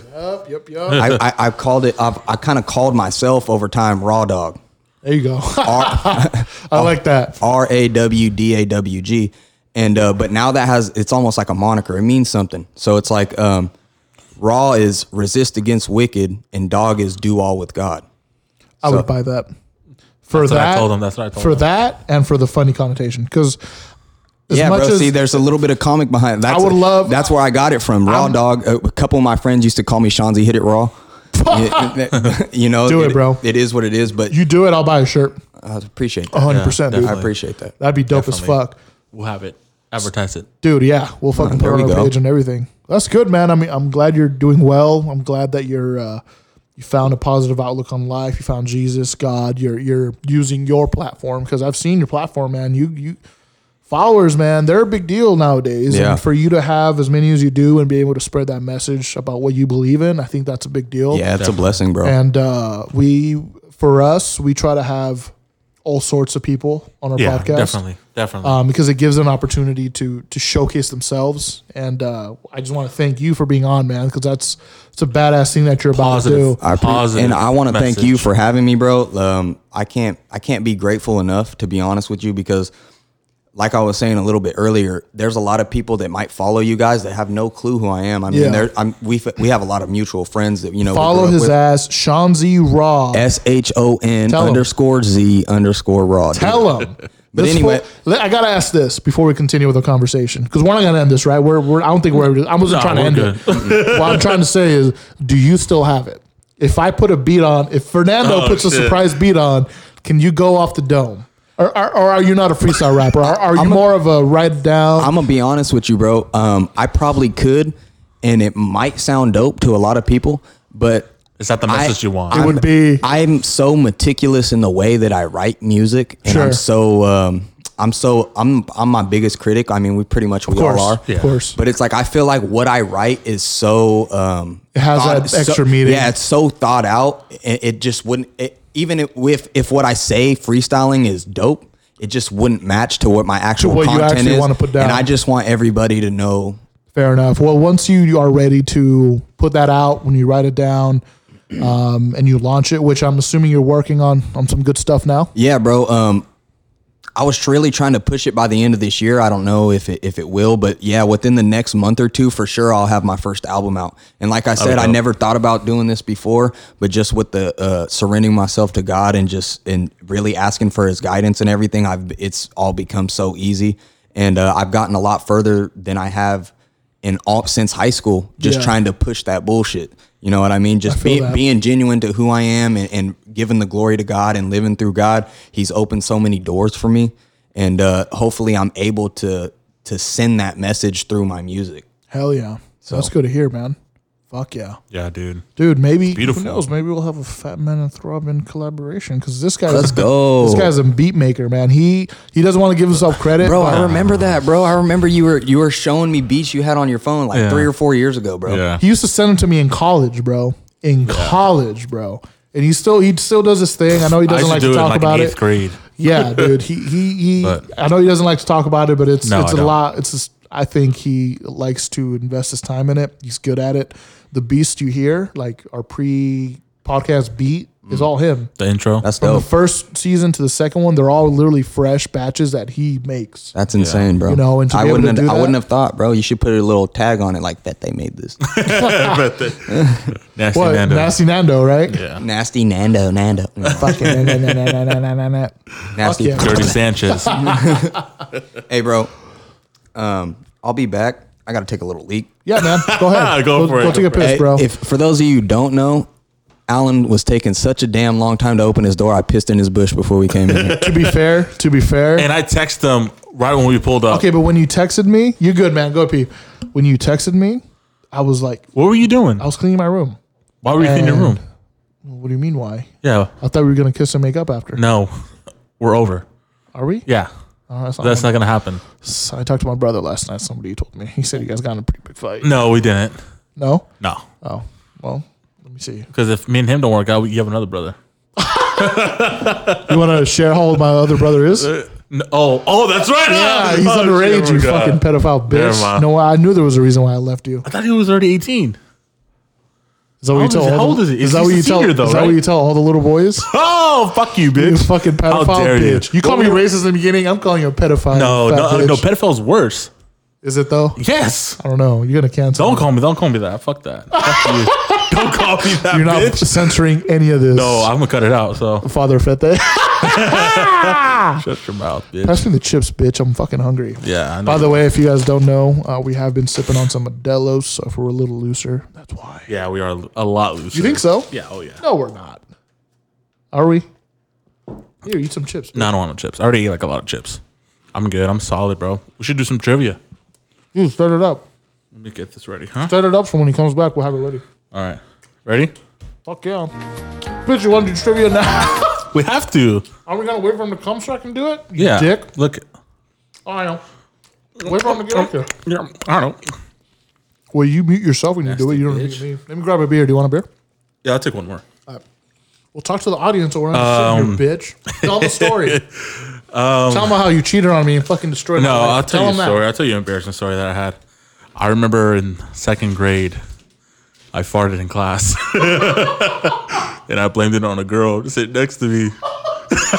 [SPEAKER 1] Yep, yep,
[SPEAKER 3] I, I I've called it. I've I kind of called myself over time Raw Dog.
[SPEAKER 1] there you go. <laughs> I like that.
[SPEAKER 3] R A W D A W G. And uh, but now that has it's almost like a moniker. It means something. So it's like um, raw is resist against wicked, and dog is do all with God.
[SPEAKER 1] I would buy that. For
[SPEAKER 2] That's what I
[SPEAKER 1] that,
[SPEAKER 2] told him. That's what I told
[SPEAKER 1] for
[SPEAKER 2] him.
[SPEAKER 1] that and for the funny connotation, because as
[SPEAKER 3] yeah,
[SPEAKER 1] much
[SPEAKER 3] bro.
[SPEAKER 1] as
[SPEAKER 3] see, there's a little bit of comic behind. It. That's
[SPEAKER 1] would love-
[SPEAKER 3] That's where I got it from. Raw dog. uh, A couple of my friends used to call me Shanzi. Hit it
[SPEAKER 1] <laughs>
[SPEAKER 3] raw. <laughs> you know,
[SPEAKER 1] Do it, bro.
[SPEAKER 3] It is what it is. But
[SPEAKER 1] you do it, I'll buy a shirt.
[SPEAKER 3] I appreciate that.
[SPEAKER 1] hundred percent, dude.
[SPEAKER 3] I
[SPEAKER 2] definitely.
[SPEAKER 3] appreciate that.
[SPEAKER 1] That'd be dope
[SPEAKER 2] Definitely.
[SPEAKER 1] as fuck,
[SPEAKER 2] We'll have it. Advertise it.
[SPEAKER 1] dude. Yeah, we'll fucking put
[SPEAKER 3] there
[SPEAKER 1] it
[SPEAKER 3] we
[SPEAKER 1] on our
[SPEAKER 3] go.
[SPEAKER 1] page and everything. That's good, man. I mean, I'm glad you're doing well. I'm glad that you're uh, you found a positive outlook on life. You found Jesus, God. You're you're using your platform because I've seen your platform, man. You you followers, man, they're a big deal nowadays.
[SPEAKER 3] Yeah.
[SPEAKER 1] And for you to have as many as you do and be able to spread that message about what you believe in, I think that's a big deal.
[SPEAKER 3] Yeah, it's a blessing, bro.
[SPEAKER 1] And uh, we, for us, we try to have all sorts of people on our
[SPEAKER 2] Yeah,
[SPEAKER 1] podcast
[SPEAKER 2] definitely, definitely.
[SPEAKER 1] um, because it gives them an opportunity to to showcase themselves. And uh, I just want to thank you for being on, man, because that's it's a badass thing that you're
[SPEAKER 2] positive,
[SPEAKER 1] about to do.
[SPEAKER 3] I appre-
[SPEAKER 2] positive.
[SPEAKER 3] and I want to thank
[SPEAKER 2] message.
[SPEAKER 3] you for having me, bro. Um, I can't I can't be grateful enough to be honest with you because, like I was saying a little bit earlier, there's a lot of people that might follow you guys that have no clue who I am. I mean,
[SPEAKER 1] Yeah.
[SPEAKER 3] there I'm, we f- we have a lot of mutual friends that you know we
[SPEAKER 1] Follow
[SPEAKER 3] grew up
[SPEAKER 1] his
[SPEAKER 3] with.
[SPEAKER 1] ass, Sean Z Raw.
[SPEAKER 3] S H O N
[SPEAKER 1] Tell 'em.
[SPEAKER 3] underscore Z underscore raw. dude.
[SPEAKER 1] Tell him.
[SPEAKER 3] <laughs> But
[SPEAKER 1] This
[SPEAKER 3] anyway-
[SPEAKER 1] fool- let- I gotta ask this before we continue with our conversation because we're not gonna end this, right? We're, we're I don't think we're. I wasn't
[SPEAKER 2] No,
[SPEAKER 1] trying to
[SPEAKER 2] we're
[SPEAKER 1] end it. <laughs> what I'm trying to say is, do you still have it? If I put a beat on, if Fernando
[SPEAKER 2] Oh,
[SPEAKER 1] puts a
[SPEAKER 2] shit.
[SPEAKER 1] surprise beat on, can you go off the dome? Or, or, or are you not a freestyle rapper? Are, are you more of a write down?
[SPEAKER 3] I'm gonna be honest with you, bro. Um, I probably could, and it might sound dope to a lot of people, but
[SPEAKER 2] Is that the
[SPEAKER 3] I-
[SPEAKER 2] message you want?
[SPEAKER 1] It would be-
[SPEAKER 3] I'm so meticulous in the way that I write music, and
[SPEAKER 1] Sure.
[SPEAKER 3] I'm so um, I'm so I'm I'm my biggest critic. I mean, we pretty much we
[SPEAKER 1] of course,
[SPEAKER 3] all are.
[SPEAKER 1] of course.
[SPEAKER 3] But it's like I feel like what I write is so um, it
[SPEAKER 1] has that extra meaning.
[SPEAKER 3] Yeah, it's so thought out. It, it just wouldn't. It, even if, if if what I say freestyling is dope, it just wouldn't match to what my actual
[SPEAKER 1] what you
[SPEAKER 3] content
[SPEAKER 1] actually
[SPEAKER 3] is.
[SPEAKER 1] wanna put down.
[SPEAKER 3] And I just want everybody to know
[SPEAKER 1] Fair enough. Well, once you are ready to put that out, when you write it down, um, and you launch it, which I'm assuming you're working on on some good stuff now.
[SPEAKER 3] Yeah, bro. Um, I was really trying to push it by the end of this year. I don't know if it if it will, but yeah, within the next month or two, for sure, I'll have my first album out. And like I said, I
[SPEAKER 2] dope.
[SPEAKER 3] never thought about doing this before, but just with the uh, surrendering myself to God and just and really asking for His guidance and everything, I've it's all become so easy, and uh, I've gotten a lot further than I have in all since high school. Just
[SPEAKER 1] Yeah.
[SPEAKER 3] trying to push that bullshit. You know what I mean? Just
[SPEAKER 1] feel
[SPEAKER 3] be,
[SPEAKER 1] that.
[SPEAKER 3] being being genuine to who I am and, and giving the glory to God and living through God, He's opened so many doors for me, and uh, hopefully, I'm able to to send that message through my music.
[SPEAKER 1] Hell yeah. That's good to hear, man. Fuck yeah.
[SPEAKER 2] yeah, dude.
[SPEAKER 1] Dude, maybe
[SPEAKER 2] beautiful.
[SPEAKER 1] who knows? Maybe we'll have a Fat Man and Throbbing collaboration because this guy,
[SPEAKER 3] Let's go.
[SPEAKER 1] This guy's a beat maker, man. He he doesn't want to give himself credit,
[SPEAKER 3] Bro,
[SPEAKER 1] but
[SPEAKER 3] I remember that, bro. I remember you were you were showing me beats you had on your phone like
[SPEAKER 2] Yeah.
[SPEAKER 3] three or four years ago, bro.
[SPEAKER 2] Yeah,
[SPEAKER 1] He used to send them to me in college, bro. In college, bro. And he still he still does his thing. I know he
[SPEAKER 2] I
[SPEAKER 1] doesn't
[SPEAKER 2] used
[SPEAKER 1] like
[SPEAKER 2] to
[SPEAKER 1] to
[SPEAKER 2] do it in
[SPEAKER 1] talk
[SPEAKER 2] like
[SPEAKER 1] about
[SPEAKER 2] in
[SPEAKER 1] it.
[SPEAKER 2] eighth grade. <laughs>
[SPEAKER 1] Yeah, dude. He he he.
[SPEAKER 2] But-
[SPEAKER 1] I know he doesn't like to talk about it, but it's
[SPEAKER 2] No,
[SPEAKER 1] it's
[SPEAKER 2] I
[SPEAKER 1] a
[SPEAKER 2] don't.
[SPEAKER 1] lot. It's just, I think he likes to invest his time in it. He's good at it. The beast you hear, like our pre podcast beat,
[SPEAKER 2] Mm.
[SPEAKER 1] is all him.
[SPEAKER 2] The intro.
[SPEAKER 3] That's
[SPEAKER 1] From
[SPEAKER 3] dope.
[SPEAKER 1] the first season to the second one, they're all literally fresh batches that he makes.
[SPEAKER 3] That's insane, bro.
[SPEAKER 1] You know, and to
[SPEAKER 3] I
[SPEAKER 1] be able
[SPEAKER 3] wouldn't
[SPEAKER 1] to
[SPEAKER 3] have,
[SPEAKER 1] do
[SPEAKER 3] I wouldn't
[SPEAKER 1] that-
[SPEAKER 3] have thought, bro. You should put a little tag on it like that. They made
[SPEAKER 2] <laughs>
[SPEAKER 3] this
[SPEAKER 2] nasty
[SPEAKER 1] What
[SPEAKER 2] Nando.
[SPEAKER 1] nasty Nando, right?
[SPEAKER 2] yeah.
[SPEAKER 3] nasty Nando <laughs> Nando No,
[SPEAKER 1] Fucking na- na- na- na- na- na- na- na.
[SPEAKER 3] nasty.
[SPEAKER 1] yeah. <laughs>
[SPEAKER 2] Dirty Sanchez.
[SPEAKER 3] Hey, bro. Um, I'll be back. I gotta take a little leak.
[SPEAKER 1] Yeah,
[SPEAKER 2] <laughs>
[SPEAKER 1] man. Go ahead.
[SPEAKER 2] Go for it.
[SPEAKER 1] Go take a
[SPEAKER 2] Go for
[SPEAKER 1] piss,
[SPEAKER 3] Hey,
[SPEAKER 1] bro.
[SPEAKER 3] If for those of you who don't know, Alan was taking such a damn long time to open his door. I pissed in his bush before we came in. here.
[SPEAKER 2] <laughs>
[SPEAKER 1] to be fair, to be fair.
[SPEAKER 2] and I text them right when we pulled up.
[SPEAKER 1] okay, but when you texted me, you're good, man. Go pee. When you texted me, I was like,
[SPEAKER 2] What were you doing?
[SPEAKER 1] I was cleaning my room.
[SPEAKER 2] Why were you in your room?
[SPEAKER 1] Uh, What do you mean? Why?
[SPEAKER 2] Yeah.
[SPEAKER 1] I thought we were gonna kiss and make up after.
[SPEAKER 2] No, we're over.
[SPEAKER 1] Are we?
[SPEAKER 2] Yeah,
[SPEAKER 1] Oh, that's not
[SPEAKER 2] that's not gonna happen.
[SPEAKER 1] So I talked to my brother last night. Somebody told me. He said you guys got in a pretty big fight.
[SPEAKER 2] No, we didn't.
[SPEAKER 1] No?
[SPEAKER 2] No,
[SPEAKER 1] Oh, well, let me see.
[SPEAKER 2] because if me and him don't work out, you have another brother.
[SPEAKER 1] You want to share how old my other brother is?
[SPEAKER 2] No, oh, oh, that's
[SPEAKER 1] <laughs>
[SPEAKER 2] right.
[SPEAKER 1] Yeah,
[SPEAKER 2] Oh,
[SPEAKER 1] he's
[SPEAKER 2] shit, I
[SPEAKER 1] underage, you
[SPEAKER 2] forgot.
[SPEAKER 1] fucking pedophile
[SPEAKER 2] Never
[SPEAKER 1] bitch.
[SPEAKER 2] mind.
[SPEAKER 1] No, I knew there was a reason why I left you.
[SPEAKER 2] I thought he was already eighteen.
[SPEAKER 1] Is that what
[SPEAKER 2] How
[SPEAKER 1] you
[SPEAKER 2] old is
[SPEAKER 1] tell? all
[SPEAKER 2] he- how
[SPEAKER 1] the-
[SPEAKER 2] old is he?
[SPEAKER 1] that
[SPEAKER 2] He's
[SPEAKER 1] what
[SPEAKER 2] a
[SPEAKER 1] you tell?
[SPEAKER 2] senior, though,
[SPEAKER 1] is that what
[SPEAKER 2] right?
[SPEAKER 1] you tell all the little
[SPEAKER 2] <laughs>
[SPEAKER 1] boys?
[SPEAKER 2] Oh, fuck you,
[SPEAKER 1] You
[SPEAKER 2] bitch.
[SPEAKER 1] fucking
[SPEAKER 2] How
[SPEAKER 1] pedophile
[SPEAKER 2] dare you.
[SPEAKER 1] bitch. You, call me racist in the beginning. I'm calling you a pedophile.
[SPEAKER 2] No,
[SPEAKER 1] fat
[SPEAKER 2] no, uh,
[SPEAKER 1] bitch.
[SPEAKER 2] no. Pedophile's worse.
[SPEAKER 1] Is it though?
[SPEAKER 2] Yes.
[SPEAKER 1] I don't know. You're gonna cancel.
[SPEAKER 2] Don't
[SPEAKER 1] me.
[SPEAKER 2] call me. Don't call me that. Fuck <laughs> that. Fuck you. Don't call me that,
[SPEAKER 1] You're not <laughs>
[SPEAKER 2] bitch.
[SPEAKER 1] censoring any of this.
[SPEAKER 2] No, I'm gonna cut it out. So
[SPEAKER 1] Father Fete. <laughs> Ah.
[SPEAKER 2] shut your mouth, bitch.
[SPEAKER 1] Pass me the chips, bitch. I'm fucking hungry.
[SPEAKER 2] Yeah. I know.
[SPEAKER 1] By the way, if you guys don't know, uh, we have been sipping on some Modelo's, so if we're a little looser, that's why.
[SPEAKER 2] yeah, we are a lot looser.
[SPEAKER 1] You think so?
[SPEAKER 2] Yeah. Oh yeah.
[SPEAKER 1] No, we're not. Are we? Here, eat some chips.
[SPEAKER 2] No, I don't want no chips. I already ate like a lot of chips. I'm good. I'm solid, bro. We should do some trivia.
[SPEAKER 1] Ooh, start it up.
[SPEAKER 2] Let me get this ready, huh?
[SPEAKER 1] Start it up so when he comes back, we'll have it ready.
[SPEAKER 2] All right. Ready?
[SPEAKER 1] Fuck yeah. Bitch, you want to do trivia now? <laughs>
[SPEAKER 2] We have to.
[SPEAKER 1] Are we going to wait for him to come so I can do it? You
[SPEAKER 2] Yeah.
[SPEAKER 1] Dick.
[SPEAKER 2] Look.
[SPEAKER 1] Oh, I know. Wait for him to get up here.
[SPEAKER 2] Yeah, I don't know.
[SPEAKER 1] Well, you mute yourself when you do it. You don't mute
[SPEAKER 2] bitch.
[SPEAKER 1] me. Let me grab a beer. Do you want a beer?
[SPEAKER 2] Yeah, I'll take one more.
[SPEAKER 1] Well, talk to the audience or we're not sitting
[SPEAKER 2] Um,
[SPEAKER 1] here, bitch. Tell the
[SPEAKER 2] <laughs>
[SPEAKER 1] story. Tell them how you cheated on me and fucking destroyed
[SPEAKER 2] No,
[SPEAKER 1] my life.
[SPEAKER 2] I'll tell, you a
[SPEAKER 1] them
[SPEAKER 2] story. I'll tell you an embarrassing story that I had. I remember in second grade, I farted in class, <laughs> and I blamed it on a girl sitting next to me,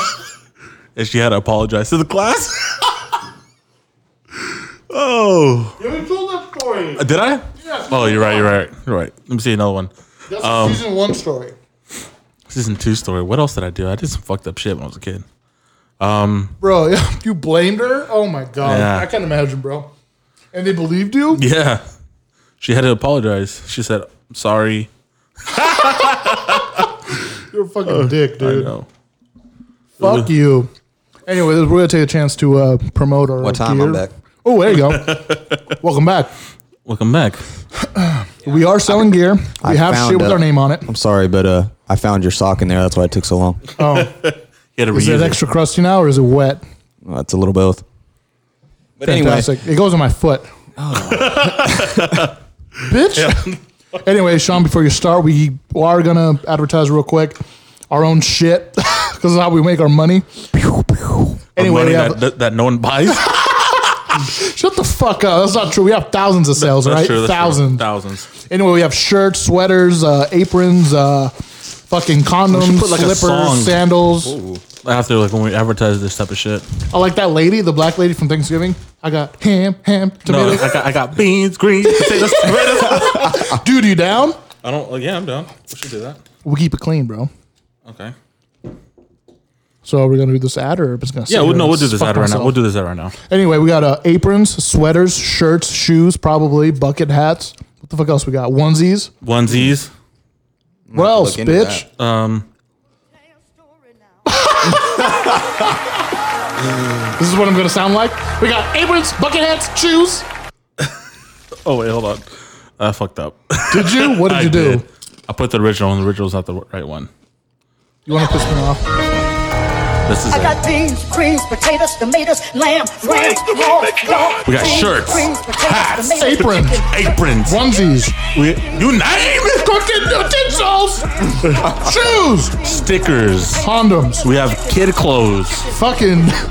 [SPEAKER 2] <laughs> and she had to apologize to the class. <laughs> oh,
[SPEAKER 1] That. You told that story.
[SPEAKER 2] did I?
[SPEAKER 1] Yes.
[SPEAKER 2] Oh, you're right. You're right. You're right. Let me see another one.
[SPEAKER 1] That's
[SPEAKER 2] Um,
[SPEAKER 1] season one story.
[SPEAKER 2] Season two story. What else did I do? I did some fucked up shit when I was a kid.
[SPEAKER 1] Bro, <laughs> you blamed her? Oh my God.
[SPEAKER 2] Yeah.
[SPEAKER 1] I can't imagine, bro. And they believed you?
[SPEAKER 2] Yeah. She had to apologize. She said, I'm sorry.
[SPEAKER 1] You're a fucking dick,
[SPEAKER 2] Uh, I
[SPEAKER 1] dude.
[SPEAKER 2] know.
[SPEAKER 1] Fuck you. Anyway, we're going to take a chance to uh, promote our.
[SPEAKER 3] What time I'm
[SPEAKER 1] gear.
[SPEAKER 3] back?
[SPEAKER 1] Oh, there you
[SPEAKER 2] <laughs>
[SPEAKER 1] go. Welcome back.
[SPEAKER 2] Welcome back.
[SPEAKER 1] We are selling gear. We
[SPEAKER 3] I
[SPEAKER 1] have
[SPEAKER 3] found
[SPEAKER 1] shit with
[SPEAKER 3] a-
[SPEAKER 1] our name on it.
[SPEAKER 3] I'm sorry, but uh, I found your sock in there. That's why it took so long.
[SPEAKER 2] You had to
[SPEAKER 1] Is it
[SPEAKER 2] reuse it.
[SPEAKER 1] Um, extra crusty now or is it wet?
[SPEAKER 3] Well, That's a little both. But
[SPEAKER 1] Fantastic. It goes on my foot.
[SPEAKER 2] Oh.
[SPEAKER 1] <laughs> Bitch. anyway, Sean, before you start, we are going to advertise real quick our own shit <laughs> because how we make our money. Anyway, we
[SPEAKER 2] money
[SPEAKER 1] have,
[SPEAKER 2] that, that, that no
[SPEAKER 1] <laughs>
[SPEAKER 2] one buys. That's
[SPEAKER 1] shut the fuck up. That's not true. We have thousands of sales, right?
[SPEAKER 2] true, <laughs> that's true.
[SPEAKER 1] thousands.
[SPEAKER 2] Thousands.
[SPEAKER 1] Anyway, we have shirts, sweaters, uh, aprons, uh, fucking condoms,
[SPEAKER 2] put, like, a song.
[SPEAKER 1] slippers, sandals.
[SPEAKER 2] After like when we advertise this type of shit.
[SPEAKER 1] I like that lady, the black lady from Thanksgiving. I got ham, ham,
[SPEAKER 2] No, <laughs>
[SPEAKER 1] tomato.
[SPEAKER 2] I got, I got beans,
[SPEAKER 1] <laughs>
[SPEAKER 2] greens, potatoes, tomatoes.
[SPEAKER 1] Dude, you down?
[SPEAKER 2] I don't. oh, yeah, I'm down. We should do that.
[SPEAKER 1] We keep it clean, bro.
[SPEAKER 2] Okay.
[SPEAKER 1] So are we gonna do this ad or it's gonna? sit
[SPEAKER 2] Yeah, we'll,
[SPEAKER 1] here
[SPEAKER 2] no,
[SPEAKER 1] and
[SPEAKER 2] we'll do this
[SPEAKER 1] fuck
[SPEAKER 2] ad right now.
[SPEAKER 1] myself?
[SPEAKER 2] We'll do this ad right now.
[SPEAKER 1] Anyway, we got uh, aprons, sweaters, shirts, shoes, probably bucket hats. What the fuck else we got? Onesies.
[SPEAKER 2] Onesies.
[SPEAKER 1] What else,
[SPEAKER 3] into
[SPEAKER 1] bitch?
[SPEAKER 4] tell a story now.
[SPEAKER 1] <laughs> This is what I'm gonna sound like. We got aprons, bucket hats, shoes.
[SPEAKER 2] Oh wait, hold on. I fucked up. <laughs>
[SPEAKER 1] Did you? What did
[SPEAKER 2] I
[SPEAKER 1] you do?
[SPEAKER 2] did. I put the original, and the original's not the right one.
[SPEAKER 1] You want to piss me off?
[SPEAKER 2] This is
[SPEAKER 5] I
[SPEAKER 2] it.
[SPEAKER 5] got beans, greens, potatoes, tomatoes, lamb, rams, raw, raw.
[SPEAKER 2] We got
[SPEAKER 5] beans,
[SPEAKER 2] shirts,
[SPEAKER 5] greens, potatoes,
[SPEAKER 2] hats,
[SPEAKER 5] tomatoes,
[SPEAKER 1] aprons.
[SPEAKER 5] chicken.
[SPEAKER 2] aprons.
[SPEAKER 1] Onesies,
[SPEAKER 2] We, you name
[SPEAKER 1] cooking utensils, shoes,
[SPEAKER 2] stickers.
[SPEAKER 1] condoms,
[SPEAKER 2] We have kid clothes.
[SPEAKER 1] fucking
[SPEAKER 5] Beans,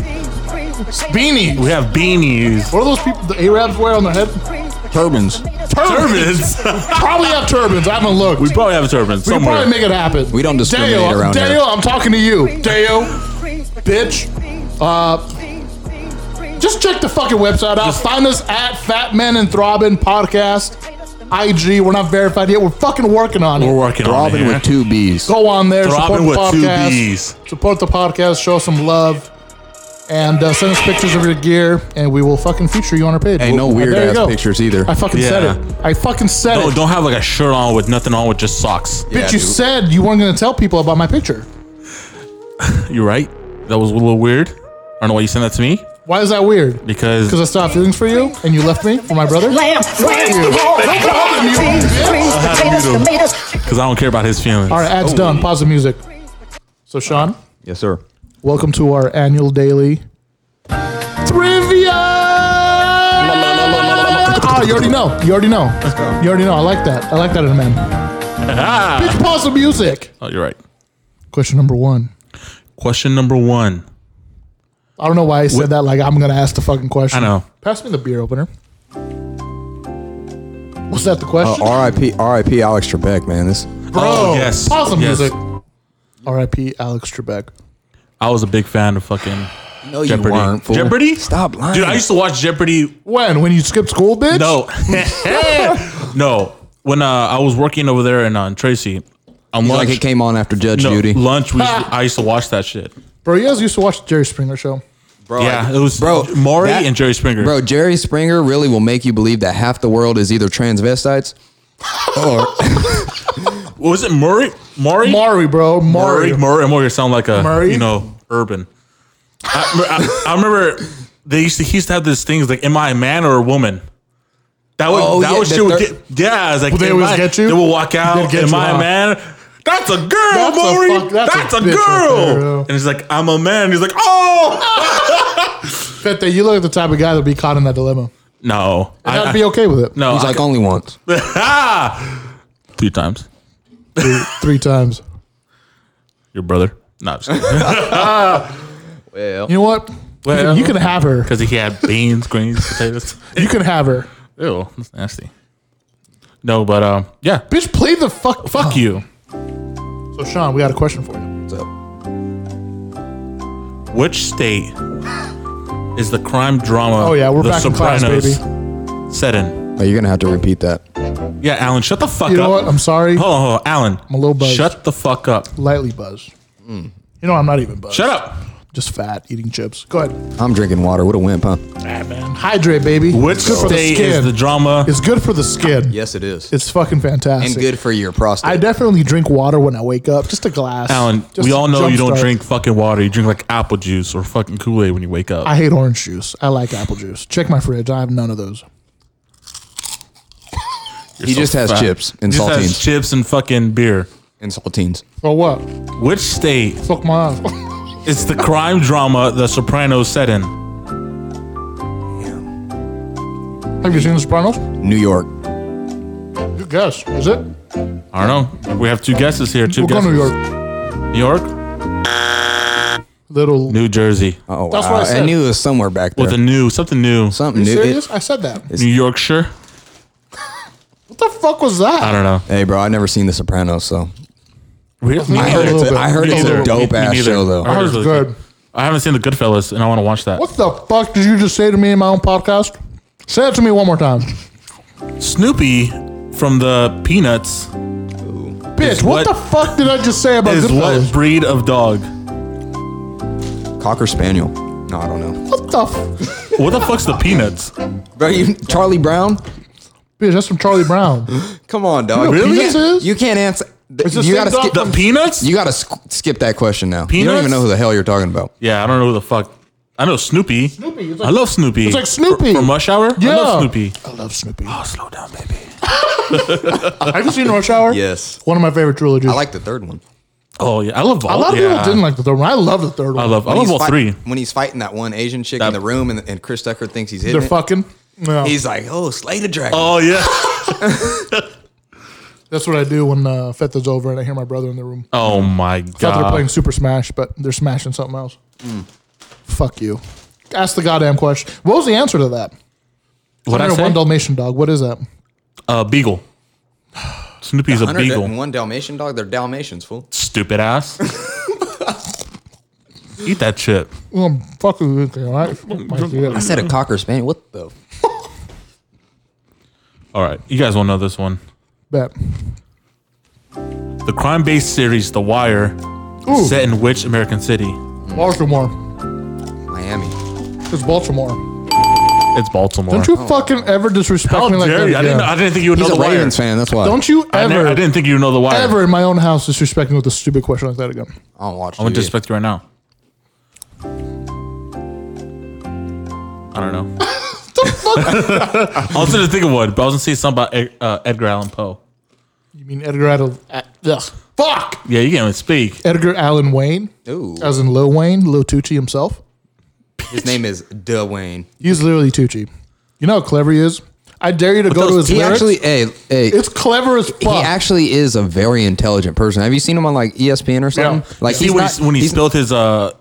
[SPEAKER 5] greens, potatoes,
[SPEAKER 1] beanie.
[SPEAKER 2] We have beanies,
[SPEAKER 1] What are those people the Arabs wear on their head?
[SPEAKER 5] greens, potatoes,
[SPEAKER 3] Turbans. <laughs>
[SPEAKER 5] tomatoes,
[SPEAKER 2] turbans.
[SPEAKER 1] Probably have turbans. I haven't looked.
[SPEAKER 2] we probably have a turban
[SPEAKER 1] We can
[SPEAKER 2] somewhere.
[SPEAKER 1] probably make it happen.
[SPEAKER 3] We don't discriminate
[SPEAKER 1] Dale,
[SPEAKER 3] around
[SPEAKER 1] Dale,
[SPEAKER 3] here.
[SPEAKER 1] I'm talking to you. Dale,
[SPEAKER 5] greens,
[SPEAKER 1] bitch. Uh,
[SPEAKER 5] beans, beans, greens,
[SPEAKER 1] just check the fucking website out. Find us at Fat Men and Throbbing Podcast IG. We're not verified yet. We're fucking working on
[SPEAKER 2] We're
[SPEAKER 1] it.
[SPEAKER 2] working on it.
[SPEAKER 3] Robin
[SPEAKER 2] here.
[SPEAKER 3] with two B's.
[SPEAKER 1] Go on there,
[SPEAKER 2] Throbbing with
[SPEAKER 1] support the
[SPEAKER 2] two
[SPEAKER 1] podcast.
[SPEAKER 2] B's.
[SPEAKER 1] Support the podcast. Show us some love. And uh, send us pictures of your gear, and we will fucking feature you on our page.
[SPEAKER 3] Ain't no
[SPEAKER 1] Well,
[SPEAKER 3] weird
[SPEAKER 1] there you
[SPEAKER 3] ass
[SPEAKER 1] go.
[SPEAKER 3] pictures either.
[SPEAKER 1] I fucking
[SPEAKER 2] Yeah.
[SPEAKER 1] said it. I fucking said
[SPEAKER 2] No,
[SPEAKER 1] it.
[SPEAKER 2] don't have like a shirt on with nothing on with just socks.
[SPEAKER 1] Bitch,
[SPEAKER 3] Yeah,
[SPEAKER 1] you
[SPEAKER 3] dude.
[SPEAKER 1] said you weren't gonna tell people about my picture.
[SPEAKER 2] You're right. That was a little weird. I don't know why you sent that to me
[SPEAKER 1] Why is that weird?
[SPEAKER 2] because
[SPEAKER 1] Because I still have feelings for you, and you left me for my brother.
[SPEAKER 5] Lamb, rams,
[SPEAKER 1] you.
[SPEAKER 5] raw, raw.
[SPEAKER 1] problem, you
[SPEAKER 5] Beans,
[SPEAKER 1] bitch.
[SPEAKER 5] greens,
[SPEAKER 2] I had to
[SPEAKER 5] potatoes,
[SPEAKER 2] do them.
[SPEAKER 5] tomatoes, chicken.
[SPEAKER 2] because I don't care about his feelings.
[SPEAKER 1] All right, ads done. Pause the music. So, Sean,
[SPEAKER 3] Yes, sir.
[SPEAKER 1] welcome to our annual daily trivia. Oh, you already know. You already know. You already know. I like that. I like that in a man. Bitch, pause the music.
[SPEAKER 2] Oh, you're right.
[SPEAKER 1] Question number one.
[SPEAKER 2] Question number one.
[SPEAKER 1] I don't know why I said that. Like, I'm gonna ask the fucking question.
[SPEAKER 2] I know.
[SPEAKER 1] Pass me the beer opener. Was that the question?
[SPEAKER 3] R.I.P. R.I.P. Alex Trebek, man. This
[SPEAKER 1] Bro,
[SPEAKER 2] Oh, yes,
[SPEAKER 1] pause the
[SPEAKER 2] yes.
[SPEAKER 1] music. R.I.P. Alex Trebek.
[SPEAKER 2] I was a big fan of fucking
[SPEAKER 3] no,
[SPEAKER 2] Jeopardy.
[SPEAKER 3] Oh, fool.
[SPEAKER 2] Jeopardy?
[SPEAKER 3] Stop lying.
[SPEAKER 2] Dude, I used to watch Jeopardy.
[SPEAKER 1] When? When you skipped school,
[SPEAKER 3] <laughs>
[SPEAKER 1] bitch?
[SPEAKER 2] No, <laughs> no. When uh, I was working over there in, uh, in Tracy, on
[SPEAKER 3] It's like
[SPEAKER 2] lunch,
[SPEAKER 3] it came on after Judge
[SPEAKER 2] no,
[SPEAKER 3] Judy.
[SPEAKER 2] lunch,
[SPEAKER 3] <laughs>
[SPEAKER 2] we used to- I used to watch that shit.
[SPEAKER 1] Bro, you guys used to watch the Jerry Springer show.
[SPEAKER 3] Bro,
[SPEAKER 2] Yeah,
[SPEAKER 3] like-
[SPEAKER 2] it was
[SPEAKER 3] bro
[SPEAKER 2] Maury
[SPEAKER 3] that-
[SPEAKER 2] and Jerry Springer.
[SPEAKER 3] Bro, Jerry Springer really will make you believe that half the world is either
[SPEAKER 2] <laughs>
[SPEAKER 3] transvestites or
[SPEAKER 2] was it Murray? Maury?
[SPEAKER 1] Maury, bro. Maury.
[SPEAKER 2] Murray, Murray, Murray sound like a
[SPEAKER 1] Murray?
[SPEAKER 2] you know urban. I, I, I remember they used to he used to have these things like, "Am I a man or a woman?" That would
[SPEAKER 3] Oh,
[SPEAKER 2] that
[SPEAKER 3] yeah,
[SPEAKER 2] was
[SPEAKER 3] the
[SPEAKER 2] shit would
[SPEAKER 3] third-
[SPEAKER 2] get yeah. It's like
[SPEAKER 1] they
[SPEAKER 2] am
[SPEAKER 1] always
[SPEAKER 2] I-
[SPEAKER 1] get you?
[SPEAKER 2] They would walk out.
[SPEAKER 1] get
[SPEAKER 2] Am
[SPEAKER 1] you,
[SPEAKER 2] I a
[SPEAKER 1] huh?
[SPEAKER 2] man? That's a girl,
[SPEAKER 1] That's a
[SPEAKER 2] Maury.
[SPEAKER 1] fuck- that's
[SPEAKER 2] that's
[SPEAKER 1] a
[SPEAKER 2] a,
[SPEAKER 1] bitch right there,
[SPEAKER 2] girl.
[SPEAKER 1] yeah.
[SPEAKER 2] and he's like, "I'm a man." He's like, "Oh
[SPEAKER 1] Fete, you look like the type of guy that'd be caught in that dilemma.
[SPEAKER 2] no,
[SPEAKER 1] And I'd
[SPEAKER 2] I, I,
[SPEAKER 1] be okay with it.
[SPEAKER 2] no."
[SPEAKER 3] he's
[SPEAKER 2] I <laughs>
[SPEAKER 3] like only once.
[SPEAKER 2] could- three times
[SPEAKER 1] Three, three times.
[SPEAKER 2] your brother. No, <laughs>
[SPEAKER 1] You know what? you,
[SPEAKER 2] Well.
[SPEAKER 1] can, you can have her.
[SPEAKER 2] because he had beans, greens, potatoes.
[SPEAKER 1] You can have her.
[SPEAKER 2] Ew, that's nasty. No, but um, yeah.
[SPEAKER 1] Bitch, play the fuck. Oh.
[SPEAKER 2] Fuck you.
[SPEAKER 1] So, Sean, we got a question for you.
[SPEAKER 3] What's up?
[SPEAKER 2] Which state is the crime drama?
[SPEAKER 1] Oh, yeah, we're
[SPEAKER 2] The
[SPEAKER 1] back in class, baby.
[SPEAKER 2] Set in.
[SPEAKER 3] Oh, you're gonna have to repeat that.
[SPEAKER 2] Yeah, Alan, shut the fuck
[SPEAKER 1] You
[SPEAKER 2] up.
[SPEAKER 1] know what? I'm sorry.
[SPEAKER 2] Hold on, hold on, Alan. I'm
[SPEAKER 1] a little buzzed.
[SPEAKER 2] Shut the fuck up.
[SPEAKER 1] Lightly buzzed. You know, I'm not even buzzed.
[SPEAKER 2] Hmm. Shut up.
[SPEAKER 1] Just fat, eating chips. Go ahead.
[SPEAKER 3] I'm drinking water. What a wimp, huh?
[SPEAKER 1] Hydrate, baby.
[SPEAKER 2] Which
[SPEAKER 1] It's good for the
[SPEAKER 2] state
[SPEAKER 1] skin.
[SPEAKER 2] is the drama?
[SPEAKER 1] it's good for the skin.
[SPEAKER 3] Yes, it is.
[SPEAKER 1] It's fucking fantastic.
[SPEAKER 3] and good for your
[SPEAKER 1] I
[SPEAKER 3] prostate.
[SPEAKER 1] definitely drink water when I wake up, just a glass.
[SPEAKER 2] Alan,
[SPEAKER 1] Just
[SPEAKER 2] we all know you don't
[SPEAKER 1] jumpstart.
[SPEAKER 2] drink fucking water. You drink like apple juice or fucking Kool Aid when you wake up.
[SPEAKER 1] I hate orange juice. I like apple juice. Check my fridge. I have none of those.
[SPEAKER 2] You're
[SPEAKER 3] he just has chips and
[SPEAKER 2] He just has
[SPEAKER 3] saltines.
[SPEAKER 2] chips and fucking beer.
[SPEAKER 3] and saltines.
[SPEAKER 1] For Oh, what?
[SPEAKER 2] Which state
[SPEAKER 1] Fuck my ass.
[SPEAKER 2] is the crime drama The Sopranos set in?
[SPEAKER 1] have you seen The Sopranos?
[SPEAKER 3] New York.
[SPEAKER 1] Good guess. Is it?
[SPEAKER 2] I don't know. We have two guesses here. 2
[SPEAKER 1] We're going
[SPEAKER 2] guesses.
[SPEAKER 1] to New York.
[SPEAKER 2] New York,
[SPEAKER 1] Little.
[SPEAKER 2] New Jersey,
[SPEAKER 3] Oh,
[SPEAKER 1] That's
[SPEAKER 3] wow.
[SPEAKER 1] what I said.
[SPEAKER 3] knew it was somewhere back there.
[SPEAKER 2] with a new something new.
[SPEAKER 3] Something
[SPEAKER 1] you
[SPEAKER 3] new.
[SPEAKER 1] serious?
[SPEAKER 3] It-
[SPEAKER 1] I said that.
[SPEAKER 2] New Yorkshire.
[SPEAKER 1] What the fuck was that?
[SPEAKER 2] I don't know.
[SPEAKER 3] hey, bro, I never seen The Sopranos, so
[SPEAKER 2] Really?
[SPEAKER 1] I
[SPEAKER 3] I heard,
[SPEAKER 1] Yeah, a
[SPEAKER 3] it's
[SPEAKER 1] little
[SPEAKER 3] a, I
[SPEAKER 1] bit.
[SPEAKER 3] heard
[SPEAKER 1] Me
[SPEAKER 3] it's
[SPEAKER 1] neither. Uh-huh.
[SPEAKER 3] a dope ass
[SPEAKER 2] Me neither.
[SPEAKER 3] show though.
[SPEAKER 2] I heard
[SPEAKER 1] Ours
[SPEAKER 2] it's
[SPEAKER 1] is good.
[SPEAKER 2] I haven't seen the Goodfellas, and I want to watch that.
[SPEAKER 1] What the fuck did you just say to me in my own podcast? Say it to me one more time.
[SPEAKER 2] Snoopy from the Peanuts
[SPEAKER 1] Bitch, what,
[SPEAKER 2] what-
[SPEAKER 1] the fuck did I just say about
[SPEAKER 2] is
[SPEAKER 1] Goodfellas?
[SPEAKER 2] what breed of dog?
[SPEAKER 3] Cocker Spaniel. No, I don't know.
[SPEAKER 1] What the f-
[SPEAKER 2] What the fuck's the Peanuts?
[SPEAKER 3] Bro, you, Charlie Brown?
[SPEAKER 1] Bitch, that's from Charlie Brown.
[SPEAKER 3] Come on, dog.
[SPEAKER 1] You know
[SPEAKER 3] You
[SPEAKER 1] Peanuts
[SPEAKER 3] can't,
[SPEAKER 1] is?
[SPEAKER 3] you can't answer. th-
[SPEAKER 1] It's the
[SPEAKER 3] you
[SPEAKER 1] same
[SPEAKER 3] gotta
[SPEAKER 1] dog.
[SPEAKER 3] skip.
[SPEAKER 2] The Peanuts?
[SPEAKER 3] you gotta sk- skip that question now. You don't
[SPEAKER 2] Peanuts?
[SPEAKER 3] even know who the hell you're talking about.
[SPEAKER 2] yeah, I don't know who the fuck. I know Snoopy.
[SPEAKER 1] Snoopy, it's
[SPEAKER 2] I
[SPEAKER 1] like-
[SPEAKER 2] love Snoopy.
[SPEAKER 1] it's like Snoopy.
[SPEAKER 2] Fr- from Rush Hour. I
[SPEAKER 1] Yeah.
[SPEAKER 2] love Snoopy.
[SPEAKER 1] I love Snoopy.
[SPEAKER 2] Oh, slow down, baby.
[SPEAKER 1] Have you seen
[SPEAKER 3] <laughs>
[SPEAKER 1] Rush Hour?
[SPEAKER 3] Yes.
[SPEAKER 1] One of my favorite trilogies.
[SPEAKER 3] I like the third one.
[SPEAKER 2] Oh yeah, I love all.
[SPEAKER 1] A lot of
[SPEAKER 2] yeah.
[SPEAKER 1] people didn't like the third one. I love the third one.
[SPEAKER 2] I love. I
[SPEAKER 3] When
[SPEAKER 2] love
[SPEAKER 3] he's
[SPEAKER 2] all
[SPEAKER 3] fight-
[SPEAKER 2] three.
[SPEAKER 3] When he's fighting that one Asian chick in
[SPEAKER 2] That-
[SPEAKER 3] the room, and, and Chris Tucker thinks he's hitting.
[SPEAKER 1] They're fucking. No.
[SPEAKER 3] He's like, "Oh, slay the dragon."
[SPEAKER 2] Oh yeah.
[SPEAKER 1] That's what I do when uh, Feta's over and I hear my brother in the room.
[SPEAKER 2] Oh my
[SPEAKER 1] Thought they're
[SPEAKER 2] god.
[SPEAKER 1] playing Super Smash, but they're smashing something else.
[SPEAKER 3] Hmm.
[SPEAKER 1] Fuck you. Ask the goddamn question. What was the answer to that?
[SPEAKER 2] What I say?
[SPEAKER 1] One Dalmatian dog. What is that?
[SPEAKER 2] Uh, beagle. Snoopy's a
[SPEAKER 3] 100
[SPEAKER 2] beagle.
[SPEAKER 3] and one Dalmatian dog. They're Dalmatians, fool. <laughs>
[SPEAKER 2] Stupid ass. Eat that chip.
[SPEAKER 1] Well, fuck you. okay, All right. Fuck my shit.
[SPEAKER 3] I said a cocker spaniel. What the?
[SPEAKER 2] All right, you guys will know this one.
[SPEAKER 1] Bet.
[SPEAKER 2] The crime-based series The Wire
[SPEAKER 1] Ooh,
[SPEAKER 2] is set in which American city?
[SPEAKER 1] Baltimore.
[SPEAKER 3] Miami.
[SPEAKER 1] It's Baltimore.
[SPEAKER 2] It's Baltimore.
[SPEAKER 1] Don't you fucking ever disrespect
[SPEAKER 2] How
[SPEAKER 1] me like
[SPEAKER 2] dare
[SPEAKER 1] that.
[SPEAKER 2] you? I didn't.
[SPEAKER 1] again.
[SPEAKER 2] I didn't think you would
[SPEAKER 3] He's
[SPEAKER 2] know
[SPEAKER 3] a
[SPEAKER 2] The Wire.
[SPEAKER 3] Ravens fan. That's why.
[SPEAKER 1] Don't you
[SPEAKER 2] I,
[SPEAKER 1] ever,
[SPEAKER 2] never, I didn't think you would know The Wire.
[SPEAKER 1] ever in my own house disrespect me with a stupid question like that again.
[SPEAKER 3] I don't watch.
[SPEAKER 2] I'm gonna
[SPEAKER 3] TV.
[SPEAKER 2] disrespect you right now. I don't
[SPEAKER 3] <laughs>
[SPEAKER 2] know. <laughs> I was gonna think of one, but I was gonna say something about Ed- uh, Edgar Allan Poe.
[SPEAKER 1] You mean Edgar Allan? uh, Ugh. Fuck.
[SPEAKER 2] Yeah, you can't even speak.
[SPEAKER 1] Edgar Allan Wayne,
[SPEAKER 3] Ooh.
[SPEAKER 1] as in Lil Wayne, Lil Tucci himself.
[SPEAKER 3] His name is Dwayne.
[SPEAKER 1] He's literally Tucci. You know how clever he is. I dare you to go to
[SPEAKER 2] those-
[SPEAKER 1] his
[SPEAKER 3] He
[SPEAKER 1] lyrics.
[SPEAKER 3] actually, hey, hey,
[SPEAKER 1] it's clever as fuck.
[SPEAKER 3] he actually is a very intelligent person. Have you seen him on like E ESPN or something?
[SPEAKER 1] Yeah.
[SPEAKER 3] Like
[SPEAKER 2] See
[SPEAKER 3] he's
[SPEAKER 2] when,
[SPEAKER 3] not,
[SPEAKER 2] he, when he spilled his uh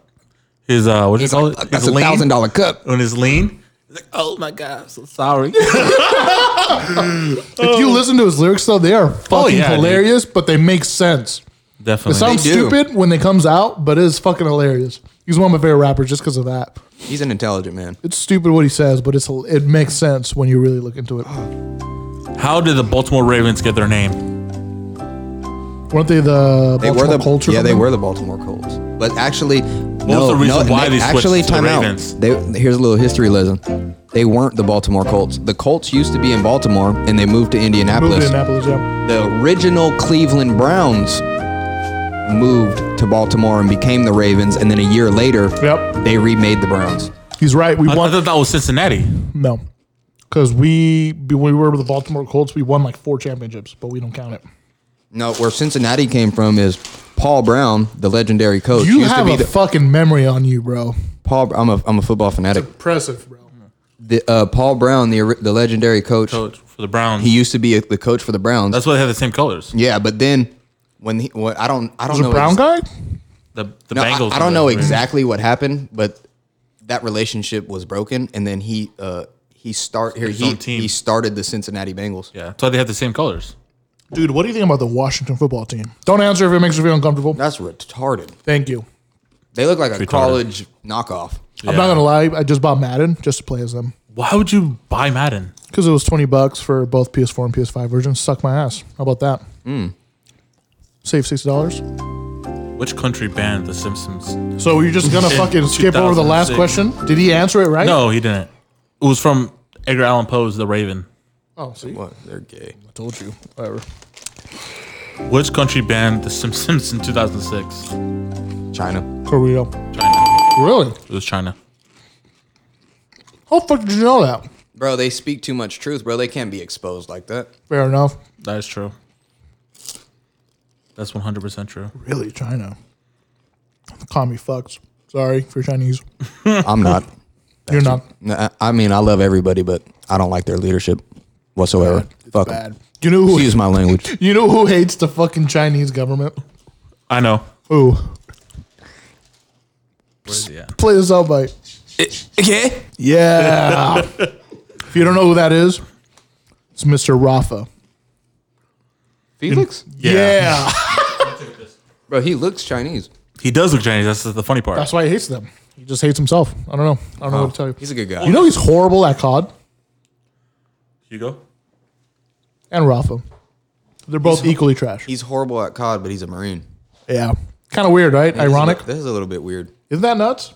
[SPEAKER 2] his uh what do you
[SPEAKER 3] he's
[SPEAKER 2] call
[SPEAKER 3] like,
[SPEAKER 2] it?
[SPEAKER 3] that's
[SPEAKER 2] His
[SPEAKER 3] a thousand dollar cup.
[SPEAKER 2] on his lean. He's like, oh my god, I'm so sorry.
[SPEAKER 1] if you listen to his lyrics though, they
[SPEAKER 3] Oh,
[SPEAKER 1] are fucking
[SPEAKER 2] yeah, dude.
[SPEAKER 1] hilarious, but they make sense. It
[SPEAKER 2] Definitely.
[SPEAKER 1] sounds
[SPEAKER 3] do.
[SPEAKER 1] stupid when it comes out, but it is fucking hilarious. He's one of my favorite rappers just because of that.
[SPEAKER 3] He's an intelligent man.
[SPEAKER 1] It's stupid what he says, but it's it makes sense when you really look into it.
[SPEAKER 2] How did the Baltimore Ravens get their name?
[SPEAKER 1] Weren't they the
[SPEAKER 3] They
[SPEAKER 1] Baltimore
[SPEAKER 3] were the
[SPEAKER 1] culture?
[SPEAKER 3] Yeah, they
[SPEAKER 1] Company?
[SPEAKER 3] were the Baltimore Colts. But actually, what
[SPEAKER 2] was the reason why they switched
[SPEAKER 3] actually
[SPEAKER 2] to the
[SPEAKER 3] time
[SPEAKER 2] Ravens?
[SPEAKER 3] out? They, here's a little history lesson. They weren't the Baltimore Colts. The Colts used to be in Baltimore, and they moved to
[SPEAKER 1] Moved to
[SPEAKER 3] Indianapolis.
[SPEAKER 1] Indianapolis, yeah.
[SPEAKER 3] The original Cleveland Browns moved to Baltimore and became the Ravens, and then a year later,
[SPEAKER 1] Yep.
[SPEAKER 3] they remade the Browns.
[SPEAKER 1] He's right. We
[SPEAKER 2] I, I
[SPEAKER 1] won.
[SPEAKER 2] thought that was Cincinnati.
[SPEAKER 1] No, because we when we were with the Baltimore Colts, we won like four championships, but we don't count it.
[SPEAKER 3] No, where Cincinnati came from is Paul Brown, the legendary coach.
[SPEAKER 1] You
[SPEAKER 3] used
[SPEAKER 1] have
[SPEAKER 3] to be
[SPEAKER 1] a
[SPEAKER 3] the,
[SPEAKER 1] fucking memory on you, bro.
[SPEAKER 3] Paul. I'm a I'm a football fanatic.
[SPEAKER 1] Impressive, bro.
[SPEAKER 3] The, uh, Paul Brown, the ori- the legendary coach.
[SPEAKER 2] Coach for the Browns.
[SPEAKER 3] He used to be a, the coach for the Browns.
[SPEAKER 2] That's why they have the same colors.
[SPEAKER 3] yeah, but then when he, what I don't I don't
[SPEAKER 1] Was a
[SPEAKER 3] know
[SPEAKER 1] brown
[SPEAKER 3] ex-
[SPEAKER 1] guy?
[SPEAKER 2] The the
[SPEAKER 3] No, I-
[SPEAKER 2] Bengals.
[SPEAKER 3] I,
[SPEAKER 2] are
[SPEAKER 3] don't
[SPEAKER 2] the
[SPEAKER 3] know
[SPEAKER 2] Ravens.
[SPEAKER 3] exactly what happened, but that relationship was broken, and then he uh he start here
[SPEAKER 2] His
[SPEAKER 3] he
[SPEAKER 2] own team.
[SPEAKER 3] he started the Cincinnati Bengals.
[SPEAKER 2] Yeah, that's why they have the same colors.
[SPEAKER 1] Dude, what do you think about the Washington football team? Don't answer if it makes you feel uncomfortable.
[SPEAKER 3] That's retarded.
[SPEAKER 1] Thank you.
[SPEAKER 3] They look like a
[SPEAKER 2] Retarded.
[SPEAKER 3] college knockoff.
[SPEAKER 1] I'm
[SPEAKER 2] Yeah.
[SPEAKER 1] not gonna lie. I just bought Madden just to play as them
[SPEAKER 2] Why would you buy Madden?
[SPEAKER 1] because it was 20 bucks for both PS4 and PS5 versions. Suck my ass. How about that?
[SPEAKER 3] Hmm.
[SPEAKER 1] Save sixty dollars.
[SPEAKER 2] Which country banned The Simpsons?
[SPEAKER 1] So you're just
[SPEAKER 2] <laughs>
[SPEAKER 1] gonna
[SPEAKER 2] In
[SPEAKER 1] fucking skip over the last
[SPEAKER 2] 2006.
[SPEAKER 1] question? Did he answer it right?
[SPEAKER 2] No, he didn't. It was from Edgar Allan Poe's The Raven.
[SPEAKER 1] Oh, see,
[SPEAKER 3] What? They're gay.
[SPEAKER 1] I told you. Whatever.
[SPEAKER 2] Which country banned The Simpsons in 2006?
[SPEAKER 3] China.
[SPEAKER 1] Korea.
[SPEAKER 2] China.
[SPEAKER 1] Really?
[SPEAKER 2] It was China.
[SPEAKER 1] How the fuck did you know that?
[SPEAKER 3] Bro, they speak too much truth, bro. They can't be exposed like that.
[SPEAKER 1] Fair enough.
[SPEAKER 2] That is true. That's 100% true.
[SPEAKER 1] Really, China. Call me fucks. Sorry for Chinese.
[SPEAKER 3] <laughs> I'm not.
[SPEAKER 1] You're not
[SPEAKER 3] Nah, I mean, I love everybody, but I don't like their leadership whatsoever. Fuck 'em.
[SPEAKER 1] bad. You know who?
[SPEAKER 3] Excuse my
[SPEAKER 1] <laughs>
[SPEAKER 3] language.
[SPEAKER 1] You know who hates the fucking Chinese government?
[SPEAKER 2] I know.
[SPEAKER 1] Who?
[SPEAKER 2] Where's he at?
[SPEAKER 1] Play this out, bite.
[SPEAKER 3] Eh, Okay.
[SPEAKER 1] <laughs> Yeah. if you don't know who that is, it's Mr. Rafa.
[SPEAKER 3] Felix?
[SPEAKER 1] Yeah.
[SPEAKER 3] Bro, he looks Chinese.
[SPEAKER 2] He does look Chinese. That's the funny part.
[SPEAKER 1] That's why he hates them. He just hates himself. I don't know. I don't know what to tell you.
[SPEAKER 3] He's a good guy.
[SPEAKER 1] You know he's horrible at COD
[SPEAKER 2] Hugo?
[SPEAKER 1] and Rafa. They're both equally trash.
[SPEAKER 3] he's horrible at COD, but he's a Marine.
[SPEAKER 1] Yeah. Kind of weird, right? Ironic.
[SPEAKER 3] This is a little bit weird.
[SPEAKER 1] Isn't that nuts?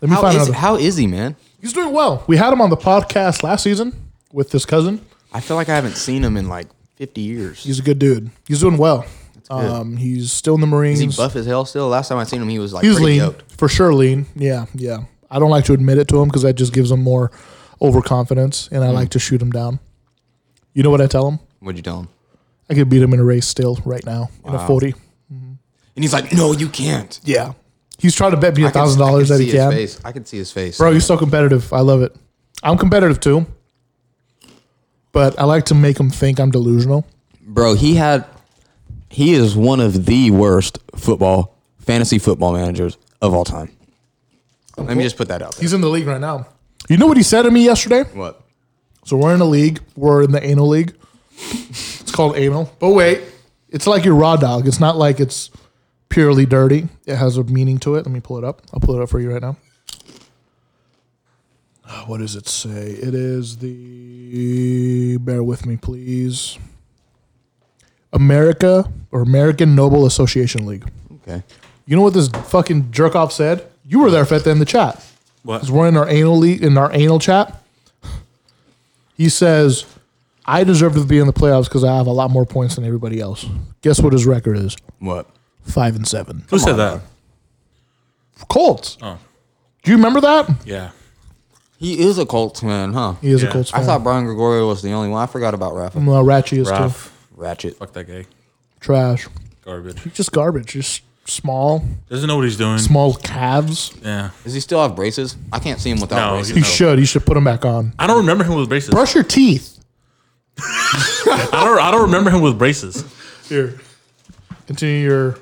[SPEAKER 1] Let me
[SPEAKER 3] How
[SPEAKER 1] find
[SPEAKER 3] is,
[SPEAKER 1] another.
[SPEAKER 3] how is he, man?
[SPEAKER 1] He's doing well. We had him on the podcast last season with his cousin.
[SPEAKER 3] I feel like I haven't seen him in like 50 years.
[SPEAKER 1] He's a good dude. He's doing well.
[SPEAKER 3] good.
[SPEAKER 1] Um, he's still in the Marines.
[SPEAKER 3] is he buff as hell still? Last time I seen him, he was like
[SPEAKER 1] he's
[SPEAKER 3] pretty
[SPEAKER 1] lean
[SPEAKER 3] yoked.
[SPEAKER 1] for sure. Lean. Yeah, yeah. I don't like to admit it to him because that just gives him more overconfidence,
[SPEAKER 3] Hmm.
[SPEAKER 1] and I like to shoot him down. You know what I tell him?
[SPEAKER 3] What'd you tell him?
[SPEAKER 1] I could beat him in a race still right now in a forty.
[SPEAKER 3] And he's like, no, you can't.
[SPEAKER 1] Yeah. He's trying to bet me a
[SPEAKER 3] I can-
[SPEAKER 1] thousand
[SPEAKER 3] I
[SPEAKER 1] dollars that
[SPEAKER 3] see
[SPEAKER 1] he
[SPEAKER 3] his
[SPEAKER 1] can.
[SPEAKER 3] Face. I can see his face.
[SPEAKER 1] Bro, you're so competitive. I love it. I'm competitive too, but I like to make him think I'm delusional.
[SPEAKER 3] Bro, he had, he is one of the worst football, fantasy football managers of all time. Let me just put that out there.
[SPEAKER 1] He's in the league right now. You know what he said to me yesterday?
[SPEAKER 3] what?
[SPEAKER 1] So we're in a league. We're in the anal league. It's called anal. But wait, it's like your raw dog. It's not like it's purely dirty. It has a meaning to it. Let me pull it up. I'll pull it up for you right now. Uh, What does it say? It is the. Bear with me, please. America or American Noble Association League.
[SPEAKER 3] Okay.
[SPEAKER 1] You know what this fucking jerk off said? You were there, Feta, in the chat.
[SPEAKER 2] What?
[SPEAKER 1] Because we're in our anal league, in our anal chat. He says, "I deserve to be in the playoffs because I have a lot more points than everybody else." Guess what his record is?
[SPEAKER 3] What?
[SPEAKER 1] Five and seven.
[SPEAKER 2] Who said that?
[SPEAKER 1] Colts.
[SPEAKER 2] Oh.
[SPEAKER 1] Do you remember that?
[SPEAKER 2] Yeah.
[SPEAKER 3] He is a Colts man, huh?
[SPEAKER 1] He is
[SPEAKER 2] Yeah.
[SPEAKER 1] a Colts
[SPEAKER 3] I
[SPEAKER 1] fan.
[SPEAKER 3] thought Brian Gregorio was the only one. I forgot about Rafa.
[SPEAKER 1] Mm, uh, Ratchy is too.
[SPEAKER 2] Raf.
[SPEAKER 6] Ratchet.
[SPEAKER 2] Fuck that guy.
[SPEAKER 1] Trash.
[SPEAKER 2] Garbage.
[SPEAKER 1] Just garbage. Just small,
[SPEAKER 2] Doesn't know what he's doing.
[SPEAKER 1] small calves.
[SPEAKER 2] Yeah.
[SPEAKER 3] Does he still have braces? I can't see him without
[SPEAKER 2] No,
[SPEAKER 3] braces.
[SPEAKER 1] He
[SPEAKER 2] No.
[SPEAKER 1] should. He should put them back on.
[SPEAKER 2] I don't remember him with braces.
[SPEAKER 1] Brush your teeth.
[SPEAKER 2] I don't. I don't remember him with braces.
[SPEAKER 1] Here. Continue your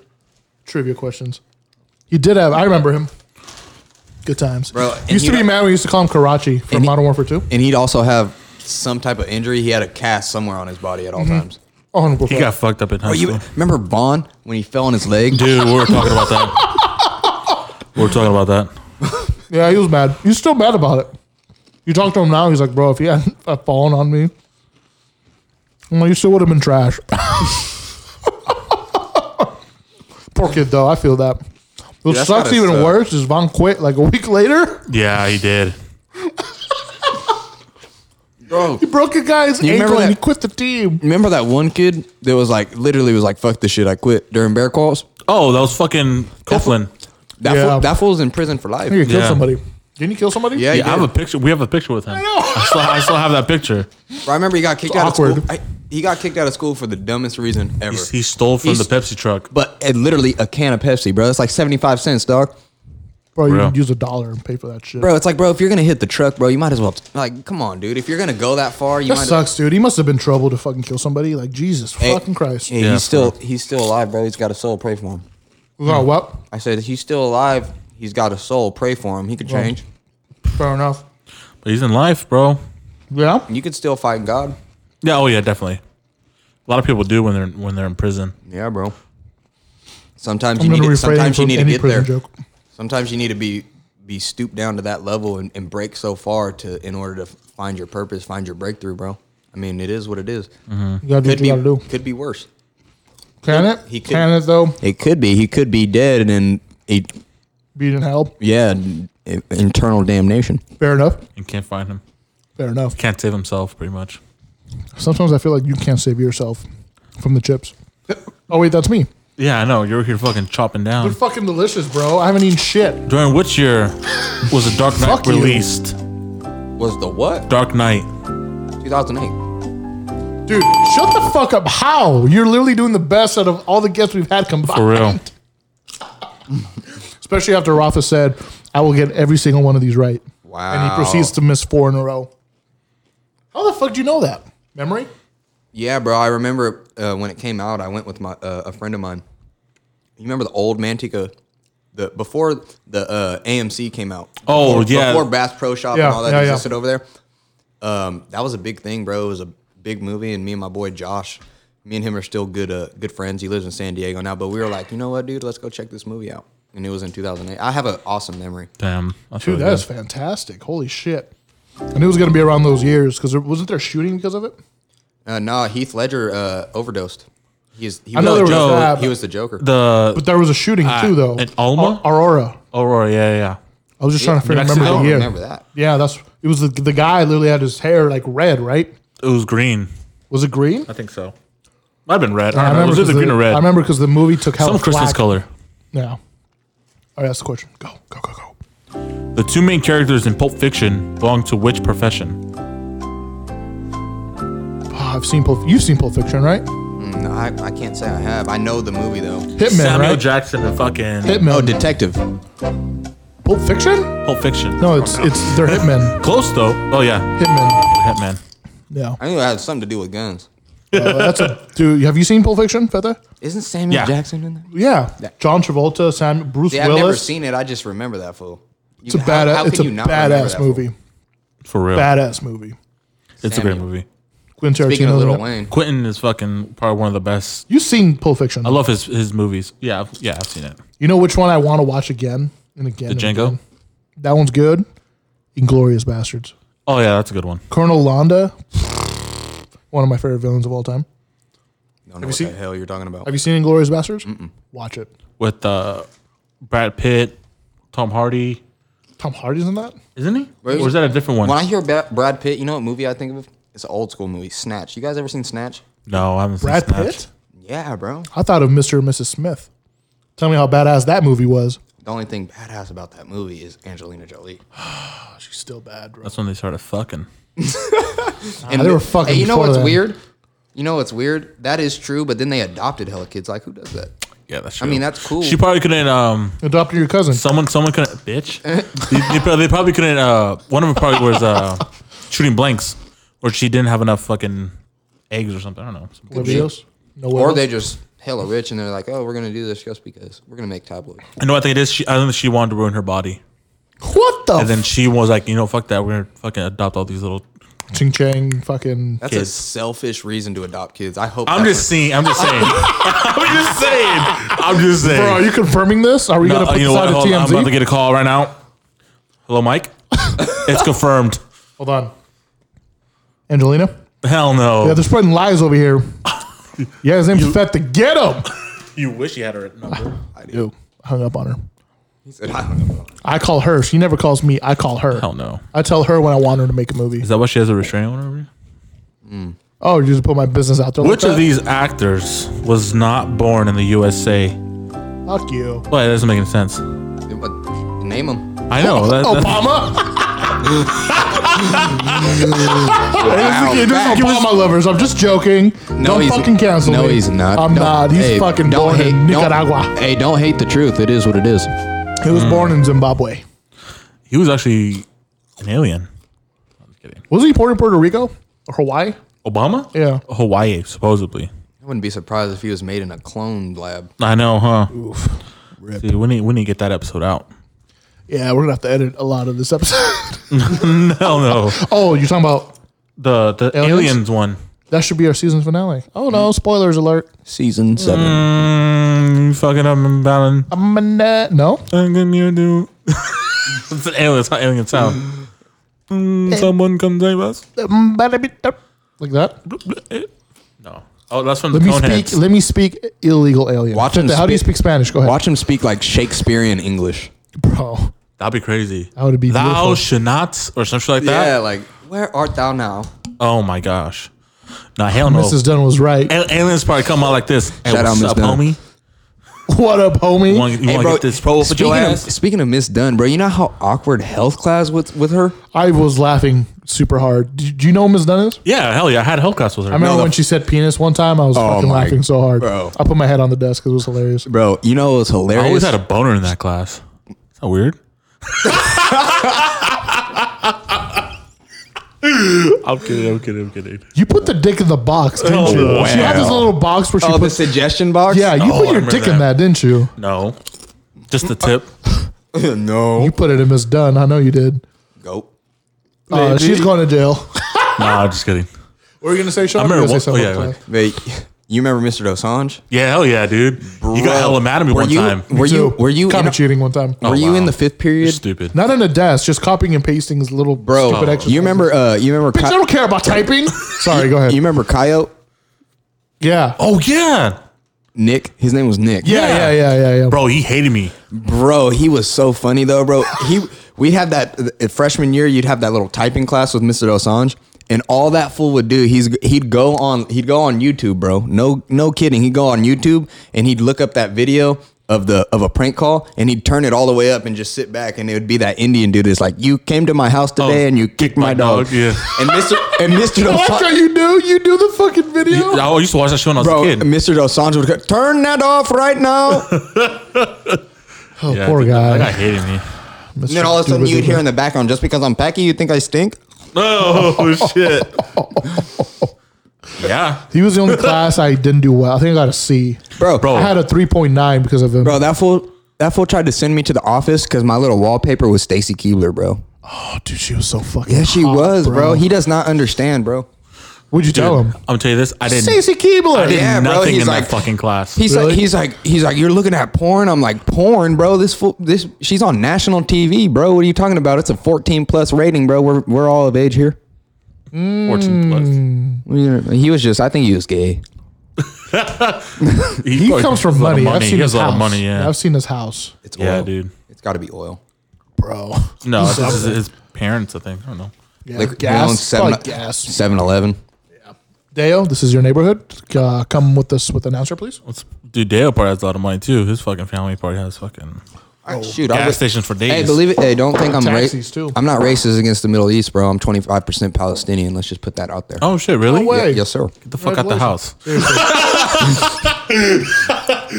[SPEAKER 1] trivia questions. He did have. I remember him. Good times.
[SPEAKER 3] Bro, and
[SPEAKER 1] used to
[SPEAKER 3] he-
[SPEAKER 1] be mad. We used to call him Karachi from
[SPEAKER 3] he-
[SPEAKER 1] Modern Warfare Two.
[SPEAKER 3] And he'd also have some type of injury. He had a cast somewhere on his body at all
[SPEAKER 2] Mm-hmm.
[SPEAKER 3] times.
[SPEAKER 1] Honorable.
[SPEAKER 2] He
[SPEAKER 1] thought.
[SPEAKER 2] got fucked up in high
[SPEAKER 3] But Oh, you
[SPEAKER 2] school.
[SPEAKER 3] remember Vaughn when he fell on his leg?
[SPEAKER 2] Dude, we were talking about that. We were talking about that.
[SPEAKER 1] Yeah, he was mad. He's still mad about it. You talk to him now, he's like, bro, <laughs> if he hadn't have fallen on me, I'm like, you still would have been trash. <laughs> Poor kid, though. I feel that. What
[SPEAKER 3] that's
[SPEAKER 1] sucks
[SPEAKER 3] gotta
[SPEAKER 1] even
[SPEAKER 3] suck.
[SPEAKER 1] worse is Von quit like a week <laughs> later.
[SPEAKER 2] Yeah, he did.
[SPEAKER 3] Bro,
[SPEAKER 1] He broke a guy's
[SPEAKER 3] You remember
[SPEAKER 1] ankle and he
[SPEAKER 3] that-
[SPEAKER 1] quit the team.
[SPEAKER 3] remember that one kid that was like, literally was like, fuck this shit, I quit during bear calls?
[SPEAKER 2] Oh, that was fucking Coughlin.
[SPEAKER 3] That,
[SPEAKER 1] Yeah.
[SPEAKER 3] fool, that fool's in prison for life.
[SPEAKER 1] He killed
[SPEAKER 2] Yeah.
[SPEAKER 1] somebody. Didn't he kill somebody?
[SPEAKER 3] Yeah, he
[SPEAKER 2] Yeah, I have a
[SPEAKER 3] did.
[SPEAKER 2] picture. We have a picture with him. I still, I still have that picture.
[SPEAKER 3] Bro, I remember he got kicked
[SPEAKER 1] It's
[SPEAKER 3] out of
[SPEAKER 1] awkward.
[SPEAKER 3] school. I, he got kicked out of school for the dumbest reason ever.
[SPEAKER 2] He, he stole from
[SPEAKER 3] He's-
[SPEAKER 2] the Pepsi truck.
[SPEAKER 3] but uh, literally a can of Pepsi, bro. That's like 75 cents, dog.
[SPEAKER 1] Bro, you
[SPEAKER 2] Real.
[SPEAKER 1] could use a dollar and pay for that shit.
[SPEAKER 3] Bro, it's like, bro, if you're going to hit the truck, bro, you might as well. Like, come on, dude. If you're going to go that far, you
[SPEAKER 1] that
[SPEAKER 3] might
[SPEAKER 1] sucks, dude. He must have been trouble to fucking kill somebody. Like, Jesus fucking Christ.
[SPEAKER 3] Hey,
[SPEAKER 2] Yeah,
[SPEAKER 3] he's still he's still alive, bro. He's got a soul. Pray for him.
[SPEAKER 1] Oh, well,
[SPEAKER 3] I said he's still alive. He's got a soul. Pray for him. He could change.
[SPEAKER 1] fair enough.
[SPEAKER 2] But he's in life, bro.
[SPEAKER 1] Yeah.
[SPEAKER 3] You could still fight God.
[SPEAKER 2] Yeah. Oh yeah, definitely. A lot of people do when they're when they're in prison.
[SPEAKER 3] Yeah, bro. Sometimes
[SPEAKER 1] I'm
[SPEAKER 3] you
[SPEAKER 1] going
[SPEAKER 3] need
[SPEAKER 1] to
[SPEAKER 3] to,
[SPEAKER 1] refrain
[SPEAKER 3] sometimes you
[SPEAKER 1] from
[SPEAKER 3] need to
[SPEAKER 1] any
[SPEAKER 3] get there.
[SPEAKER 1] prison joke.
[SPEAKER 3] Sometimes you need to be be stooped down to that level and, and break so far to in order to find your purpose, find your breakthrough, bro. I mean, it is what it is.
[SPEAKER 1] You got to do
[SPEAKER 3] Could
[SPEAKER 1] Mm-hmm. what you got to do.
[SPEAKER 3] be could be worse.
[SPEAKER 1] Can it?
[SPEAKER 3] He could-
[SPEAKER 1] Can it though?
[SPEAKER 3] It could be. He could be dead and in a
[SPEAKER 1] Beat in hell.
[SPEAKER 3] yeah n- i- internal damnation.
[SPEAKER 1] Fair enough.
[SPEAKER 2] And can't find him.
[SPEAKER 1] Fair enough.
[SPEAKER 2] Can't save himself, pretty much.
[SPEAKER 1] Sometimes I feel like you can't save yourself from the chips. Oh wait, that's me.
[SPEAKER 2] Yeah, I know. You're here fucking chopping
[SPEAKER 1] They're
[SPEAKER 2] down.
[SPEAKER 1] fucking delicious, bro. I haven't eaten shit.
[SPEAKER 2] During which year was the Dark Knight
[SPEAKER 1] Fuck you.
[SPEAKER 2] released?
[SPEAKER 3] Was the what?
[SPEAKER 2] Dark Knight.
[SPEAKER 3] 2008.
[SPEAKER 1] Dude, shut the fuck up. How? You're literally doing the best out of all the guests we've had combined.
[SPEAKER 2] For real.
[SPEAKER 1] Especially after Rafa said, I will get every single one of these right.
[SPEAKER 3] Wow.
[SPEAKER 1] And he proceeds to miss four in a row. How the fuck do you know that? Memory?
[SPEAKER 3] Yeah, bro. I remember uh, when it came out. I went with my uh, a friend of mine. You remember the old Mantica, the before the uh, AMC came out.
[SPEAKER 2] Oh,
[SPEAKER 3] Before-
[SPEAKER 2] yeah.
[SPEAKER 3] before Bass Pro Shop
[SPEAKER 1] Yeah,
[SPEAKER 3] and all that
[SPEAKER 1] yeah, yeah.
[SPEAKER 3] existed over there. Um, that was a big thing, bro. It was a big movie, and me and my boy Josh, me and him are still good uh, good friends. He lives in San Diego now, but we were like, you know what, dude, let's go check this movie out. And it was in 2008. I have an awesome memory.
[SPEAKER 2] Damn. That's
[SPEAKER 1] Dude,
[SPEAKER 2] really
[SPEAKER 1] that
[SPEAKER 2] good.
[SPEAKER 1] is fantastic. Holy shit. I knew it was going to be around those years because wasn't there shooting because of it?
[SPEAKER 3] Uh, nah, Heath Ledger uh, overdosed. He's he
[SPEAKER 1] I
[SPEAKER 3] was,
[SPEAKER 1] know
[SPEAKER 3] the
[SPEAKER 1] there was
[SPEAKER 3] Joker.
[SPEAKER 1] that,
[SPEAKER 3] he
[SPEAKER 1] but-
[SPEAKER 3] was the Joker.
[SPEAKER 2] The
[SPEAKER 1] But there was a shooting too, though.
[SPEAKER 2] Uh, in Alma?
[SPEAKER 1] Au- Aurora.
[SPEAKER 2] Aurora. Yeah, yeah, yeah.
[SPEAKER 1] I was just trying to figure,
[SPEAKER 2] Did I
[SPEAKER 1] remember
[SPEAKER 2] see
[SPEAKER 3] I
[SPEAKER 1] the
[SPEAKER 3] don't
[SPEAKER 1] year.
[SPEAKER 3] remember that.
[SPEAKER 1] Yeah, that's it. Was the, the guy literally had his hair like red, right?
[SPEAKER 2] It was green.
[SPEAKER 1] Was it green?
[SPEAKER 2] I think so. Might have been red. I
[SPEAKER 1] I
[SPEAKER 2] don't know. It was either
[SPEAKER 1] 'cause
[SPEAKER 2] green
[SPEAKER 1] the-
[SPEAKER 2] or red.
[SPEAKER 1] I remember because the movie took how
[SPEAKER 2] Some Christmas
[SPEAKER 1] flack-
[SPEAKER 2] color.
[SPEAKER 1] Yeah. All right, that's the question. Go, go, go, go.
[SPEAKER 2] The two main characters in Pulp Fiction belong to which profession?
[SPEAKER 1] Oh, I've seen Pulp. You've seen Pulp Fiction, right?
[SPEAKER 3] No, I, I can't say I have. I know the movie though.
[SPEAKER 1] Hitman,
[SPEAKER 2] Samuel
[SPEAKER 1] right?
[SPEAKER 2] Jackson and fucking
[SPEAKER 1] hitman.
[SPEAKER 3] Oh, detective.
[SPEAKER 1] Pulp Fiction?
[SPEAKER 2] Pulp Fiction.
[SPEAKER 1] No, it's it's they're hitmen.
[SPEAKER 2] Close though. Oh yeah,
[SPEAKER 1] Hitman.
[SPEAKER 2] Hitman.
[SPEAKER 3] <laughs>
[SPEAKER 1] Yeah.
[SPEAKER 3] I knew it had something to do with guns.
[SPEAKER 1] Uh, that's a dude. Have you seen Pulp Fiction, Feather?
[SPEAKER 3] Isn't Samuel
[SPEAKER 2] Yeah.
[SPEAKER 3] Jackson in there?
[SPEAKER 1] Yeah. John Travolta, Sam, Bruce
[SPEAKER 3] Yeah, I've never
[SPEAKER 1] Willis.
[SPEAKER 3] seen it. I just remember that fool. You-
[SPEAKER 1] it's a
[SPEAKER 3] how-
[SPEAKER 1] badass.
[SPEAKER 3] how
[SPEAKER 1] it's a
[SPEAKER 3] could you not remember
[SPEAKER 1] badass
[SPEAKER 3] that fool?
[SPEAKER 1] movie.
[SPEAKER 2] For real.
[SPEAKER 1] Badass movie.
[SPEAKER 2] It's a great
[SPEAKER 3] Samuel.
[SPEAKER 2] movie.
[SPEAKER 1] Quentin
[SPEAKER 3] Speaking of
[SPEAKER 1] Tarantino.
[SPEAKER 3] Little
[SPEAKER 1] Little
[SPEAKER 3] Wayne,
[SPEAKER 2] Quentin is fucking probably one of the best.
[SPEAKER 1] You've seen Pulp Fiction.
[SPEAKER 2] I love his his movies. Yeah, I've- yeah, I've seen it.
[SPEAKER 1] you know which one I want to watch again and again.
[SPEAKER 2] The
[SPEAKER 1] and
[SPEAKER 2] Django.
[SPEAKER 1] again? That one's good. Inglorious Bastards.
[SPEAKER 2] Oh yeah, that's a good one.
[SPEAKER 1] Colonel Londa, <sighs> one of my favorite villains of all time.
[SPEAKER 3] don't know what
[SPEAKER 1] seen-
[SPEAKER 3] the hell you're talking about.
[SPEAKER 1] Have you seen Inglorious Bastards? Watch it.
[SPEAKER 2] With uh, Brad Pitt, Tom Hardy,
[SPEAKER 1] Tom Hardy's in that.
[SPEAKER 2] isn't he?
[SPEAKER 3] Wait,
[SPEAKER 2] or is that a different one?
[SPEAKER 3] When I hear ba- Brad Pitt, you know what movie I think of? It's an old school movie, Snatch. You guys ever seen Snatch?
[SPEAKER 2] no, I haven't seen
[SPEAKER 1] Brad
[SPEAKER 2] Snatch.
[SPEAKER 1] Pitt.
[SPEAKER 3] Yeah, bro.
[SPEAKER 1] I thought of Mr. and Mrs. Smith. Tell me how badass that movie was.
[SPEAKER 3] The only thing badass about that movie is Angelina Jolie.
[SPEAKER 1] Ah, Oh, She's still bad, bro.
[SPEAKER 2] That's when they started fucking.
[SPEAKER 3] And
[SPEAKER 1] they were fucking
[SPEAKER 3] Hey, you know
[SPEAKER 1] before
[SPEAKER 3] what's
[SPEAKER 1] then.
[SPEAKER 3] weird? You know what's weird? That is true, but then they adopted hella kids. Like, who does that?
[SPEAKER 2] Yeah, that's
[SPEAKER 3] I
[SPEAKER 2] true.
[SPEAKER 3] mean, that's cool.
[SPEAKER 2] She probably couldn't. Um,
[SPEAKER 1] Adopted your cousin.
[SPEAKER 2] someone, someone couldn't.
[SPEAKER 3] <laughs>
[SPEAKER 2] Bitch, they, they prob- they probably couldn't. Uh, one of them probably was uh, shooting blanks, or she didn't have enough fucking eggs or something. I don't know. Some bullshit.
[SPEAKER 1] Videos? No way.
[SPEAKER 3] or they just hella rich and they're like, oh, we're gonna do this just because we're gonna make tabloids.
[SPEAKER 2] You know what I think it is? She, I think she wanted to ruin her body,
[SPEAKER 1] what the?
[SPEAKER 2] and then she was like, you know, fuck that. We're gonna fucking adopt all these little.
[SPEAKER 1] Ching Chang fucking.
[SPEAKER 3] That's a
[SPEAKER 2] Kids.
[SPEAKER 3] selfish reason to adopt kids. I hope.
[SPEAKER 2] I'm
[SPEAKER 3] that's
[SPEAKER 2] just seeing. I'm just saying. <laughs> I'm just saying. I'm just saying.
[SPEAKER 1] Bro, are you confirming this? Are we
[SPEAKER 2] No,
[SPEAKER 1] gonna
[SPEAKER 2] uh,
[SPEAKER 1] put
[SPEAKER 2] you know
[SPEAKER 1] this
[SPEAKER 2] what?
[SPEAKER 1] out
[SPEAKER 2] Hold
[SPEAKER 1] to
[SPEAKER 2] on, I'm about
[SPEAKER 1] TMZ?
[SPEAKER 2] to get a call right now. Hello,
[SPEAKER 1] <laughs>
[SPEAKER 2] Mike. it's confirmed.
[SPEAKER 1] Hold on, Angelina.
[SPEAKER 2] Hell no.
[SPEAKER 1] Yeah, they're spreading lies over <laughs> here. yeah, his name's Feta. Get him.
[SPEAKER 2] you wish you had her number.
[SPEAKER 1] I do. Hung up on her.
[SPEAKER 3] He said, I don't know.
[SPEAKER 1] I call her. She never calls me. I call her.
[SPEAKER 2] Hell no.
[SPEAKER 1] I tell her when I want her to make a movie.
[SPEAKER 2] Is that why she has a restraining order? over you?
[SPEAKER 1] Oh, you just put my business out there. like
[SPEAKER 2] Which of
[SPEAKER 1] that?
[SPEAKER 2] these actors was not born in the USA?
[SPEAKER 1] Fuck you.
[SPEAKER 2] Well, that doesn't make any sense.
[SPEAKER 3] What? Name them.
[SPEAKER 2] I know. That, that-
[SPEAKER 1] Oh, Obama.
[SPEAKER 3] Wow,
[SPEAKER 1] Hey,
[SPEAKER 3] facts.
[SPEAKER 1] just give us my lovers. I'm just joking.
[SPEAKER 3] No,
[SPEAKER 1] don't
[SPEAKER 3] he's-
[SPEAKER 1] fucking cancel
[SPEAKER 3] no,
[SPEAKER 1] me.
[SPEAKER 3] he's not.
[SPEAKER 1] I'm
[SPEAKER 3] Don't-
[SPEAKER 1] not. He's
[SPEAKER 3] hey,
[SPEAKER 1] fucking
[SPEAKER 3] don't
[SPEAKER 1] born in
[SPEAKER 3] hate- don't- Mm.
[SPEAKER 1] Nicaragua.
[SPEAKER 3] Hey, don't hate the truth. It is what it is.
[SPEAKER 1] He was born in Zimbabwe.
[SPEAKER 2] he was actually an alien. I'm just kidding.
[SPEAKER 1] Wasn't he born in Puerto Rico or Hawaii?
[SPEAKER 2] Obama?
[SPEAKER 1] Yeah.
[SPEAKER 2] Hawaii, supposedly.
[SPEAKER 3] I wouldn't be surprised if he was made in a cloned lab.
[SPEAKER 2] I know, huh? See, we need, we need to get that episode out. <laughs>
[SPEAKER 1] Yeah, we're gonna have to edit a lot of this episode. <laughs>
[SPEAKER 2] Hell no.
[SPEAKER 1] oh, you're talking about
[SPEAKER 2] The, the
[SPEAKER 1] Aliens?
[SPEAKER 2] aliens? one.
[SPEAKER 1] that should be our season finale. Oh no, spoilers alert.
[SPEAKER 7] Season seven.
[SPEAKER 2] Mm, you fucking up and balance.
[SPEAKER 1] I'm in that. No,
[SPEAKER 2] I'm gonna do. <laughs> it's an alien, it's not alien sound.
[SPEAKER 1] Eh.
[SPEAKER 2] Mm, someone come save us.
[SPEAKER 1] like that.
[SPEAKER 2] No. Oh, that's from
[SPEAKER 1] Let
[SPEAKER 2] the
[SPEAKER 1] me
[SPEAKER 2] Coneheads.
[SPEAKER 1] speak. Let me speak illegal alien.
[SPEAKER 3] Watch him
[SPEAKER 1] How do you
[SPEAKER 3] speak-
[SPEAKER 1] speak Spanish? Go ahead,
[SPEAKER 3] Watch him speak like Shakespearean English.
[SPEAKER 1] bro.
[SPEAKER 2] That'd be crazy.
[SPEAKER 1] That would be
[SPEAKER 2] Thou
[SPEAKER 1] beautiful.
[SPEAKER 2] should not, or some shit like that.
[SPEAKER 3] Yeah, like where art thou now?
[SPEAKER 2] Oh my gosh. Nah, hell no.
[SPEAKER 3] Oh.
[SPEAKER 1] Mrs. Dunn was right. <laughs>
[SPEAKER 2] Al- aliens probably come out like this. Hey,
[SPEAKER 3] Shout out
[SPEAKER 2] what's
[SPEAKER 3] Miss
[SPEAKER 2] up,
[SPEAKER 3] Dunn.
[SPEAKER 2] homie?
[SPEAKER 1] What up, homie?
[SPEAKER 2] You want to get this pro for your
[SPEAKER 3] speaking, of,
[SPEAKER 2] ass?
[SPEAKER 3] speaking of Miss Dunn, bro, you know how awkward health class was with her?
[SPEAKER 1] I was laughing super hard. Do, do you know who Ms. Dunn is?
[SPEAKER 2] Yeah, hell yeah. I had Hellcats with her.
[SPEAKER 1] I remember
[SPEAKER 3] the-
[SPEAKER 1] when she said penis one time. I was fucking
[SPEAKER 3] my-
[SPEAKER 1] laughing so hard.
[SPEAKER 3] bro.
[SPEAKER 1] I put my head on the desk because it was hilarious.
[SPEAKER 3] Bro, you know it was hilarious.
[SPEAKER 2] I always had a boner in that class. Is that weird? I'm kidding. I'm kidding. I'm kidding.
[SPEAKER 1] You put the dick in the box, didn't you?
[SPEAKER 2] wow.
[SPEAKER 1] She had this little box where she
[SPEAKER 3] oh, the
[SPEAKER 1] put.
[SPEAKER 3] suggestion box? <laughs>
[SPEAKER 1] Yeah, you
[SPEAKER 2] Oh, I
[SPEAKER 1] put your
[SPEAKER 2] remember
[SPEAKER 1] dick in that,
[SPEAKER 2] that.
[SPEAKER 1] didn't you?
[SPEAKER 2] No, just the tip.
[SPEAKER 3] no.
[SPEAKER 1] You put it in Ms. Dunn. I know you did.
[SPEAKER 3] Go.
[SPEAKER 1] Uh, she's going to jail.
[SPEAKER 2] nah, just kidding.
[SPEAKER 1] What were you gonna say, Sean?
[SPEAKER 2] I remember
[SPEAKER 1] You gonna
[SPEAKER 2] one-
[SPEAKER 1] say
[SPEAKER 2] oh,
[SPEAKER 1] something?
[SPEAKER 2] yeah,
[SPEAKER 1] Sorry.
[SPEAKER 3] Wait, you remember Mr. Dosange?
[SPEAKER 2] Yeah, hell yeah, dude. You got hella mad at me
[SPEAKER 3] Were
[SPEAKER 2] one
[SPEAKER 3] you-
[SPEAKER 2] time.
[SPEAKER 3] Were you?
[SPEAKER 1] Too.
[SPEAKER 3] Were you?
[SPEAKER 1] copy
[SPEAKER 3] In,
[SPEAKER 1] cheating one time?
[SPEAKER 3] were you
[SPEAKER 2] Oh, wow.
[SPEAKER 3] in the fifth period,
[SPEAKER 2] You're stupid.
[SPEAKER 1] Not on a desk, just copying and pasting his little
[SPEAKER 3] bro?
[SPEAKER 1] stupid exercises.
[SPEAKER 3] you remember? Uh, you remember?
[SPEAKER 1] Bitch, I
[SPEAKER 3] Coy-
[SPEAKER 1] don't care
[SPEAKER 3] <laughs>
[SPEAKER 1] about typing. Sorry, go ahead.
[SPEAKER 3] you remember Coyote?
[SPEAKER 1] yeah.
[SPEAKER 2] Oh yeah,
[SPEAKER 3] Nick. His name was Nick.
[SPEAKER 1] yeah, yeah, yeah, yeah, yeah.
[SPEAKER 2] bro. He hated me.
[SPEAKER 3] bro. He was so funny though, bro. He. We had that uh, freshman year. You'd have that little typing class with Mr. Dosange. And all that fool would do, he's he'd go on he'd go on YouTube, bro. No no kidding. He'd go on YouTube and he'd look up that video of the of a prank call and he'd turn it all the way up and just sit back and it would be that Indian dude that's like, You came to my house today
[SPEAKER 2] Oh,
[SPEAKER 3] and you kicked my, dog.
[SPEAKER 2] yeah.
[SPEAKER 3] And Mr.
[SPEAKER 1] <laughs>
[SPEAKER 3] and Mr.
[SPEAKER 1] Watch
[SPEAKER 3] Dosanjh-
[SPEAKER 1] how you do. You do the fucking video.
[SPEAKER 2] I used to watch that show when I was
[SPEAKER 3] Bro,
[SPEAKER 2] a kid.
[SPEAKER 3] Mr. Dosanjh would go, turn that off right now.
[SPEAKER 1] oh,
[SPEAKER 2] Yeah,
[SPEAKER 1] poor
[SPEAKER 2] dude,
[SPEAKER 1] guy.
[SPEAKER 2] That guy hated me.
[SPEAKER 3] and then all of a sudden you'd hear in the background, just because I'm Packy, you think I stink?
[SPEAKER 2] Oh shit. yeah,
[SPEAKER 1] He was the only class I didn't do well. I think I got a C.
[SPEAKER 3] Bro,
[SPEAKER 2] Bro.
[SPEAKER 1] I had a 3.9 because of him.
[SPEAKER 3] Oh. bro, that fool that fool tried to send me to the office because my little wallpaper was Stacy Keebler, bro.
[SPEAKER 1] Oh, dude, she was so fucking.
[SPEAKER 3] Yeah, she
[SPEAKER 1] hot,
[SPEAKER 3] was, bro. He does not understand, bro.
[SPEAKER 1] What'd you
[SPEAKER 2] dude.
[SPEAKER 1] tell him?
[SPEAKER 2] I'm gonna tell you this. I didn't.
[SPEAKER 1] Stacy
[SPEAKER 2] I
[SPEAKER 1] Keebler.
[SPEAKER 2] did
[SPEAKER 3] Yeah, bro,
[SPEAKER 2] nothing
[SPEAKER 3] he's
[SPEAKER 2] in
[SPEAKER 3] like-
[SPEAKER 2] that fucking class.
[SPEAKER 3] He's
[SPEAKER 1] Really?
[SPEAKER 3] like, he's like, he's like, you're looking at porn. I'm like, porn, bro. This fool, this, she's on national TV, bro. What are you talking about? It's a 14 plus rating, bro. We're we're all of age here.
[SPEAKER 2] 14 plus.
[SPEAKER 3] We- He was just, I think he was gay.
[SPEAKER 1] He
[SPEAKER 2] probably
[SPEAKER 1] comes
[SPEAKER 2] has
[SPEAKER 1] from
[SPEAKER 2] a lot of
[SPEAKER 1] money. I've seen
[SPEAKER 2] He
[SPEAKER 1] his
[SPEAKER 2] has a lot
[SPEAKER 1] house.
[SPEAKER 2] of money. Yeah,
[SPEAKER 1] I've seen his house,
[SPEAKER 3] It's
[SPEAKER 2] yeah,
[SPEAKER 3] oil.
[SPEAKER 2] dude.
[SPEAKER 3] It's got to be oil.
[SPEAKER 1] bro.
[SPEAKER 2] No, this is his parents. I think. I don't know.
[SPEAKER 1] Yeah,
[SPEAKER 3] Like
[SPEAKER 1] gas,
[SPEAKER 3] seven,
[SPEAKER 1] probably gas.
[SPEAKER 3] 7-Eleven.
[SPEAKER 1] Dale, this is your neighborhood. Uh, come with us with the announcer, please.
[SPEAKER 2] What's, dude, Dale probably has a lot of money too. His fucking family probably has fucking
[SPEAKER 3] Shoot, I
[SPEAKER 2] Gas
[SPEAKER 3] was-
[SPEAKER 2] stations for days.
[SPEAKER 3] Hey, believe it. Hey, don't think I'm
[SPEAKER 1] Taxis, too.
[SPEAKER 3] racist. I'm not racist against the Middle East, bro. I'm 25% Palestinian. Let's just put that out there.
[SPEAKER 2] Oh shit! Really?
[SPEAKER 1] No way.
[SPEAKER 2] Get
[SPEAKER 1] Hey.
[SPEAKER 3] Yes, sir.
[SPEAKER 2] the fuck out the house.
[SPEAKER 1] Bitch,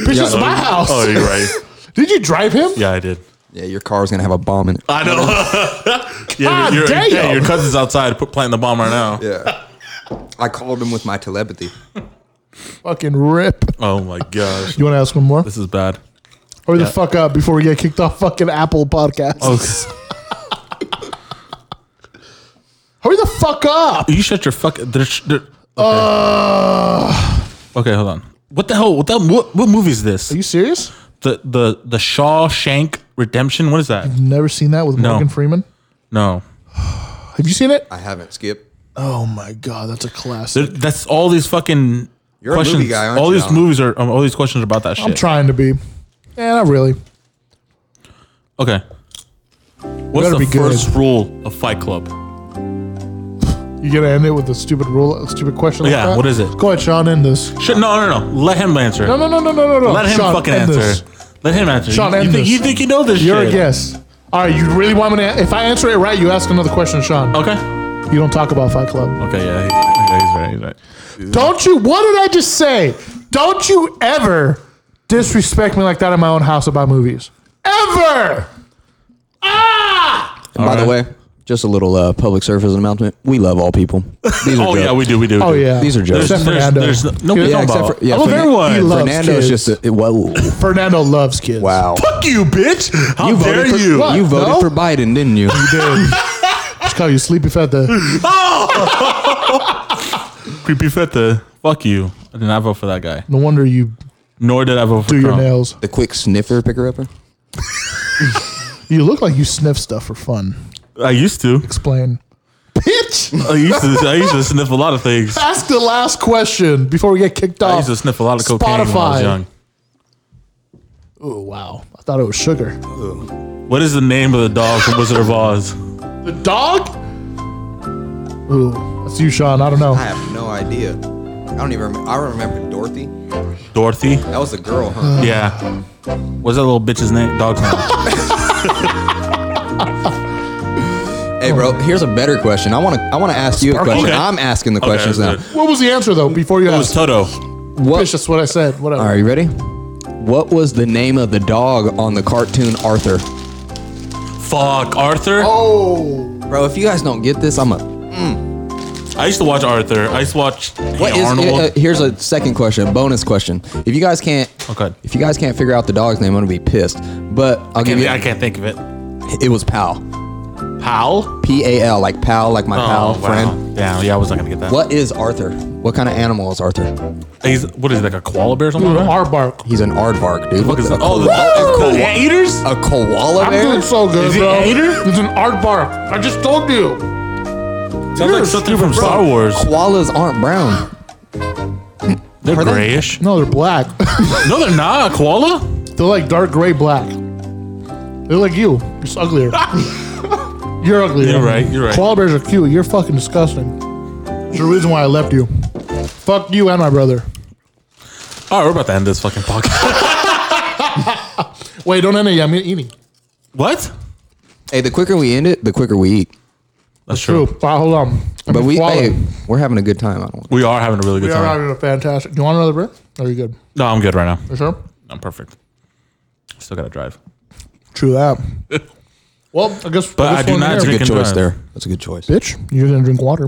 [SPEAKER 1] this is my house.
[SPEAKER 2] Oh, you're right.
[SPEAKER 1] Did you drive him?
[SPEAKER 2] Yeah, I did.
[SPEAKER 3] Yeah, your car's gonna have a bomb in it.
[SPEAKER 2] I know. <laughs> yeah,
[SPEAKER 1] God
[SPEAKER 2] your,
[SPEAKER 1] damn.
[SPEAKER 2] yeah, your cousin's outside put, planting the bomb right now.
[SPEAKER 3] Yeah. I called him with my telepathy.
[SPEAKER 1] Fucking rip.
[SPEAKER 2] Oh my gosh,
[SPEAKER 1] You want to ask one more?
[SPEAKER 2] this is bad.
[SPEAKER 1] Hurry the fuck up before we get kicked off fucking Apple Podcast.
[SPEAKER 2] Oh,
[SPEAKER 1] Hurry the fuck up.
[SPEAKER 2] you shut your fuck. There's, there,
[SPEAKER 1] Uh,
[SPEAKER 2] okay, hold on. What the hell? What the, what, what movie is this?
[SPEAKER 1] are you serious?
[SPEAKER 2] The the the Shawshank Redemption. What is that?
[SPEAKER 1] Never seen that with
[SPEAKER 2] No.
[SPEAKER 1] Morgan Freeman.
[SPEAKER 2] No,
[SPEAKER 1] Have you seen it?
[SPEAKER 3] I haven't skipped.
[SPEAKER 1] Oh my god, that's a classic.
[SPEAKER 2] There- that's all these fucking
[SPEAKER 3] You're a
[SPEAKER 2] questions.
[SPEAKER 3] movie guy, aren't
[SPEAKER 2] all
[SPEAKER 3] you,
[SPEAKER 2] these
[SPEAKER 3] Alan?
[SPEAKER 2] movies are um, all these questions are about that shit.
[SPEAKER 1] I'm trying to be. Yeah, not really.
[SPEAKER 2] okay. What's
[SPEAKER 1] better
[SPEAKER 2] the
[SPEAKER 1] be good.
[SPEAKER 2] first rule of Fight Club?
[SPEAKER 1] You gonna end it with a stupid rule, a stupid question? Like
[SPEAKER 2] Yeah,
[SPEAKER 1] that?
[SPEAKER 2] what is it?
[SPEAKER 1] Go ahead, Sean. End this.
[SPEAKER 2] Shit, no, no, no. Let him answer. it.
[SPEAKER 1] No, no, no, no, no, no, no.
[SPEAKER 2] Let him
[SPEAKER 1] Sean,
[SPEAKER 2] fucking
[SPEAKER 1] end
[SPEAKER 2] answer.
[SPEAKER 1] This.
[SPEAKER 2] Let him answer.
[SPEAKER 1] Sean,
[SPEAKER 2] you,
[SPEAKER 1] end
[SPEAKER 2] you think,
[SPEAKER 1] this.
[SPEAKER 2] you think you know this
[SPEAKER 1] You're
[SPEAKER 2] shit?
[SPEAKER 1] a guess. All right, you really want me to? If I answer it right, you ask another question, Sean.
[SPEAKER 2] Okay.
[SPEAKER 1] You don't talk about Fight Club.
[SPEAKER 2] Okay. Yeah. He, yeah, he's right. He's right.
[SPEAKER 1] Don't you? What did I just say? Don't you ever disrespect me like that in my own house about movies? Ever? Ah!
[SPEAKER 3] And by the way, just a little uh, public service announcement. We love all people. These are
[SPEAKER 2] Oh yeah,
[SPEAKER 3] jokes.
[SPEAKER 2] we do. We do. we
[SPEAKER 1] Oh
[SPEAKER 2] do.
[SPEAKER 1] yeah.
[SPEAKER 3] These are jokes.
[SPEAKER 2] There's,
[SPEAKER 1] Except
[SPEAKER 2] there's,
[SPEAKER 1] Fernando.
[SPEAKER 2] there's no, no
[SPEAKER 1] Yeah,
[SPEAKER 2] yeah,
[SPEAKER 3] except
[SPEAKER 2] about.
[SPEAKER 3] for- yeah,
[SPEAKER 2] I love
[SPEAKER 3] Fernan-
[SPEAKER 2] everyone.
[SPEAKER 1] he loves
[SPEAKER 3] Fernando's
[SPEAKER 1] kids.
[SPEAKER 3] just a, whoa.
[SPEAKER 1] Fernando loves kids.
[SPEAKER 3] Wow.
[SPEAKER 2] <laughs> Fuck you, bitch! How dare
[SPEAKER 3] voted for,
[SPEAKER 2] you?
[SPEAKER 1] What?
[SPEAKER 3] You voted
[SPEAKER 1] No?
[SPEAKER 3] for Biden, didn't you? <laughs>
[SPEAKER 1] Dude. Just call you sleepy fat the
[SPEAKER 2] Creepy Feta. Fuck you. I did not vote for that guy.
[SPEAKER 1] no wonder you
[SPEAKER 2] Nor did I vote for
[SPEAKER 1] do your
[SPEAKER 2] Trump.
[SPEAKER 1] nails.
[SPEAKER 3] the quick sniffer picker upper.
[SPEAKER 1] You look like you sniff stuff for fun.
[SPEAKER 2] I used to.
[SPEAKER 1] Explain. Bitch!
[SPEAKER 2] I used to. I used to sniff a lot of things.
[SPEAKER 1] Ask the last question before we get kicked off.
[SPEAKER 2] I used to sniff a lot of cocaine when I was
[SPEAKER 1] Spotify.
[SPEAKER 2] young.
[SPEAKER 1] Oh wow. I thought it was sugar.
[SPEAKER 2] What is the name of the dog from Wizard of Oz?
[SPEAKER 1] The dog? Ooh, that's you, Sean. I don't know.
[SPEAKER 3] I have no idea. I don't even. Remember. I remember Dorothy.
[SPEAKER 2] Dorothy.
[SPEAKER 3] That was the girl, huh?
[SPEAKER 2] Yeah. What's that little bitch's name? Dog's name.
[SPEAKER 3] hey, bro. Here's a better question. I want to. I want to ask you a question.
[SPEAKER 2] Oh. Okay.
[SPEAKER 3] I'm asking the
[SPEAKER 2] Okay,
[SPEAKER 3] <laughs> questions
[SPEAKER 2] that's
[SPEAKER 3] now.
[SPEAKER 2] it.
[SPEAKER 1] What was the answer though? Before you
[SPEAKER 2] It was
[SPEAKER 1] asked,
[SPEAKER 2] Toto.
[SPEAKER 3] What?
[SPEAKER 1] Bitch, that's what I said. Whatever.
[SPEAKER 3] All right, you ready? What was the name of the dog on the cartoon Arthur?
[SPEAKER 2] Fuck Arthur.
[SPEAKER 1] Oh,
[SPEAKER 3] Bro, if you guys don't get this, I'm a.
[SPEAKER 2] I used to watch Arthur. I used to watch Hey
[SPEAKER 3] What is?
[SPEAKER 2] Arnold.
[SPEAKER 3] uh, here's a second question, a bonus question. If you guys can't,
[SPEAKER 2] Okay.
[SPEAKER 3] if you guys can't figure out the dog's name, I'm gonna be pissed. But I'll give
[SPEAKER 2] Can't
[SPEAKER 3] you.
[SPEAKER 2] be- I can't think of it.
[SPEAKER 3] It was Pal.
[SPEAKER 2] Pal. Oh,
[SPEAKER 3] P A L, like pal, like my pal,
[SPEAKER 2] wow.
[SPEAKER 3] friend.
[SPEAKER 2] Yeah, yeah, I was not gonna get that.
[SPEAKER 3] What is Arthur? What kind of animal is Arthur?
[SPEAKER 2] He's what is it like a koala bear or something?
[SPEAKER 1] Ooh,
[SPEAKER 2] like that?
[SPEAKER 1] aardvark.
[SPEAKER 3] He's an aardvark, dude.
[SPEAKER 2] Fuck
[SPEAKER 3] What
[SPEAKER 2] is
[SPEAKER 3] the-
[SPEAKER 2] that? Oh,
[SPEAKER 3] a
[SPEAKER 2] the, the,
[SPEAKER 3] koala,
[SPEAKER 2] the anteaters.
[SPEAKER 3] a koala
[SPEAKER 1] I'm
[SPEAKER 3] bear?
[SPEAKER 1] doing so good,
[SPEAKER 2] Is he
[SPEAKER 1] bro.
[SPEAKER 2] an eater?
[SPEAKER 1] It's an aardvark. I just told you.
[SPEAKER 2] Sounds like something from Star Wars.
[SPEAKER 3] Koalas aren't brown.
[SPEAKER 2] They're
[SPEAKER 3] Are they? <laughs>
[SPEAKER 2] grayish.
[SPEAKER 1] No, they're black. <laughs>
[SPEAKER 2] No, they're not. A koala.
[SPEAKER 1] they're like dark gray black. They're like you. Just
[SPEAKER 2] <laughs>
[SPEAKER 1] uglier. you're uglier.
[SPEAKER 2] You're right, you're right.
[SPEAKER 1] Koala bears are cute. You're fucking disgusting. It's the reason why I left you. Fuck you and my brother.
[SPEAKER 2] All right, Oh, we're about to end this fucking podcast.
[SPEAKER 1] <laughs> Wait, don't end it yet. I'm eating.
[SPEAKER 2] what?
[SPEAKER 3] Hey, the quicker we end it, the quicker we eat.
[SPEAKER 2] That's
[SPEAKER 1] True.
[SPEAKER 2] true.
[SPEAKER 1] Wow, hold on. I'm
[SPEAKER 3] But we,
[SPEAKER 1] swallowing.
[SPEAKER 3] hey, we're having a good time. I don't.
[SPEAKER 2] We are having a really good
[SPEAKER 1] we are
[SPEAKER 2] time.
[SPEAKER 1] having a fantastic. Do you want another break? Are you good?
[SPEAKER 2] No, I'm good right now.
[SPEAKER 1] You sure?
[SPEAKER 2] I'm perfect. Still gotta drive.
[SPEAKER 1] True
[SPEAKER 2] <laughs>
[SPEAKER 1] that. well, I guess.
[SPEAKER 2] But I
[SPEAKER 1] this
[SPEAKER 2] do
[SPEAKER 1] one
[SPEAKER 2] not
[SPEAKER 1] here-
[SPEAKER 2] drink-
[SPEAKER 3] Good
[SPEAKER 2] Freaking
[SPEAKER 3] choice
[SPEAKER 2] drive.
[SPEAKER 3] there. That's a good choice.
[SPEAKER 1] Bitch, you're gonna drink water.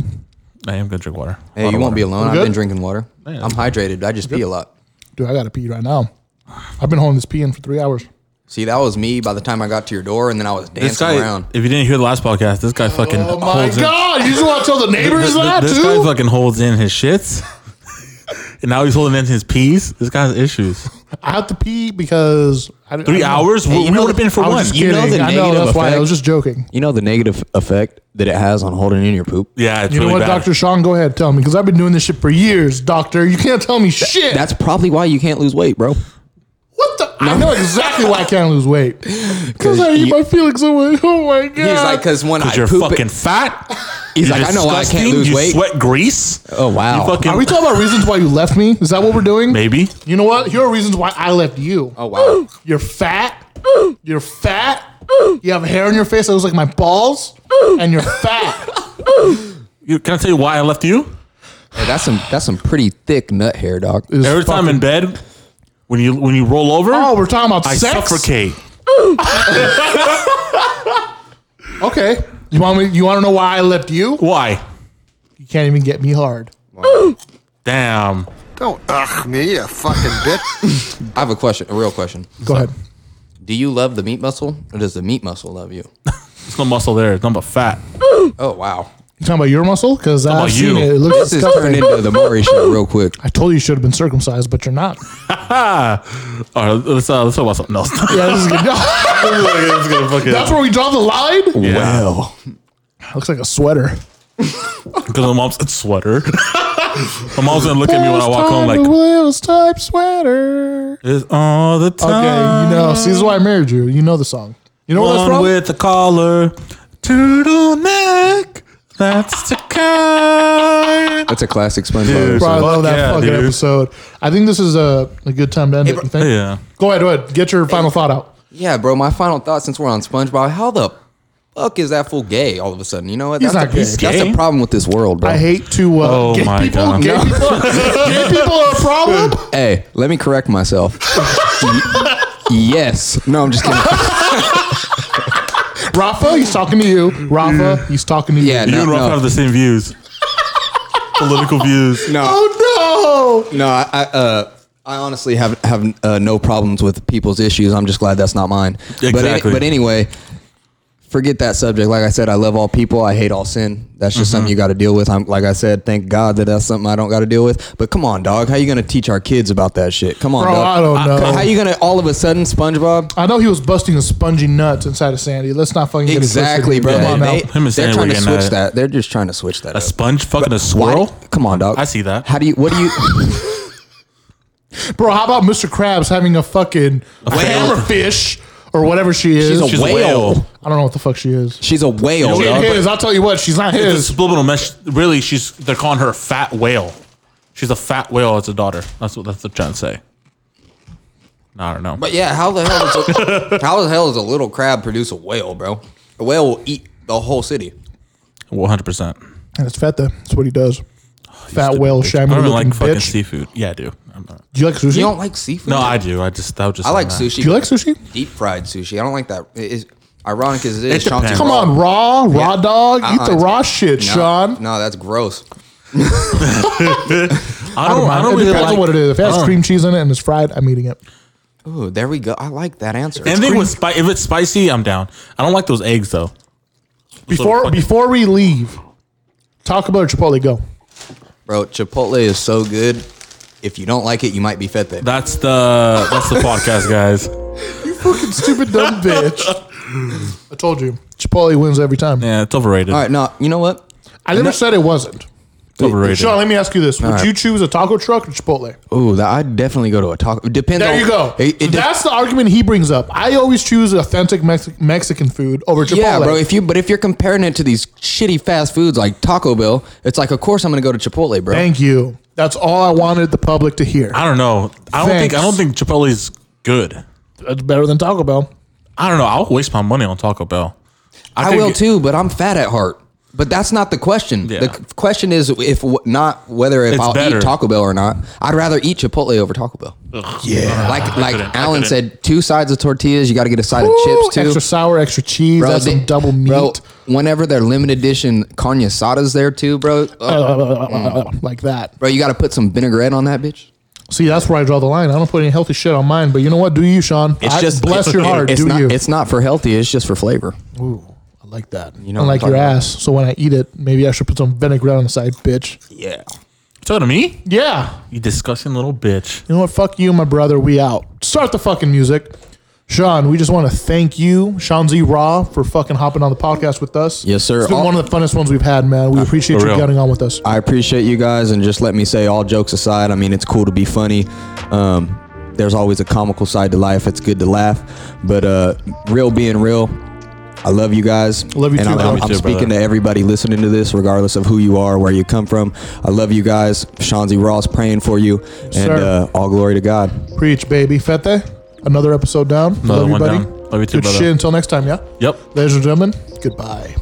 [SPEAKER 2] I am gonna drink water.
[SPEAKER 3] Hey, you won't be alone.
[SPEAKER 1] We're
[SPEAKER 3] I've
[SPEAKER 1] good?
[SPEAKER 3] been drinking water.
[SPEAKER 2] Yeah.
[SPEAKER 3] I'm hydrated. I just pee a lot.
[SPEAKER 1] Dude, I gotta pee right now. I've been holding this pee in for three hours.
[SPEAKER 3] See, that was me by the time I got to your door, and then I was dancing
[SPEAKER 2] This guy.
[SPEAKER 3] around.
[SPEAKER 2] If you didn't hear the last podcast, this guy fucking
[SPEAKER 1] Oh my
[SPEAKER 2] holds in-
[SPEAKER 1] god! You just want to tell the
[SPEAKER 2] Th-
[SPEAKER 1] neighbors
[SPEAKER 2] th-
[SPEAKER 1] that
[SPEAKER 2] this
[SPEAKER 1] too?
[SPEAKER 2] guy fucking holds in his shits. <laughs> and now he's holding in his peas. This guy has issues.
[SPEAKER 1] I have to pee because I,
[SPEAKER 2] Three hours?
[SPEAKER 3] Hey,
[SPEAKER 2] we
[SPEAKER 3] you know
[SPEAKER 2] would have
[SPEAKER 3] the-
[SPEAKER 2] been for
[SPEAKER 1] I
[SPEAKER 2] one.
[SPEAKER 1] was just
[SPEAKER 3] You know
[SPEAKER 1] kidding.
[SPEAKER 3] the
[SPEAKER 1] I know
[SPEAKER 3] negative
[SPEAKER 1] that's why I
[SPEAKER 3] effect?
[SPEAKER 1] was just joking.
[SPEAKER 3] You know the negative effect that it has on holding in your poop?
[SPEAKER 2] yeah, it's
[SPEAKER 1] You
[SPEAKER 2] really
[SPEAKER 1] know what,
[SPEAKER 2] bad.
[SPEAKER 1] Doctor Sean? Go ahead, tell me because I've been doing this shit for years, Doctor. You can't tell me shit.
[SPEAKER 3] That's probably why you can't lose weight, bro.
[SPEAKER 1] what the. I know exactly why I can't lose
[SPEAKER 2] <laughs>
[SPEAKER 1] weight because I eat
[SPEAKER 3] you-
[SPEAKER 1] my feelings away. Oh my god!
[SPEAKER 3] He's like, because when I
[SPEAKER 2] Because you're
[SPEAKER 3] poop
[SPEAKER 1] <laughs>
[SPEAKER 2] fucking
[SPEAKER 3] it,
[SPEAKER 2] fat.
[SPEAKER 8] He's like, I know why I
[SPEAKER 2] disgusting.
[SPEAKER 8] can't lose
[SPEAKER 2] you
[SPEAKER 8] weight.
[SPEAKER 2] sweat grease.
[SPEAKER 8] Oh, wow.
[SPEAKER 2] You fucking,
[SPEAKER 1] Are we talking about reasons why you left me? Is that what we're doing?
[SPEAKER 2] maybe?
[SPEAKER 1] You know what? Here are reasons why I left you.
[SPEAKER 3] Oh wow.
[SPEAKER 1] <gasps> You're fat. You're fat. You have hair on your face that looks like my
[SPEAKER 2] <gasps>
[SPEAKER 1] balls. And you're
[SPEAKER 2] <laughs>
[SPEAKER 1] fat.
[SPEAKER 2] You, can I tell you why I left you?
[SPEAKER 8] Hey, that's some that's some pretty thick nut hair, dog.
[SPEAKER 2] Every time in bed, when you when you roll over,
[SPEAKER 1] Oh, we're talking about
[SPEAKER 2] I
[SPEAKER 1] sex.
[SPEAKER 2] suffocate.
[SPEAKER 1] Okay. You want me? You want to know why I left you?
[SPEAKER 2] Why?
[SPEAKER 1] You can't even get me hard.
[SPEAKER 2] Damn.
[SPEAKER 9] Don't ugh me, you fucking bitch.
[SPEAKER 3] I have a question, a real question.
[SPEAKER 1] Go ahead.
[SPEAKER 3] Do you love the meat muscle, or does the meat muscle love
[SPEAKER 2] <laughs>
[SPEAKER 3] you?
[SPEAKER 2] There's no muscle there. It's nothing but fat. <laughs>
[SPEAKER 3] Oh wow.
[SPEAKER 1] You talking about your muscle? Because I've
[SPEAKER 2] about
[SPEAKER 1] seen
[SPEAKER 2] you.
[SPEAKER 1] it. It looks
[SPEAKER 8] This is
[SPEAKER 1] disgusting.
[SPEAKER 8] turned into the Maury show real quick.
[SPEAKER 3] <laughs>
[SPEAKER 1] I told you you should have been circumcised, but you're
[SPEAKER 2] <laughs>
[SPEAKER 1] not.
[SPEAKER 2] All right, let's, uh, let's talk about something else.
[SPEAKER 1] <laughs> Yeah, this is good.
[SPEAKER 2] Let's go fucking-
[SPEAKER 1] That's where we draw the line.
[SPEAKER 2] Yeah.
[SPEAKER 3] Oh.
[SPEAKER 8] Well,
[SPEAKER 1] Looks like a sweater.
[SPEAKER 2] Because my mom's a sweater. <laughs> my mom's gonna look at me when I walk home like,
[SPEAKER 1] type sweater.
[SPEAKER 2] it's all the time.
[SPEAKER 1] Okay, you know, see, this is why I married you. You know the song. You know where that's
[SPEAKER 2] One
[SPEAKER 1] from?
[SPEAKER 2] with a collar, turtleneck. That's the
[SPEAKER 1] <laughs>
[SPEAKER 2] kind.
[SPEAKER 8] that's a classic SpongeBob.
[SPEAKER 1] Bro, I
[SPEAKER 8] episode.
[SPEAKER 1] love that
[SPEAKER 2] yeah,
[SPEAKER 1] fucking
[SPEAKER 2] dude.
[SPEAKER 1] episode. I think this is a, a good time to end it. You think?
[SPEAKER 2] Yeah.
[SPEAKER 1] Go ahead, go ahead. Get your final thought out.
[SPEAKER 3] Yeah, bro. My final thought, since we're on SpongeBob, how the fuck is that fool gay all of a sudden? You know what?
[SPEAKER 1] He's
[SPEAKER 3] that's
[SPEAKER 1] not
[SPEAKER 3] the,
[SPEAKER 1] gay.
[SPEAKER 3] That's the
[SPEAKER 2] Gay?
[SPEAKER 3] problem with this world, bro.
[SPEAKER 1] I hate to. Uh,
[SPEAKER 2] Oh
[SPEAKER 1] gay
[SPEAKER 2] my
[SPEAKER 1] people,
[SPEAKER 2] God.
[SPEAKER 1] Gay, people, gay people <laughs> are a
[SPEAKER 2] <laughs>
[SPEAKER 1] problem.
[SPEAKER 8] Hey, let me correct
[SPEAKER 3] <laughs>
[SPEAKER 8] myself. Y- yes. No, I'm just kidding.
[SPEAKER 1] Rafa, he's talking to you. Rafa, he's talking to
[SPEAKER 8] Yeah,
[SPEAKER 1] you.
[SPEAKER 2] You
[SPEAKER 8] No,
[SPEAKER 2] and Rob
[SPEAKER 8] no.
[SPEAKER 2] have the same views.
[SPEAKER 1] <laughs>
[SPEAKER 2] Political views. No.
[SPEAKER 1] Oh
[SPEAKER 3] No, I, I, uh, I honestly have have uh, no problems with people's issues. I'm just glad that's not mine. But, any-
[SPEAKER 2] Exactly.
[SPEAKER 3] but anyway, forget that subject. Like I said, I love all people. I hate all sin. That's just
[SPEAKER 1] Mm-hmm.
[SPEAKER 3] something you got to deal with. I'm like I said, thank God that that's something I don't got to deal with. But come on, dog, how you gonna teach our kids about that shit? Come on,
[SPEAKER 1] Bro,
[SPEAKER 3] dog.
[SPEAKER 1] I don't know.
[SPEAKER 3] How you gonna all of a sudden, SpongeBob?
[SPEAKER 1] no! I know he was busting his spongy nuts inside of Sandy. Let's not fucking get it twisted
[SPEAKER 3] Exactly,
[SPEAKER 1] here.
[SPEAKER 3] bro.
[SPEAKER 1] Come on now.
[SPEAKER 3] They,
[SPEAKER 2] Him and
[SPEAKER 3] are
[SPEAKER 2] Sandy
[SPEAKER 3] trying
[SPEAKER 2] were
[SPEAKER 3] to
[SPEAKER 2] getting at
[SPEAKER 3] switch
[SPEAKER 2] it.
[SPEAKER 3] that. They're just trying to switch that.
[SPEAKER 2] A
[SPEAKER 3] up.
[SPEAKER 2] sponge fucking a
[SPEAKER 3] Why-
[SPEAKER 2] squirrel?
[SPEAKER 3] Come on, dog.
[SPEAKER 2] I see that.
[SPEAKER 3] How do you? What do you?
[SPEAKER 1] Bro, how about Mr. Krabs having a fucking hammerfish or whatever she is?
[SPEAKER 3] She's a whale.
[SPEAKER 1] I don't know what the fuck she is.
[SPEAKER 3] She's a whale,
[SPEAKER 1] She ain't
[SPEAKER 3] dog.
[SPEAKER 1] his. I'll tell you what, she's not
[SPEAKER 2] It's a
[SPEAKER 1] his.
[SPEAKER 2] subliminal mesh. Really, she's they're calling her a fat whale. She's a fat whale as a daughter. That's what that's what trying to say. I don't know.
[SPEAKER 3] But yeah, how the hell does a, <laughs> how the hell does a little crab produce a whale, bro? A whale will eat the whole city.
[SPEAKER 2] 100. percent
[SPEAKER 1] And it's Feta. That's what he does. Fat whale,
[SPEAKER 2] I
[SPEAKER 1] shaggy
[SPEAKER 2] don't
[SPEAKER 1] looking
[SPEAKER 2] really like fucking
[SPEAKER 1] bitch.
[SPEAKER 2] seafood. Yeah, I do. I'm not.
[SPEAKER 1] Do you like sushi?
[SPEAKER 3] You don't like seafood?
[SPEAKER 2] No, I do. I just that was just
[SPEAKER 3] I like
[SPEAKER 2] that.
[SPEAKER 3] sushi.
[SPEAKER 1] Do you like
[SPEAKER 3] but
[SPEAKER 1] sushi?
[SPEAKER 3] Deep fried sushi. I don't like that. It is ironic as it is.
[SPEAKER 2] It depends.
[SPEAKER 1] Come
[SPEAKER 3] raw.
[SPEAKER 1] on, raw, raw
[SPEAKER 3] Yeah.
[SPEAKER 1] dog.
[SPEAKER 3] Uh-uh,
[SPEAKER 1] Eat the
[SPEAKER 3] it's-
[SPEAKER 1] raw shit,
[SPEAKER 3] No,
[SPEAKER 1] Sean.
[SPEAKER 3] No, that's gross.
[SPEAKER 2] I don't. I
[SPEAKER 1] Mine-
[SPEAKER 2] don't
[SPEAKER 1] it
[SPEAKER 2] really
[SPEAKER 1] depends
[SPEAKER 2] like Uh-huh.
[SPEAKER 1] on what it is. If it has
[SPEAKER 2] I don't-
[SPEAKER 1] cream cheese in it and it's fried, I'm eating it.
[SPEAKER 3] Ooh, there we go. I like that answer.
[SPEAKER 2] Anything with spi- if it's spicy, I'm down. I don't like those eggs though. Those little
[SPEAKER 1] Before
[SPEAKER 2] fucking-
[SPEAKER 1] before we leave, Taco Bell or Chipotle, go.
[SPEAKER 3] Bro, Chipotle is so good. If you don't like it, you might be fed there.
[SPEAKER 2] that's the that's the podcast, guys.
[SPEAKER 3] <laughs>
[SPEAKER 1] Stupid dumb bitch. I told you, Chipotle wins every time.
[SPEAKER 2] Yeah, it's overrated.
[SPEAKER 3] All right, no, you know what?
[SPEAKER 1] I never said it wasn't.
[SPEAKER 2] It's overrated.
[SPEAKER 1] Sean, let me ask you this: Would
[SPEAKER 3] right.
[SPEAKER 1] you choose a taco truck or Chipotle?
[SPEAKER 3] Ooh, that, I'd definitely go to a taco. Depends.
[SPEAKER 1] There
[SPEAKER 3] on,
[SPEAKER 1] you go.
[SPEAKER 3] It, it de-
[SPEAKER 1] That's the argument he brings up. I always choose authentic Mex- Mexican food over Chipotle.
[SPEAKER 3] Yeah, bro. If you but if you're comparing it to these shitty fast foods like Taco Bell, it's like of course I'm gonna go to Chipotle, bro.
[SPEAKER 1] Thank you. That's all I wanted the public to hear.
[SPEAKER 2] I don't know. I don't think I don't think Chipotle's good.
[SPEAKER 1] That's better than Taco Bell.
[SPEAKER 2] I don't know. I'll waste my money on Taco Bell.
[SPEAKER 3] I,
[SPEAKER 2] could
[SPEAKER 3] will
[SPEAKER 2] get-
[SPEAKER 3] too, but I'm fat at heart. But that's not the question.
[SPEAKER 2] Yeah.
[SPEAKER 3] The c- question is if w- not whether if
[SPEAKER 2] It's
[SPEAKER 3] I'll
[SPEAKER 2] better.
[SPEAKER 3] eat Taco Bell or not. I'd rather eat Chipotle over Taco Bell. Yeah, like
[SPEAKER 2] couldn't.
[SPEAKER 3] like
[SPEAKER 2] I
[SPEAKER 3] Alan
[SPEAKER 2] couldn't.
[SPEAKER 3] said, two sides of tortillas. You got to get a side of chips too.
[SPEAKER 1] Extra sour, extra cheese. that's
[SPEAKER 3] they-
[SPEAKER 1] some double meat.
[SPEAKER 3] Bro, whenever their limited edition carne asada's there too, bro. uh,
[SPEAKER 1] like that.
[SPEAKER 3] bro, you got to put some vinaigrette on that bitch.
[SPEAKER 1] See, that's where I draw the line. I don't put any healthy shit on mine, but you know what? Do you, Sean? I bless your
[SPEAKER 3] it-
[SPEAKER 1] heart.
[SPEAKER 3] It's
[SPEAKER 1] do
[SPEAKER 3] not.
[SPEAKER 1] you?
[SPEAKER 3] It's not for healthy. It's just for flavor.
[SPEAKER 1] I like that. You
[SPEAKER 3] know
[SPEAKER 1] know, I
[SPEAKER 3] what
[SPEAKER 1] like
[SPEAKER 3] I'm
[SPEAKER 1] your
[SPEAKER 3] talking
[SPEAKER 1] ass. So when I eat it, maybe I should put some vinaigrette on the side, bitch.
[SPEAKER 3] Yeah.
[SPEAKER 2] You talking to me?
[SPEAKER 1] Yeah.
[SPEAKER 2] You disgusting little bitch.
[SPEAKER 1] You know what? Fuck you, my brother. We out. Start the fucking music. Sean, we just want to thank you, Sean Z Raw, for fucking hopping on the podcast with us.
[SPEAKER 3] Yes, sir.
[SPEAKER 1] It's been
[SPEAKER 3] All-
[SPEAKER 1] one of the funnest ones we've had, man. We appreciate
[SPEAKER 2] Uh, for
[SPEAKER 1] you
[SPEAKER 2] real.
[SPEAKER 1] getting on with us.
[SPEAKER 3] I appreciate you guys, and just let me say, all jokes aside, I mean, it's cool to be funny. Um, there's always a comical side to life. It's good to laugh, but uh, real being real, I love you guys.
[SPEAKER 1] Love you
[SPEAKER 3] and
[SPEAKER 1] too,
[SPEAKER 3] I'm,
[SPEAKER 1] bro.
[SPEAKER 3] I'm
[SPEAKER 2] Love you too,
[SPEAKER 3] speaking
[SPEAKER 2] brother.
[SPEAKER 3] to everybody listening to this, regardless of who you are, where you come from. I love you guys. Shanzi Ross praying for you, and
[SPEAKER 1] Sir.
[SPEAKER 3] uh, all glory to God.
[SPEAKER 1] Preach, baby. Fete, another episode down.
[SPEAKER 2] Another
[SPEAKER 1] Love you,
[SPEAKER 2] one
[SPEAKER 1] buddy.
[SPEAKER 2] down. Love you too,
[SPEAKER 1] Good
[SPEAKER 2] brother.
[SPEAKER 1] shit. Until next time, yeah?
[SPEAKER 2] Yep.
[SPEAKER 1] Ladies and gentlemen, goodbye.